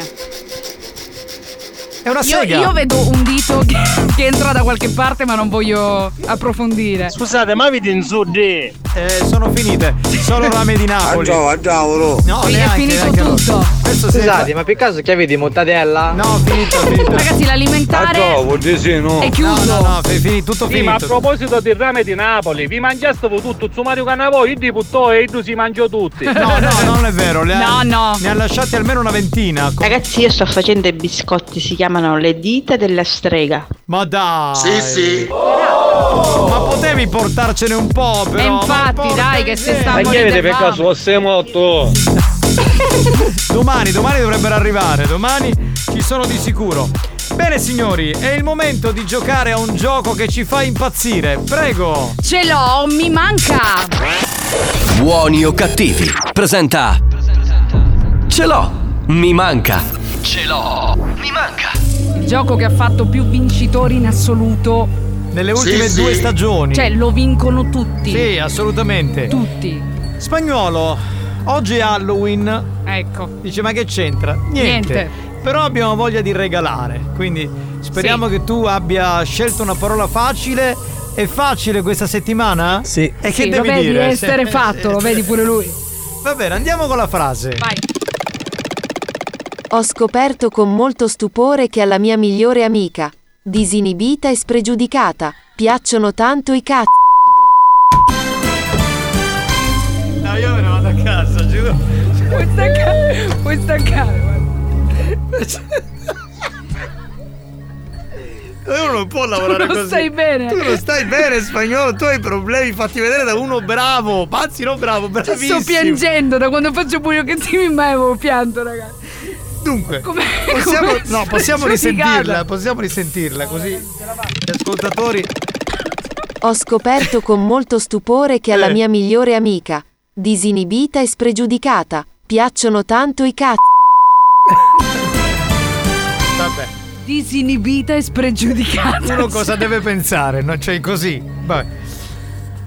Speaker 7: È una
Speaker 8: io,
Speaker 7: sega.
Speaker 8: io vedo un dito che, che entra da qualche parte, ma non voglio approfondire.
Speaker 29: Scusate, ma avete in sud? Eh,
Speaker 7: sono finite. Solo rame di Napoli.
Speaker 11: Andiamo, andiamolo.
Speaker 7: No,
Speaker 8: Quindi è
Speaker 7: neanche,
Speaker 8: finito
Speaker 7: neanche allora.
Speaker 8: tutto.
Speaker 7: Questo
Speaker 11: Scusate, ma per caso che avete mortadella?
Speaker 7: No, finito, finito.
Speaker 8: Ragazzi,
Speaker 7: Ah,
Speaker 8: l'alimentare.
Speaker 11: vuol dire sì, no.
Speaker 8: È chiuso.
Speaker 7: No, no, no, fi- fi- tutto
Speaker 5: Sì, ma a
Speaker 7: finito.
Speaker 5: proposito del rame di Napoli, vi mangiaste voi tutto, su Mario Cannavò, io di puttò e tu si mangiò tutti.
Speaker 7: No, no, non è vero. Le ha,
Speaker 11: No,
Speaker 7: Ne ha lasciati almeno una ventina. Co-
Speaker 59: Ragazzi, io sto facendo i biscotti, si chiamano le dita della strega.
Speaker 7: Ma dai. Sì, sì. Ma potevi portarcene un po',
Speaker 8: E
Speaker 7: però.
Speaker 8: infatti, dai, che se sta
Speaker 7: Ma chi
Speaker 8: morendo.
Speaker 7: avete
Speaker 8: di
Speaker 7: per
Speaker 8: fame.
Speaker 7: caso?
Speaker 29: Fosse morto.
Speaker 7: Domani, domani dovrebbero arrivare. Domani ci sono di sicuro. Bene, signori, è il momento di giocare a un gioco che ci fa impazzire. Prego.
Speaker 8: Ce l'ho, mi manca.
Speaker 3: Buoni o cattivi, presenta. Ce l'ho, mi manca.
Speaker 8: Ce l'ho, mi manca. Il gioco che ha fatto più vincitori in assoluto.
Speaker 7: Nelle ultime due stagioni.
Speaker 8: Cioè, lo vincono tutti.
Speaker 7: Sì, eh. assolutamente.
Speaker 8: Tutti.
Speaker 7: Spagnolo, oggi è Halloween.
Speaker 8: Ecco.
Speaker 7: Dice, ma che c'entra? Niente.
Speaker 8: Niente.
Speaker 7: Però abbiamo voglia di regalare. Quindi speriamo che tu abbia scelto una parola facile. È facile questa settimana? Sì. E che
Speaker 8: Sì, lo
Speaker 7: devi
Speaker 8: vedi
Speaker 7: dire?
Speaker 8: essere
Speaker 7: Se-
Speaker 8: fatto, lo vedi pure lui.
Speaker 7: Va bene, andiamo con la frase.
Speaker 8: Vai.
Speaker 10: Ho scoperto con molto stupore che alla mia migliore amica, disinibita e spregiudicata, piacciono tanto i cazzi.
Speaker 7: No, io me ne vado a casa, giuro.
Speaker 8: Puoi staccare, puoi staccare.
Speaker 7: Io Eh, non può
Speaker 8: Tu
Speaker 7: lavorare
Speaker 8: non
Speaker 7: così.
Speaker 8: stai bene.
Speaker 7: Tu non stai bene, spagnolo. Tu hai problemi. Fatti vedere da uno bravo. Pazzi, no, bravo, bravissimo.
Speaker 8: Sto piangendo da quando faccio buio che ti mai avevo pianto, ragazzi.
Speaker 7: Dunque,
Speaker 8: come
Speaker 7: possiamo,
Speaker 8: sono
Speaker 7: no, possiamo
Speaker 8: giudicata.
Speaker 7: risentirla. Possiamo risentirla così. Gli ascoltatori.
Speaker 10: Ho scoperto con molto stupore che alla
Speaker 7: Eh.
Speaker 10: mia migliore amica, disinibita e spregiudicata, piacciono tanto i cazzi.
Speaker 8: Disinibita e spregiudicata.
Speaker 7: Uno cosa deve pensare, no? Cioè così. Vabbè.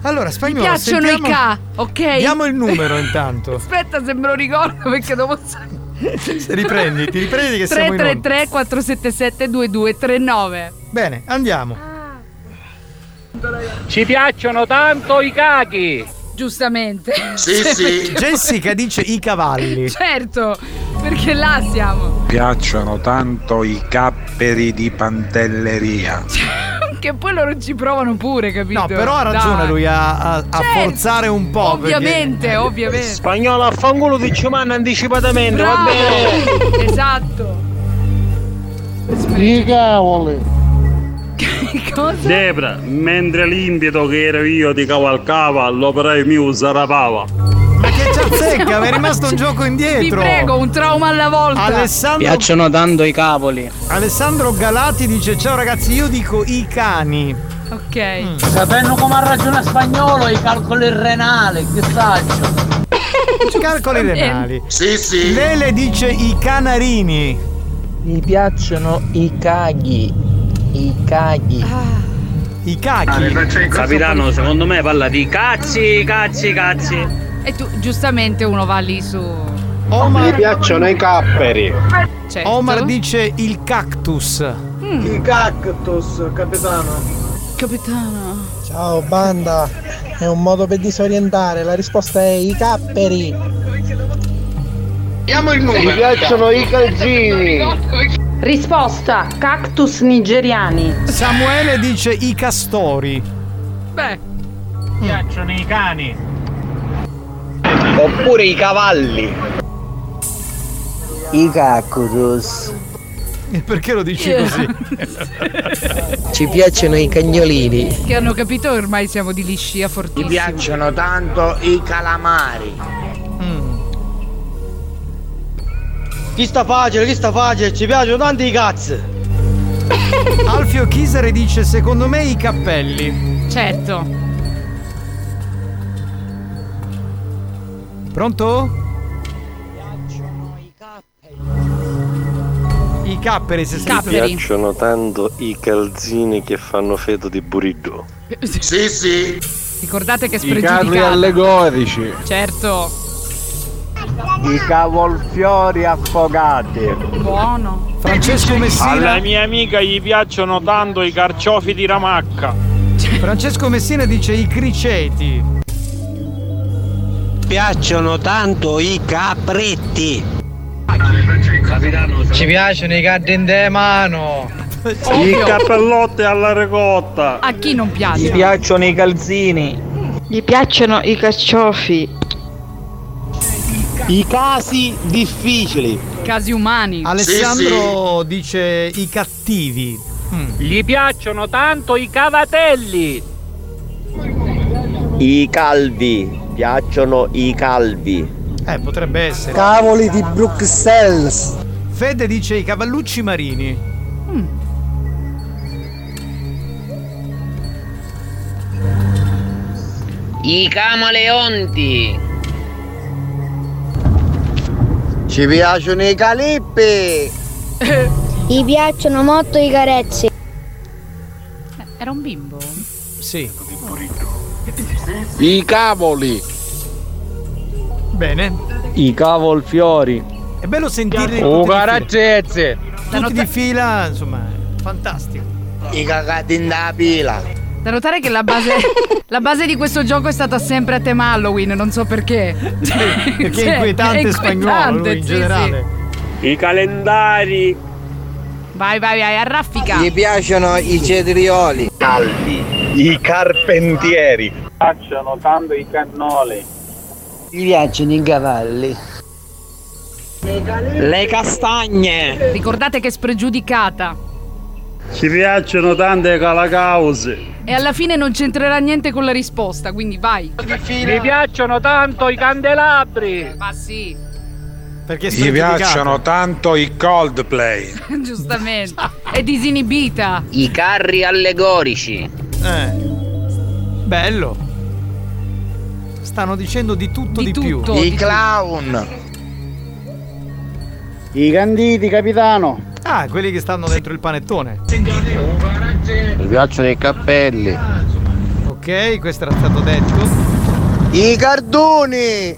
Speaker 7: Allora, spagnolo.
Speaker 8: Mi piacciono
Speaker 7: sentiamo-
Speaker 8: i K, ok?
Speaker 7: Diamo il numero intanto.
Speaker 8: Aspetta, se me lo ricordo perché devo sapere.
Speaker 7: riprenditi, riprenditi che siamo in onda.
Speaker 8: 333 477 2239.
Speaker 7: Bene, andiamo.
Speaker 69: Ci piacciono tanto i cachi.
Speaker 8: Giustamente. Cioè,
Speaker 7: Jessica dice i cavalli.
Speaker 8: Certo, perché là siamo.
Speaker 39: Piacciono tanto i capperi di pantelleria.
Speaker 8: Che poi loro ci provano pure, capito? No,
Speaker 7: Però ha ragione lui a, a- a
Speaker 8: Certo.
Speaker 7: forzare un po'. Eh, perché-
Speaker 8: Ovviamente, ovviamente.
Speaker 23: Spagnolo a fanculo di Ciumanna anticipatamente, va bene.
Speaker 8: Bravo! esatto.
Speaker 12: I cavoli.
Speaker 35: Debra, mentre l'impeto che ero io ti cavalcava, l'operaio mio zarapava.
Speaker 7: Che c'azzecca, mi è rimasto un gioco indietro.
Speaker 8: Vi prego, un trauma alla volta.
Speaker 7: Alessandro,
Speaker 70: Piacciono tanto i cavoli.
Speaker 7: Alessandro Galati dice: Ciao ragazzi, io dico i cani.
Speaker 8: Ok.
Speaker 12: Sapendo come ha ragione spagnolo, i calcoli renali, che saggio.
Speaker 7: Calcoli
Speaker 12: Sta bene.
Speaker 7: renali.
Speaker 12: Sì, sì.
Speaker 7: Lele dice i canarini.
Speaker 12: Mi piacciono i caghi. I caghi.
Speaker 7: I caghi.
Speaker 24: Capitano, secondo me parla di cazzi, cazzi, cazzi.
Speaker 8: E tu, giustamente, uno va lì su.
Speaker 24: Omar-
Speaker 21: Ah, Mi piacciono i capperi.
Speaker 8: Certo.
Speaker 7: Omar dice il cactus.
Speaker 8: Mm.
Speaker 12: I cactus, capitano.
Speaker 8: Capitano.
Speaker 12: Ciao banda, è un modo per disorientare, la risposta è i capperi.
Speaker 21: Diamo il
Speaker 12: numero.
Speaker 21: Mi piacciono i calzini.
Speaker 71: Risposta: cactus nigeriani.
Speaker 7: Samuele dice i castori.
Speaker 8: Beh.
Speaker 69: Mm. Piacciono i cani.
Speaker 21: Oppure i cavalli.
Speaker 12: I cactus.
Speaker 7: E perché lo dici
Speaker 8: Yeah.
Speaker 7: così?
Speaker 12: Ci piacciono i cagnolini.
Speaker 8: Che hanno capito che ormai siamo di liscia
Speaker 72: Mi
Speaker 8: fortissimo.
Speaker 72: piacciono tanto i calamari.
Speaker 12: Chi sta facile, chi sta facile, ci piacciono tanti i cazzi.
Speaker 7: Alfio Chisare dice: Secondo me i cappelli.
Speaker 8: Certo.
Speaker 7: Pronto? I capperi, se scritto-
Speaker 30: piacciono tanto i calzini che fanno feto di burrito.
Speaker 8: Sì, sì. Ricordate che è
Speaker 30: I carri
Speaker 8: spregiudicata.
Speaker 30: allegorici.
Speaker 8: Certo.
Speaker 21: I cavolfiori affogati.
Speaker 8: Buono.
Speaker 7: Francesco Messina.
Speaker 23: Alla mia amica gli piacciono tanto i carciofi di Ramacca.
Speaker 7: Francesco Messina dice i criceti.
Speaker 12: Piacciono tanto i capretti.
Speaker 24: Capitano,
Speaker 12: Ci piacciono i gatti in te mano.
Speaker 35: I cappellotti alla ricotta.
Speaker 8: A chi non piace?
Speaker 12: piacciono i calzini.
Speaker 73: Gli piacciono i carciofi.
Speaker 12: I casi difficili.
Speaker 8: Casi umani.
Speaker 7: Alessandro dice i cattivi. Mm.
Speaker 69: Gli piacciono tanto i cavatelli.
Speaker 21: I calvi. Piacciono i calvi.
Speaker 7: Eh, potrebbe essere.
Speaker 12: Cavoli di Bruxelles.
Speaker 7: Fede dice i cavallucci marini.
Speaker 2: I camaleonti.
Speaker 21: Ci piacciono i calippi.
Speaker 74: Gli piacciono molto i carezzi.
Speaker 8: Era un bimbo.
Speaker 7: Sì.
Speaker 30: I cavoli.
Speaker 7: Bene.
Speaker 12: I cavolfiori.
Speaker 7: È bello sentirli
Speaker 12: Oh,
Speaker 7: tutti
Speaker 12: carazzezze.
Speaker 7: Tutti di fila, insomma, fantastico.
Speaker 72: I cagati in da pila.
Speaker 8: Da notare che la base, la base di questo gioco è stata sempre a tema Halloween, non so perché.
Speaker 7: Perché
Speaker 8: Cioè,
Speaker 7: è inquietante
Speaker 8: è
Speaker 7: spagnolo lui,
Speaker 8: inquietante,
Speaker 7: in
Speaker 8: sì,
Speaker 7: generale.
Speaker 21: I calendari.
Speaker 8: Vai, vai, vai, arraffica.
Speaker 12: piacciono i cetrioli.
Speaker 21: Calvi. I carpentieri. Piacciono tanto i cannoli.
Speaker 12: Mi piacciono i cavalli.
Speaker 21: Le castagne.
Speaker 8: Ricordate che è spregiudicata.
Speaker 35: Ci piacciono tante calacause.
Speaker 8: E alla fine non c'entrerà niente con la risposta, quindi vai.
Speaker 69: Mi piacciono tanto i candelabri.
Speaker 8: Eh, Ma sì,
Speaker 7: Perché
Speaker 30: Gli piacciono tanto i Coldplay.
Speaker 8: giustamente. È disinibita.
Speaker 2: I carri allegorici.
Speaker 7: Eh. Bello. Stanno dicendo di tutto di,
Speaker 12: tutto,
Speaker 7: più.
Speaker 12: di I tutto.
Speaker 7: clown.
Speaker 12: I canditi, capitano.
Speaker 7: Ah, quelli che stanno dentro il panettone.
Speaker 12: Mi piacciono i cappelli.
Speaker 7: Ok, questo era stato detto.
Speaker 12: I cardoni!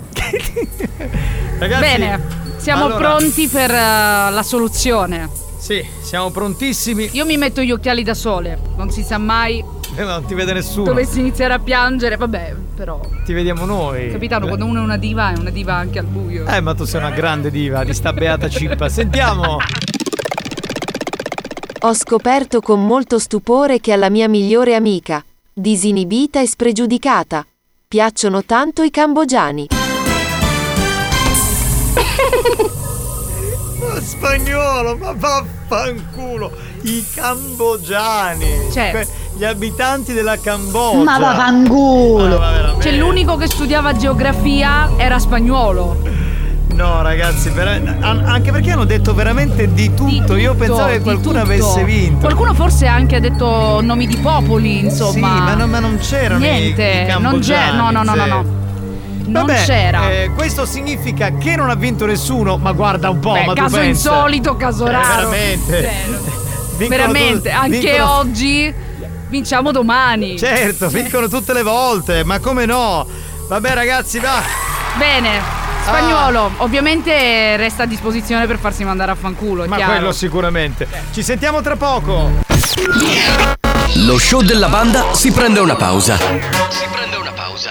Speaker 7: Ragazzi,
Speaker 8: Bene, siamo
Speaker 7: allora-
Speaker 8: pronti per eh, la soluzione.
Speaker 7: Sì, siamo prontissimi.
Speaker 8: Io mi metto gli occhiali da sole, non si sa mai
Speaker 7: Eh, Non ti vede nessuno.
Speaker 8: dovessi iniziare a piangere, vabbè, però.
Speaker 7: Ti vediamo noi.
Speaker 8: Capitano,
Speaker 7: Eh.
Speaker 8: quando uno è una diva, è una diva anche al buio.
Speaker 7: Eh, ma tu sei una grande diva di sta beata cippa. Sentiamo.
Speaker 10: Ho scoperto con molto stupore che alla mia migliore amica, disinibita e spregiudicata, piacciono tanto i cambogiani.
Speaker 7: Oh, Spagnolo, ma vaffanculo. I cambogiani.
Speaker 8: Cioè.
Speaker 7: Que- Gli abitanti della Cambogia.
Speaker 75: Ma vaffanculo.
Speaker 7: Ah, ma veramente.
Speaker 8: Cioè, l'unico che studiava geografia era spagnolo. Cioè.
Speaker 7: No, ragazzi, vera- an- anche perché hanno detto veramente di tutto. Io pensavo che
Speaker 8: di
Speaker 7: qualcuno
Speaker 8: tutto.
Speaker 7: avesse vinto.
Speaker 8: Qualcuno forse anche ha detto nomi di popoli, insomma.
Speaker 7: Sì, ma non, ma non c'erano i-
Speaker 8: Niente,
Speaker 7: i
Speaker 8: non c'è.
Speaker 7: cambogiani,
Speaker 8: No, no, no, no,
Speaker 7: sì.
Speaker 8: no. Non
Speaker 7: Vabbè,
Speaker 8: c'era.
Speaker 7: eh, questo significa che non ha vinto nessuno, ma guarda un po',
Speaker 8: Beh,
Speaker 7: ma tu
Speaker 8: caso
Speaker 7: pensa.
Speaker 8: insolito, caso
Speaker 7: Eh,
Speaker 8: raro.
Speaker 7: veramente.
Speaker 8: Zero.
Speaker 7: Vincono
Speaker 8: Veramente,
Speaker 7: tu-
Speaker 8: anche
Speaker 7: vincono-
Speaker 8: oggi vinciamo domani.
Speaker 7: Certo, vincono tutte le volte, ma come no? Vabbè ragazzi, va. Ah.
Speaker 8: Bene, spagnolo, ovviamente resta a disposizione per farsi mandare a fanculo, è
Speaker 7: Ma
Speaker 8: chiaro.
Speaker 7: quello sicuramente. Ci sentiamo tra poco.
Speaker 3: Lo show della banda si prende una pausa.
Speaker 37: Si prende una pausa.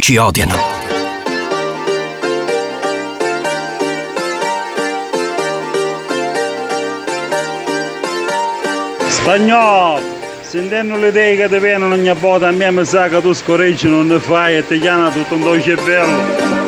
Speaker 3: ci odiano.
Speaker 35: Spagnolo, sentendo le idee che ti vengono ogni volta, a me mi sa che tu scorreggi non ne fai e ti chiama tutto un tuo cervello.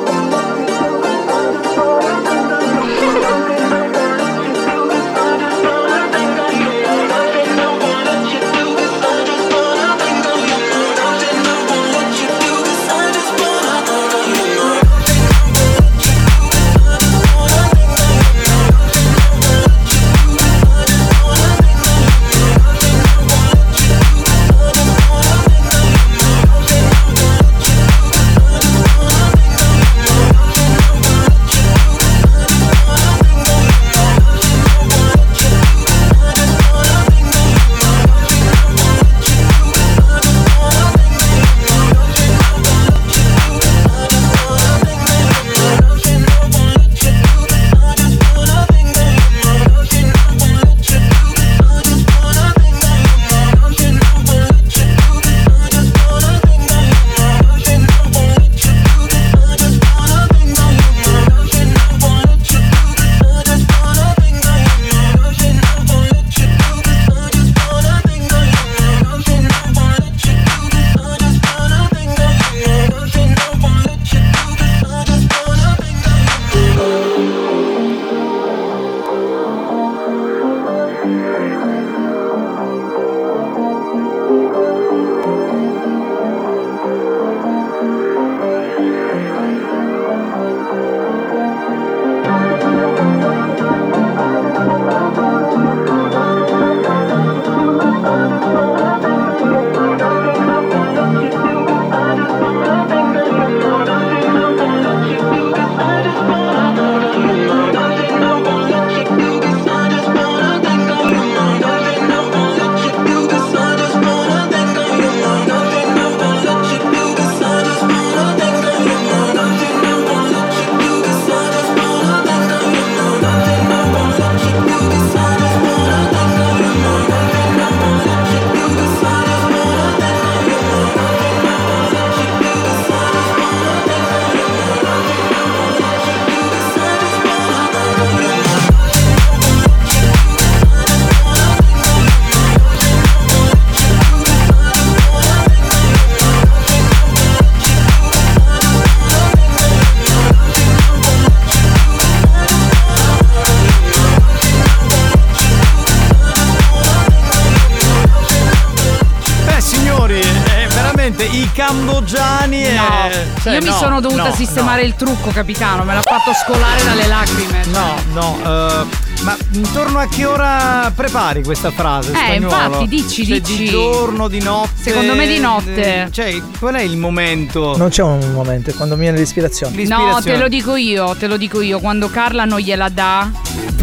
Speaker 7: eh, i cambogiani e.
Speaker 8: No,
Speaker 7: cioè,
Speaker 8: io mi
Speaker 7: no,
Speaker 8: sono dovuta
Speaker 7: no,
Speaker 8: sistemare il trucco, capitano. Me l'ha fatto scolare dalle lacrime.
Speaker 7: No, no, eh, ma intorno a che ora prepari questa frase?
Speaker 8: Eh,
Speaker 7: spagnolo?
Speaker 8: infatti, dici,
Speaker 7: Cioè,
Speaker 8: dici.
Speaker 7: Di giorno, di notte.
Speaker 8: Secondo me di notte.
Speaker 7: Eh, Cioè, qual è il momento?
Speaker 68: Non c'è un momento, è quando mi viene l'ispirazione.
Speaker 8: No, te lo dico io, te lo dico io. Quando Carla non gliela dà,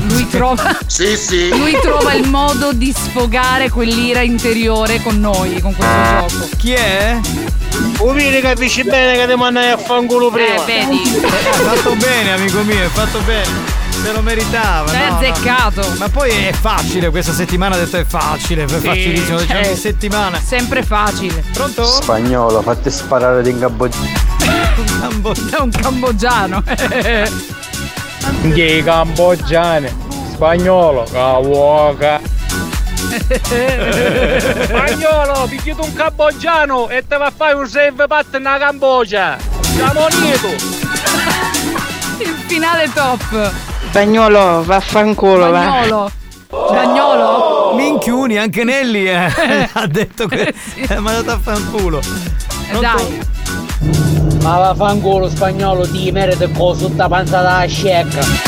Speaker 8: lui trova.
Speaker 68: Sì, sì.
Speaker 8: Lui trova il modo di sfogare quell'ira interiore con noi, con questo gioco.
Speaker 7: Chi è?
Speaker 29: Umini Eh? capisci bene che ti mandai a fanculo prima.
Speaker 8: Eh, vedi.
Speaker 7: Hai fatto bene, amico mio, hai fatto bene. Se lo meritava.
Speaker 8: L'hai
Speaker 7: no, no.
Speaker 8: azzeccato.
Speaker 7: Ma poi è facile, questa settimana ho detto è facile, è facilissimo, diciamo
Speaker 8: eh.
Speaker 7: di settimana.
Speaker 8: Sempre facile.
Speaker 7: Pronto?
Speaker 12: Spagnolo, fatti sparare di ingabbogiato.
Speaker 8: È un cambogiano.
Speaker 11: Che cambogiane. Spagnolo. Cavoca.
Speaker 5: Spagnolo, ti chiedo un cambogiano e te va a fare un save pat na Cambogia. Siamo uniti.
Speaker 8: Eh, Il finale top.
Speaker 59: Bagnolo, vaffanculo, va.
Speaker 8: Bagnolo. Bagnolo.
Speaker 7: Minchiuni, anche Nelly eh, ha detto che è mandato a fanculo.
Speaker 8: Dai.
Speaker 15: Ma vaffanculo spagnolo ti merita con sotto panza da scecca.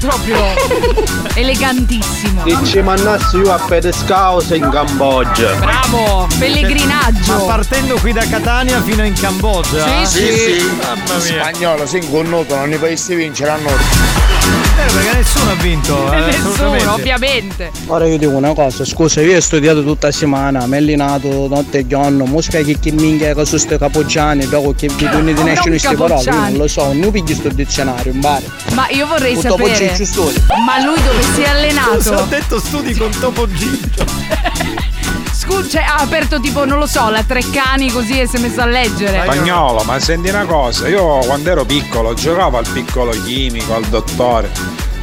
Speaker 8: Proprio elegantissimo.
Speaker 12: Dici mannassi io a pedescause in Cambogia.
Speaker 8: Bravo, pellegrinaggio.
Speaker 7: Ma partendo qui da Catania fino in Cambogia? eh? Ah,
Speaker 8: Sì, Sì, sì. sì.
Speaker 7: Mamma mia.
Speaker 12: Spagnolo, sì, connoto, non ne paesi vincere a nord.
Speaker 7: Eh, perché nessuno ha vinto. eh, assolutamente.
Speaker 8: Nessuno, ovviamente.
Speaker 24: Ora io dico una cosa, scusa, io ho studiato tutta la settimana, mellinato notte e giorno, mo spieghi che minchia che sono sti capoggiani, dopo che vi ne
Speaker 8: Ah, Non
Speaker 24: nascono queste parole, io
Speaker 8: capocciani.
Speaker 24: non lo so, non pigli sto dizionario, in bar.
Speaker 8: Ma io vorrei
Speaker 24: Tutto
Speaker 8: sapere.
Speaker 24: Poggio Giustone.
Speaker 8: Ma lui dove si è allenato?
Speaker 7: Scusa, ho detto studi con Topo Gigio.
Speaker 8: Scusa, cioè, ha aperto tipo, non lo so, la Treccani così e si è messo a leggere.
Speaker 2: Spagnolo, ma senti una cosa, io quando ero piccolo giocavo al piccolo chimico, al dottore.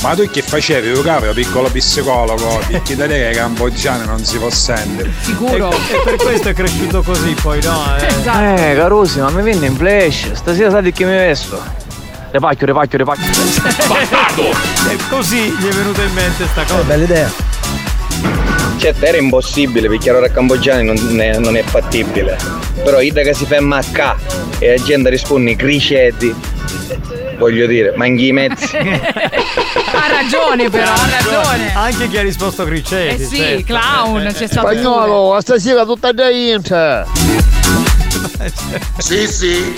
Speaker 2: Ma tu che facevi? Giocavi al piccolo psicologo, perché da lei che i cambogiani non si può sentire.
Speaker 8: Sicuro.
Speaker 7: E, e per questo è cresciuto così poi, no? Eh.
Speaker 11: Eh, Carusi, ma mi venne in flash. Stasera sai di che mi vesto? Repacchio, repacchio, repacchio.
Speaker 7: E così gli è venuta in mente sta cosa.
Speaker 68: Eh, bella idea.
Speaker 12: Certo, era impossibile, perché allora cambogiani non, ne- non è fattibile. Però ida che si ferma a ca e la gente risponde cricetti. Voglio dire, manchi i mezzi.
Speaker 8: ha ragione però, ha ragione.
Speaker 7: Anche chi ha risposto certo. Cricetti.
Speaker 8: Eh sì, clown, c'è stato
Speaker 12: stasera tutta da Inter. Sì, sì.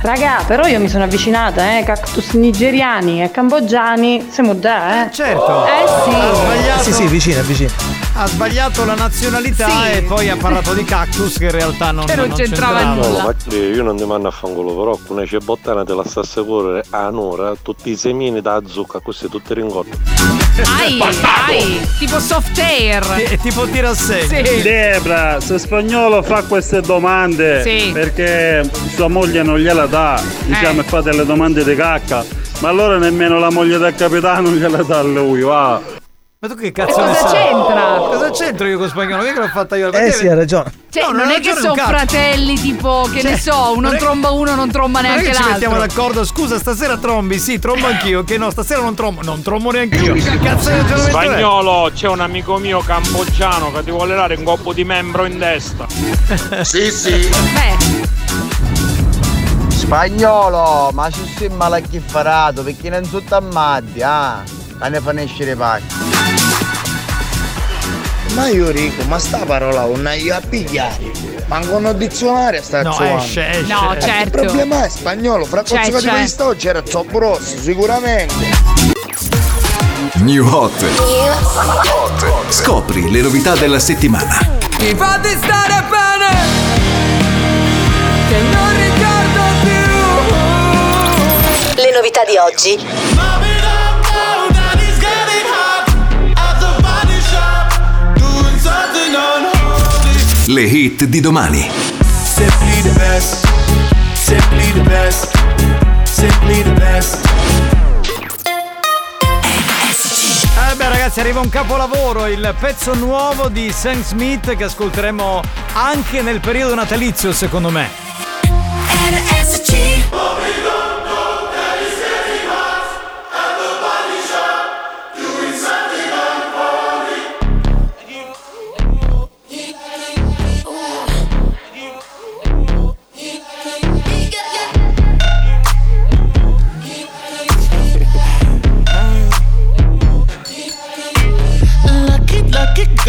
Speaker 75: Raga, però io mi sono avvicinata, eh, cactus nigeriani e cambogiani, siamo già, eh.
Speaker 7: certo.
Speaker 75: Eh
Speaker 7: Ha
Speaker 75: sì.
Speaker 7: sbagliato.
Speaker 68: Sì, sì, vicina, vicina.
Speaker 7: Ha sbagliato la nazionalità
Speaker 75: Sì.
Speaker 7: e poi ha parlato di cactus che in realtà non,
Speaker 8: Che non c'entrava
Speaker 30: No, ma io non ti mando a fanculo, però una cebottana te la sta a correre a un'ora, tutti i semini da zucca, così tutte ringotte.
Speaker 8: Ai, ai, tipo soft air.
Speaker 7: E tipo tira a sé.
Speaker 35: Debra, se spagnolo fa queste domande
Speaker 8: Sì.
Speaker 35: perché sua moglie non gliela dà, diciamo, e fa delle domande di cacca, ma allora nemmeno la moglie del capitano gliela dà a lui, va.
Speaker 7: Ma tu che cazzo
Speaker 8: E
Speaker 7: ne
Speaker 8: cosa
Speaker 7: sai?
Speaker 8: c'entra?
Speaker 7: Cosa c'entro io con spagnolo? Che l'ho fatta io?
Speaker 68: Eh sì, ha ragione.
Speaker 8: Cioè,
Speaker 7: No, non
Speaker 8: non,
Speaker 7: ha
Speaker 8: è che
Speaker 7: ragione
Speaker 8: sono
Speaker 7: un cazzo.
Speaker 8: fratelli tipo, che
Speaker 7: Cioè,
Speaker 8: ne so, uno
Speaker 7: non è-
Speaker 8: tromba uno, non tromba
Speaker 7: Ma
Speaker 8: neanche
Speaker 7: che ci mettiamo
Speaker 8: l'altro.
Speaker 7: d'accordo? Scusa, stasera trombi? Sì, trombo anch'io. Che no, stasera non trombo. Non trombo neanche io. Che cazzo è il
Speaker 5: Spagnolo, c'è un amico mio cambogiano che ti vuole dare un colpo di membro in destra.
Speaker 12: Sì, sì.
Speaker 8: Beh,
Speaker 12: Spagnolo, ma ci sei malachiffarato perché non sono ammatti, ah. Ma ne fanno escere pacchi. Ma io dico, ma sta parola non io a pigliare. Ma con un dizionario sta
Speaker 7: No,
Speaker 12: zona.
Speaker 7: esce, esce.
Speaker 8: No,
Speaker 12: Eh,
Speaker 8: certo. Cioè,
Speaker 12: Il problema è spagnolo, fra
Speaker 8: C'è,
Speaker 12: cose che
Speaker 8: c'è.
Speaker 12: questo oggi era zoppo rosso, sicuramente.
Speaker 22: New Hot. Scopri le novità della settimana.
Speaker 37: Mi fate stare bene Che non ricordo più Le novità di oggi
Speaker 22: Le hit di domani.
Speaker 41: Simply the best. Simply the best. Simply the best.
Speaker 7: Eh beh ragazzi arriva un capolavoro, il pezzo nuovo di Sam Smith che ascolteremo anche nel periodo natalizio secondo me.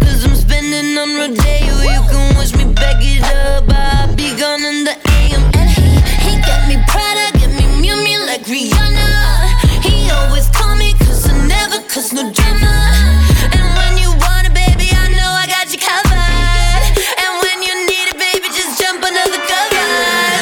Speaker 6: cause I'm spending on Rodeo. You can wish me back it up, I'll be gone in the AM. And he, he got me Prada, get me Mew Mew like Rihanna. He always call me, cause I never cause no drama. And when you want it, baby, I know I got you covered. And when you need it, baby, just jump under the covers.
Speaker 41: Oh,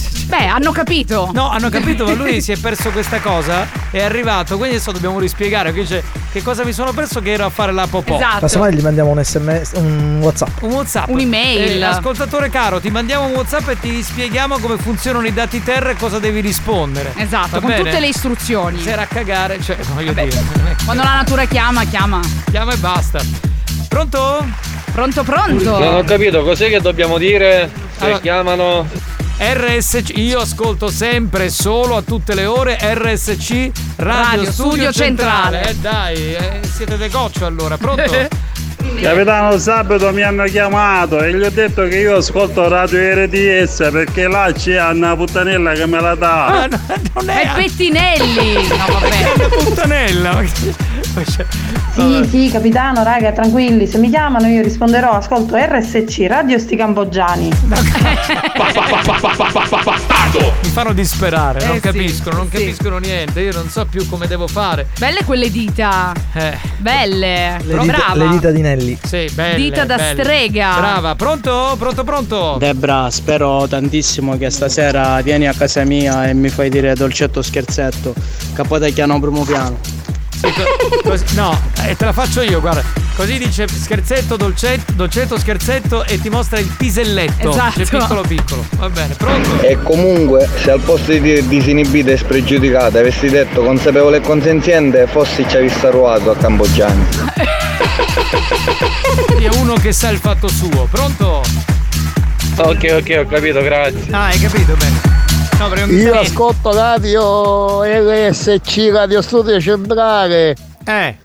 Speaker 8: Beh, hanno capito.
Speaker 7: No, hanno capito, ma lui si è perso questa cosa, è arrivato, quindi adesso dobbiamo rispiegare. Qui dice che cosa mi sono perso che ero a fare la popò.
Speaker 8: Esatto.
Speaker 21: Casomai gli mandiamo un sms, un whatsapp.
Speaker 7: Boh. un WhatsApp.
Speaker 8: Un'email.
Speaker 7: Eh, ascoltatore caro, ti mandiamo un WhatsApp e ti spieghiamo come funzionano i dati terra e cosa devi rispondere.
Speaker 8: Esatto,
Speaker 7: Va
Speaker 8: con
Speaker 7: bene?
Speaker 8: tutte le istruzioni.
Speaker 7: Se era a cagare, cioè, voglio dire.
Speaker 8: Quando la natura chiama, chiama.
Speaker 7: Chiama e basta. Pronto?
Speaker 8: Pronto,
Speaker 29: Non ho
Speaker 8: pronto.
Speaker 29: capito, cos'è che dobbiamo dire? Se
Speaker 7: Allora-
Speaker 29: chiamano.
Speaker 7: RSC, io ascolto sempre e solo a tutte le ore RSC Radio,
Speaker 8: Radio Studio Centrale.
Speaker 7: Eh dai, eh, siete de goccio allora, pronto?
Speaker 35: Capitano sabato mi hanno chiamato e gli ho detto che io ascolto Radio RDS perché là c'è una puttanella che me la dà.
Speaker 8: È Pettinelli. No, vabbè.
Speaker 7: Puttanella, ma che- Cioè,
Speaker 75: Sì, sì, capitano, raga, tranquilli, se mi chiamano io risponderò, ascolto RSC, Radio Sti Cambogiani.
Speaker 7: Mi fanno disperare, non capiscono, non capiscono niente, io non so più come devo fare.
Speaker 8: Belle quelle dita.
Speaker 7: Eh.
Speaker 8: Belle.
Speaker 7: Le
Speaker 8: Però
Speaker 7: dita-
Speaker 8: brava.
Speaker 7: le dita
Speaker 27: di Nelly.
Speaker 7: Sì, belle.
Speaker 8: Dita da
Speaker 7: belle.
Speaker 8: strega.
Speaker 7: Brava, pronto? Pronto, pronto?
Speaker 24: Debra, spero tantissimo che stasera vieni a casa mia e mi fai dire dolcetto scherzetto. Capote chiano primo piano.
Speaker 7: Sì, co- cos- no, eh, te la faccio io, guarda. Così dice scherzetto, dolcetto, dolcetto, scherzetto e ti mostra il piselletto.
Speaker 12: Esatto.
Speaker 7: Cioè, piccolo piccolo. Va bene, pronto?
Speaker 12: E comunque, se al posto di dire disinibita e spregiudicata avessi detto consapevole e consenziente, fossi ci avessi ruato a Cambogiani.
Speaker 7: Sì, È uno che sa il fatto suo. Pronto?
Speaker 29: Ok, ok, ho capito, grazie.
Speaker 7: Ah, hai capito bene. No, perché non-
Speaker 10: Io ascolto radio RSC Radio Studio Centrale.
Speaker 7: Eh.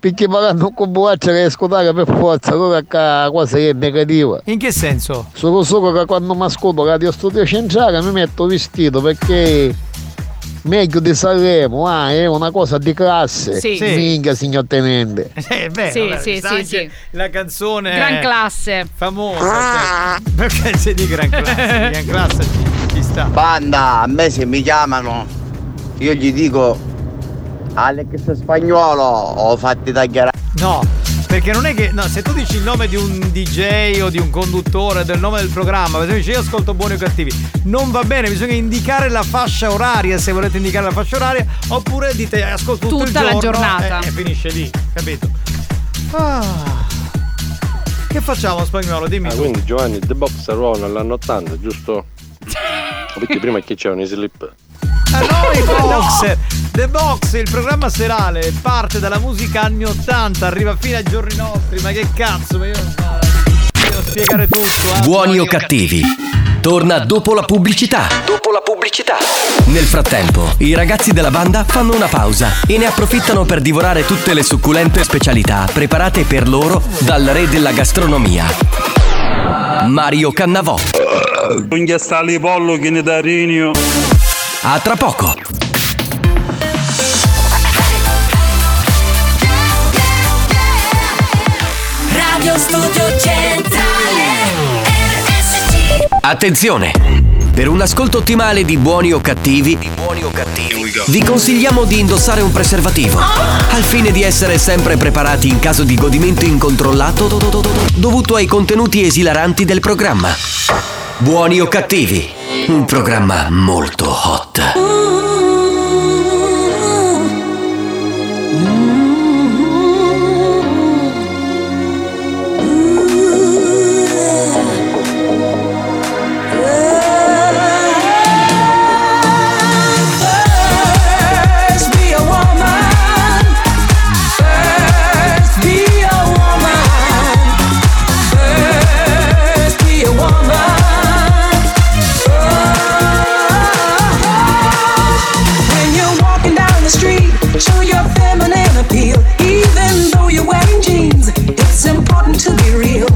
Speaker 10: Perché magari non con buaccia che ascoltare per forza, allora qua cosa che è negativa.
Speaker 7: In che senso?
Speaker 10: Solo solo che quando mi ascolto Radio Studio Centrale mi metto vestito perché meglio di Sanremo, ah, è una cosa di classe.
Speaker 8: Sì. Sì.
Speaker 10: Minchia signor Tenente.
Speaker 7: Eh, beh,
Speaker 8: Sì,
Speaker 7: vabbè,
Speaker 8: sì,
Speaker 7: sta
Speaker 8: sì,
Speaker 7: anche
Speaker 8: sì.
Speaker 7: La canzone
Speaker 8: Gran classe.
Speaker 7: Famosa. cioè, perché sei di gran classe? di gran classe ci- ci sta.
Speaker 39: Banda, a me se mi chiamano, io gli dico Alex Spagnolo, ho fatti tagliare.
Speaker 7: No, perché non è che. No, se tu dici il nome di un DJ o di un conduttore, del nome del programma, per esempio dici, io ascolto buoni o cattivi, non va bene, bisogna indicare la fascia oraria se volete indicare la fascia oraria, oppure dite ascolto tutto
Speaker 8: Tutta
Speaker 7: il
Speaker 8: la
Speaker 7: giorno
Speaker 8: giornata.
Speaker 7: E, e finisce lì, capito? Ah. Che facciamo spagnolo? Dimmi
Speaker 30: Ah,
Speaker 7: tu.
Speaker 30: quindi Giovanni The Box ruola all'anno 80, giusto? Perché prima che c'erano i slip.
Speaker 7: Eh, A noi Box! The Box, il programma serale, parte dalla musica anni 80, arriva fino ai giorni nostri, ma che cazzo, ma io non devo spiegare tutto, eh.
Speaker 3: Buoni o cattivi? Torna dopo la pubblicità. Dopo la pubblicità. Nel frattempo, i ragazzi della banda fanno una pausa e ne approfittano per divorare tutte le succulente specialità preparate per loro dal re della gastronomia. Mario Cannavò.
Speaker 35: Unghia sta lì pollo che ne dà rinio.
Speaker 3: A tra poco.
Speaker 6: Radio Studio Centrale RSC
Speaker 3: Attenzione! Per un ascolto ottimale di buoni o cattivi, vi consigliamo di indossare un preservativo, al fine di essere sempre preparati in caso di godimento incontrollato dovuto ai contenuti esilaranti del programma. Buoni o cattivi, un programma molto hot.
Speaker 6: First be a woman First be a woman First be a woman When you're walking down the street Show your feminine appeal Even though you're wearing jeans It's important to be real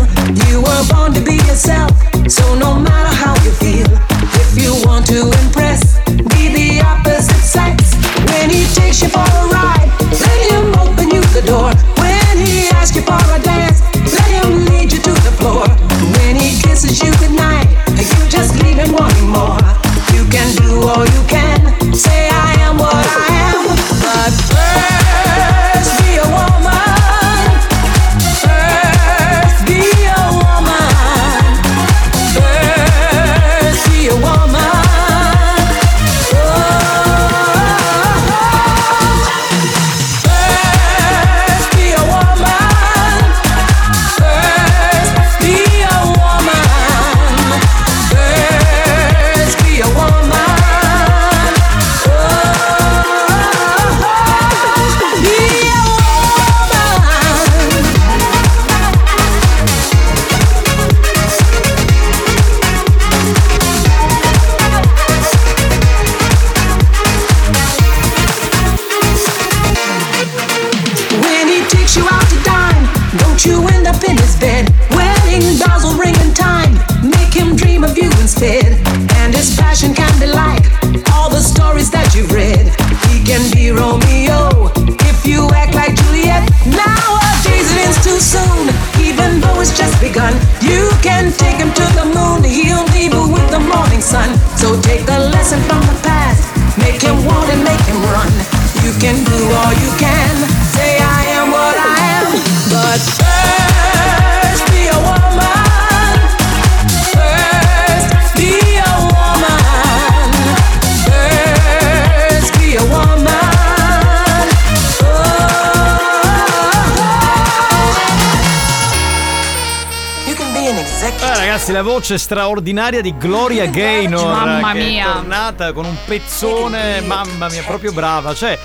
Speaker 6: You were born to be yourself So no matter how you feel If you want to impress be the opposite sex. When he takes you for a ride, let him open you the door. When he asks you for a dance, let him lead you to the floor. When he kisses you goodnight, you just leave him wanting more. You can do all you can, say I am what I am. But first be a woman. First be a woman. First be a woman. First be a woman. First be a woman. First be a woman. Oh, Be a woman. When he takes you out to dine, don't you end up in his bed. Wedding bells will ring in time, make him dream of you instead. And his passion can be like all the stories that you've read. He can be Romeo if you act like Juliet.
Speaker 27: take him to the moon, he'll leave you with the morning sun. So take the lesson from the past, make him want and make him run. You can do all you can, say I am what I am, but first be a woman. First be a woman. First be a woman. You can be an executive.
Speaker 7: Ah, ragazzi, la voce straordinaria di Gloria Gaynor.
Speaker 8: Mamma
Speaker 7: che
Speaker 8: mia.
Speaker 7: È tornata con un pezzone, mamma mia, proprio brava. Cioè,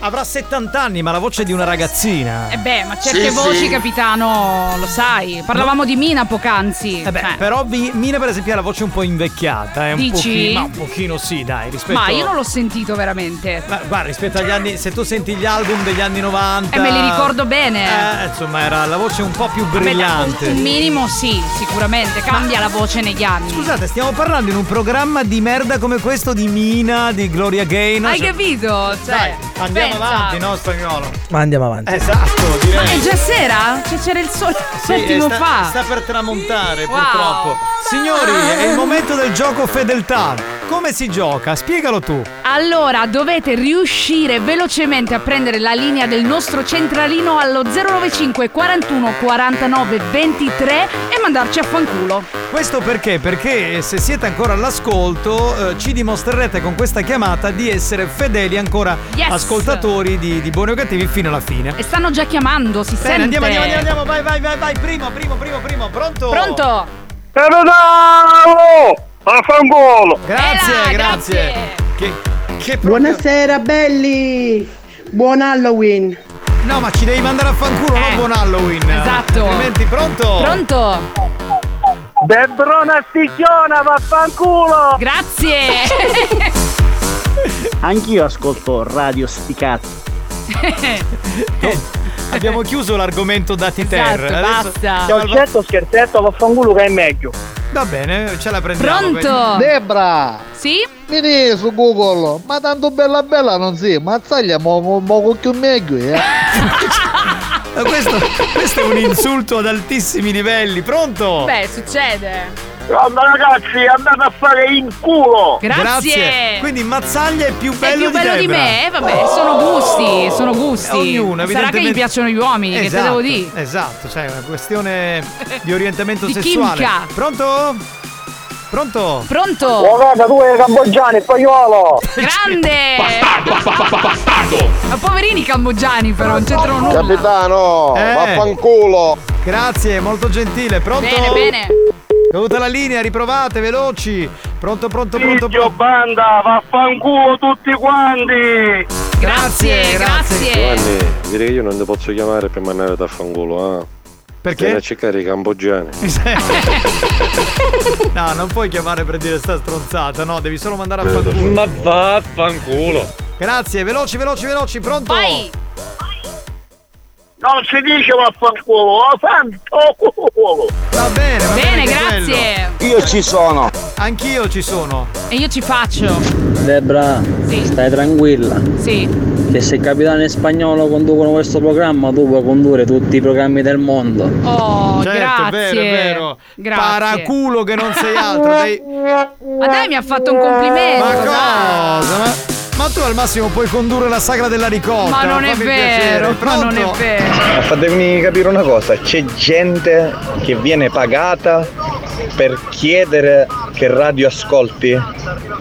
Speaker 7: avrà 70 anni, ma la voce di una ragazzina.
Speaker 8: E Eh, beh, ma certe
Speaker 7: Sì,
Speaker 8: voci,
Speaker 7: sì.
Speaker 8: capitano, lo sai. Parlavamo di Mina poc'anzi.
Speaker 7: Eh beh,
Speaker 8: Cioè,
Speaker 7: però Vi- Mina, per esempio, ha la voce un po' invecchiata. Eh, un
Speaker 8: Dici?
Speaker 7: pochino, ma un pochino sì, dai, rispetto.
Speaker 8: ma io non l'ho sentito veramente.
Speaker 7: Ma guarda, rispetto agli anni. Se tu senti gli album degli anni 90.
Speaker 8: Eh, me li ricordo bene.
Speaker 7: Eh, insomma, era la voce un po' più brillante.
Speaker 8: Un minimo sì, sicuramente. Cambia la voce negli anni.
Speaker 7: Scusate, stiamo parlando in un programma di merda come questo di Mina, di Gloria Gaynor.
Speaker 8: Hai
Speaker 7: Cioè,
Speaker 8: capito? Cioè,
Speaker 7: Andiamo
Speaker 8: pensa.
Speaker 7: avanti, no, spagnolo?
Speaker 15: Ma andiamo avanti.
Speaker 7: Esatto,
Speaker 8: Ma
Speaker 7: direi.
Speaker 8: è già sera? Cioè, c'era il sole
Speaker 7: Sì,
Speaker 8: un attimo
Speaker 7: sta,
Speaker 8: fa.
Speaker 7: sta per tramontare purtroppo. Signori, è il momento del gioco fedeltà. Come si gioca? Spiegalo tu.
Speaker 8: Allora, dovete riuscire velocemente a prendere la linea del nostro centralino allo 095 41 49 23 e mandarci a fanculo.
Speaker 7: Questo perché? Perché eh, se siete ancora all'ascolto eh, ci dimostrerete con questa chiamata di essere fedeli ancora
Speaker 8: Yes.
Speaker 7: ascoltatori di, di Buoni o Cattivi fino alla fine.
Speaker 8: E stanno già chiamando, si
Speaker 7: Bene,
Speaker 8: sente.
Speaker 7: andiamo, andiamo, andiamo, andiamo, vai, vai, vai, vai, primo, primo, primo, primo, pronto?
Speaker 8: Pronto?
Speaker 58: Capitano! Affangolo!
Speaker 7: Grazie,
Speaker 8: Eh
Speaker 7: grazie. Che, che proprio-
Speaker 58: Buonasera belli! Buon Halloween!
Speaker 7: No, ma ci devi mandare a fanculo, non buon Halloween.
Speaker 58: esatto.
Speaker 7: Altrimenti, pronto?
Speaker 8: Pronto?
Speaker 58: Debrona sticchiona, vaffanculo!
Speaker 8: Grazie!
Speaker 53: Anch'io ascolto radio sti cazzi.
Speaker 7: Eh, Abbiamo chiuso l'argomento dati
Speaker 24: Esatto,
Speaker 7: terra. Adesso stiamo al-
Speaker 53: Concetto scherzetto, vaffanculo che è meglio.
Speaker 7: Va bene, ce la prendiamo. quindi.
Speaker 10: Debra!
Speaker 8: Sì?
Speaker 10: Vieni su Google, ma tanto bella bella non si, mazzaglia mo, mo, mo cocchio meglio, eh.
Speaker 7: Ma Questo, questo è un insulto ad altissimi livelli, pronto?
Speaker 8: Beh, succede.
Speaker 58: Guarda ragazzi, andate a fare in culo!
Speaker 8: Grazie.
Speaker 7: Quindi Mazzaglia è più Oh, bello, Oh.
Speaker 8: più bello di,
Speaker 7: Debra.
Speaker 8: me, eh, vabbè, sono gusti, sono gusti.
Speaker 7: Ognuno,
Speaker 8: Sarà che gli
Speaker 7: evidentemente-
Speaker 8: piacciono gli uomini, che te
Speaker 7: Esatto,
Speaker 8: devo dire?
Speaker 7: Esatto, cioè è una questione di orientamento
Speaker 8: Di
Speaker 7: sessuale.
Speaker 8: chimica.
Speaker 7: Pronto? Pronto?
Speaker 8: Pronto?
Speaker 53: raga, tu sei cambogiano, spagnolo!
Speaker 8: Grande! Ma poverini cambogiani però, non c'entrano nulla.
Speaker 53: Capitano,
Speaker 7: vaffanculo. Eh. Grazie, molto gentile. Pronto?
Speaker 8: Bene, bene.
Speaker 7: Caduta la linea, riprovate, veloci. Pronto, pronto, pronto.
Speaker 58: Figlio
Speaker 7: pronto.
Speaker 58: banda, vaffanculo tutti quanti!
Speaker 8: Grazie,
Speaker 30: Giovanni, direi che io non ti posso chiamare per mandare da fanculo, eh?
Speaker 7: Perché?
Speaker 30: Vieni a cercare i cambogiani.
Speaker 7: No, non puoi chiamare per dire sta stronzata, no, devi solo mandare a fanculo.
Speaker 29: Ma vaffanculo!
Speaker 7: Grazie, veloci, veloci, veloci, pronto?
Speaker 58: Non si dice vaffanculo, vaffanculo!
Speaker 7: Va bene, va
Speaker 8: Bene,
Speaker 7: che
Speaker 8: grazie.
Speaker 7: bello.
Speaker 53: Io ci sono.
Speaker 7: Anch'io ci sono.
Speaker 8: E io ci faccio.
Speaker 15: Debra, stai tranquilla.
Speaker 8: Sì.
Speaker 15: Che se il capitano in spagnolo conducono questo programma, tu puoi condurre tutti i programmi del mondo.
Speaker 8: Oh,
Speaker 7: Certo,
Speaker 8: grazie.
Speaker 7: è vero, è vero.
Speaker 8: Grazie.
Speaker 7: Paraculo che non sei altro, dai.
Speaker 8: Ma dai, mi ha fatto un complimento.
Speaker 7: Ma
Speaker 8: dai.
Speaker 7: cosa? Ma, ma tu al massimo puoi condurre la sagra della ricotta.
Speaker 8: Ma non è
Speaker 7: fammi
Speaker 8: vero,
Speaker 7: piacere.
Speaker 8: ma
Speaker 7: Pronto?
Speaker 8: non è vero.
Speaker 12: Ma fatemi capire una cosa, c'è gente che viene pagata per chiedere che radio ascolti?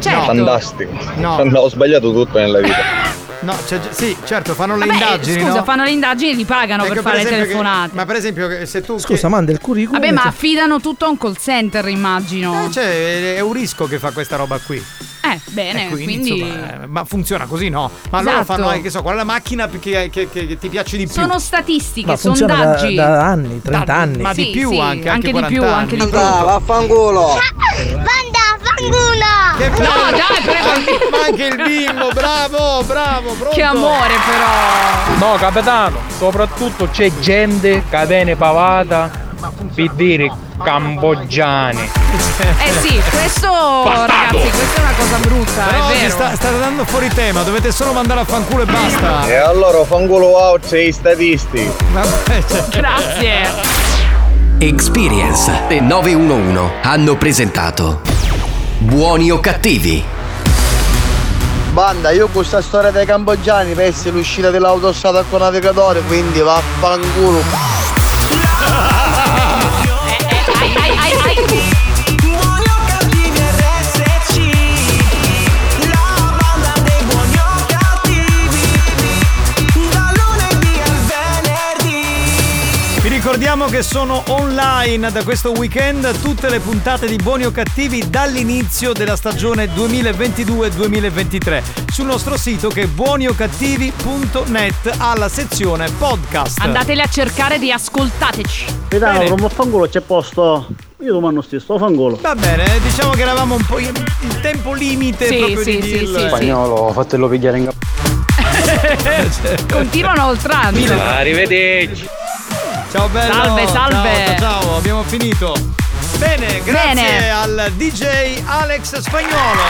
Speaker 8: Certo.
Speaker 12: Fantastico.
Speaker 7: No.
Speaker 12: No, ho sbagliato tutto nella vita.
Speaker 7: No, c'è gi- sì, certo, fanno le
Speaker 8: Vabbè,
Speaker 7: indagini.
Speaker 8: scusa,
Speaker 7: no?
Speaker 8: fanno le indagini e li pagano
Speaker 7: Ecco,
Speaker 8: per fare le
Speaker 7: esempio che-
Speaker 8: telefonate.
Speaker 7: ma per esempio, che se tu.
Speaker 15: Scusa, manda il curriculum.
Speaker 8: Vabbè, ma affidano tutto a un call center, immagino.
Speaker 7: che- cioè, è Eurisco che fa questa roba qui.
Speaker 8: Eh, bene,
Speaker 7: Eh,
Speaker 8: quindi.
Speaker 7: insomma, eh, ma funziona così, no? Ma loro
Speaker 8: Esatto.
Speaker 7: fanno, eh, che so, qual è la macchina che, che- che- che ti piace di più?
Speaker 8: Sono statistiche,
Speaker 15: Ma funziona da-
Speaker 8: sondaggi.
Speaker 15: da, Eh, anni, 30 anni.
Speaker 7: ma di più anche, anche, 40
Speaker 8: più,
Speaker 7: anni.
Speaker 8: anche di più.
Speaker 15: Andava,
Speaker 7: vaffanculo.
Speaker 8: Che
Speaker 7: bello.
Speaker 8: No, dai,
Speaker 7: prego. Ma anche il bimbo, bravo, bravo, pronto.
Speaker 8: Che amore, però.
Speaker 59: No, capitano, soprattutto c'è gente che viene pavata per dire cambogiani.
Speaker 8: Eh sì, questo ragazzi, questa è una cosa brutta,
Speaker 7: Però
Speaker 8: è
Speaker 7: oggi
Speaker 8: vero.
Speaker 7: sta, state andando fuori tema, dovete solo mandare a fanculo e basta.
Speaker 12: E
Speaker 7: Eh,
Speaker 12: allora fanculo out sei statisti.
Speaker 7: Vabbè, cioè-
Speaker 8: Grazie.
Speaker 3: Experience e 911 hanno presentato Buoni o cattivi?
Speaker 39: Banda, io questa storia dei cambogiani penso l'uscita dell'autostrada con navigatore, quindi vaffanculo.
Speaker 7: Vi ricordiamo che sono online da questo weekend tutte le puntate di Buoni o Cattivi dall'inizio della stagione 2022-2023 sul nostro sito che è buoniocattivi.net alla sezione podcast.
Speaker 8: Andateli a cercare di ascoltateci.
Speaker 11: Capitano, per un fangolo c'è posto. Io domando stesso, fangolo.
Speaker 7: Va bene, eh, diciamo che eravamo un po' in- il tempo limite
Speaker 8: Sì,
Speaker 7: proprio
Speaker 8: sì,
Speaker 7: di
Speaker 8: sì,
Speaker 7: il-
Speaker 8: sì, sì. Spagnolo,
Speaker 37: fatelo pigliare in capo.
Speaker 7: eh.
Speaker 8: Continuano oltrando.
Speaker 37: Arrivederci.
Speaker 7: Ciao bello.
Speaker 8: Salve, salve.
Speaker 7: Ciao, ciao, ciao, abbiamo finito. Bene, grazie
Speaker 8: Bene.
Speaker 7: al DJ Alex Spagnolo.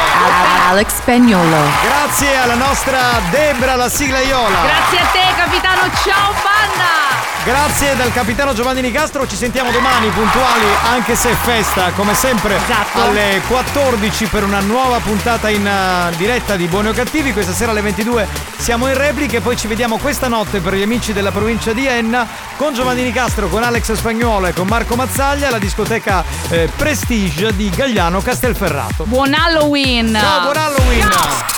Speaker 5: Alex Spagnolo.
Speaker 7: Grazie alla nostra Debra la sigla Iola.
Speaker 8: Grazie a te, capitano. Ciao, banda.
Speaker 7: Grazie dal capitano Giovanni Nicastro, ci sentiamo domani puntuali anche se è festa, come sempre alle 14 per una nuova puntata in eh, diretta di Buoni o Cattivi, questa sera alle 22 siamo in replica e poi ci vediamo questa notte per gli amici della provincia di Enna con Giovanni Nicastro, con Alex Spagnuolo e con Marco Mazzaglia alla discoteca eh, Prestige di Gagliano Castelferrato.
Speaker 8: Buon Halloween.
Speaker 7: Ciao, buon Halloween!
Speaker 8: Ciao.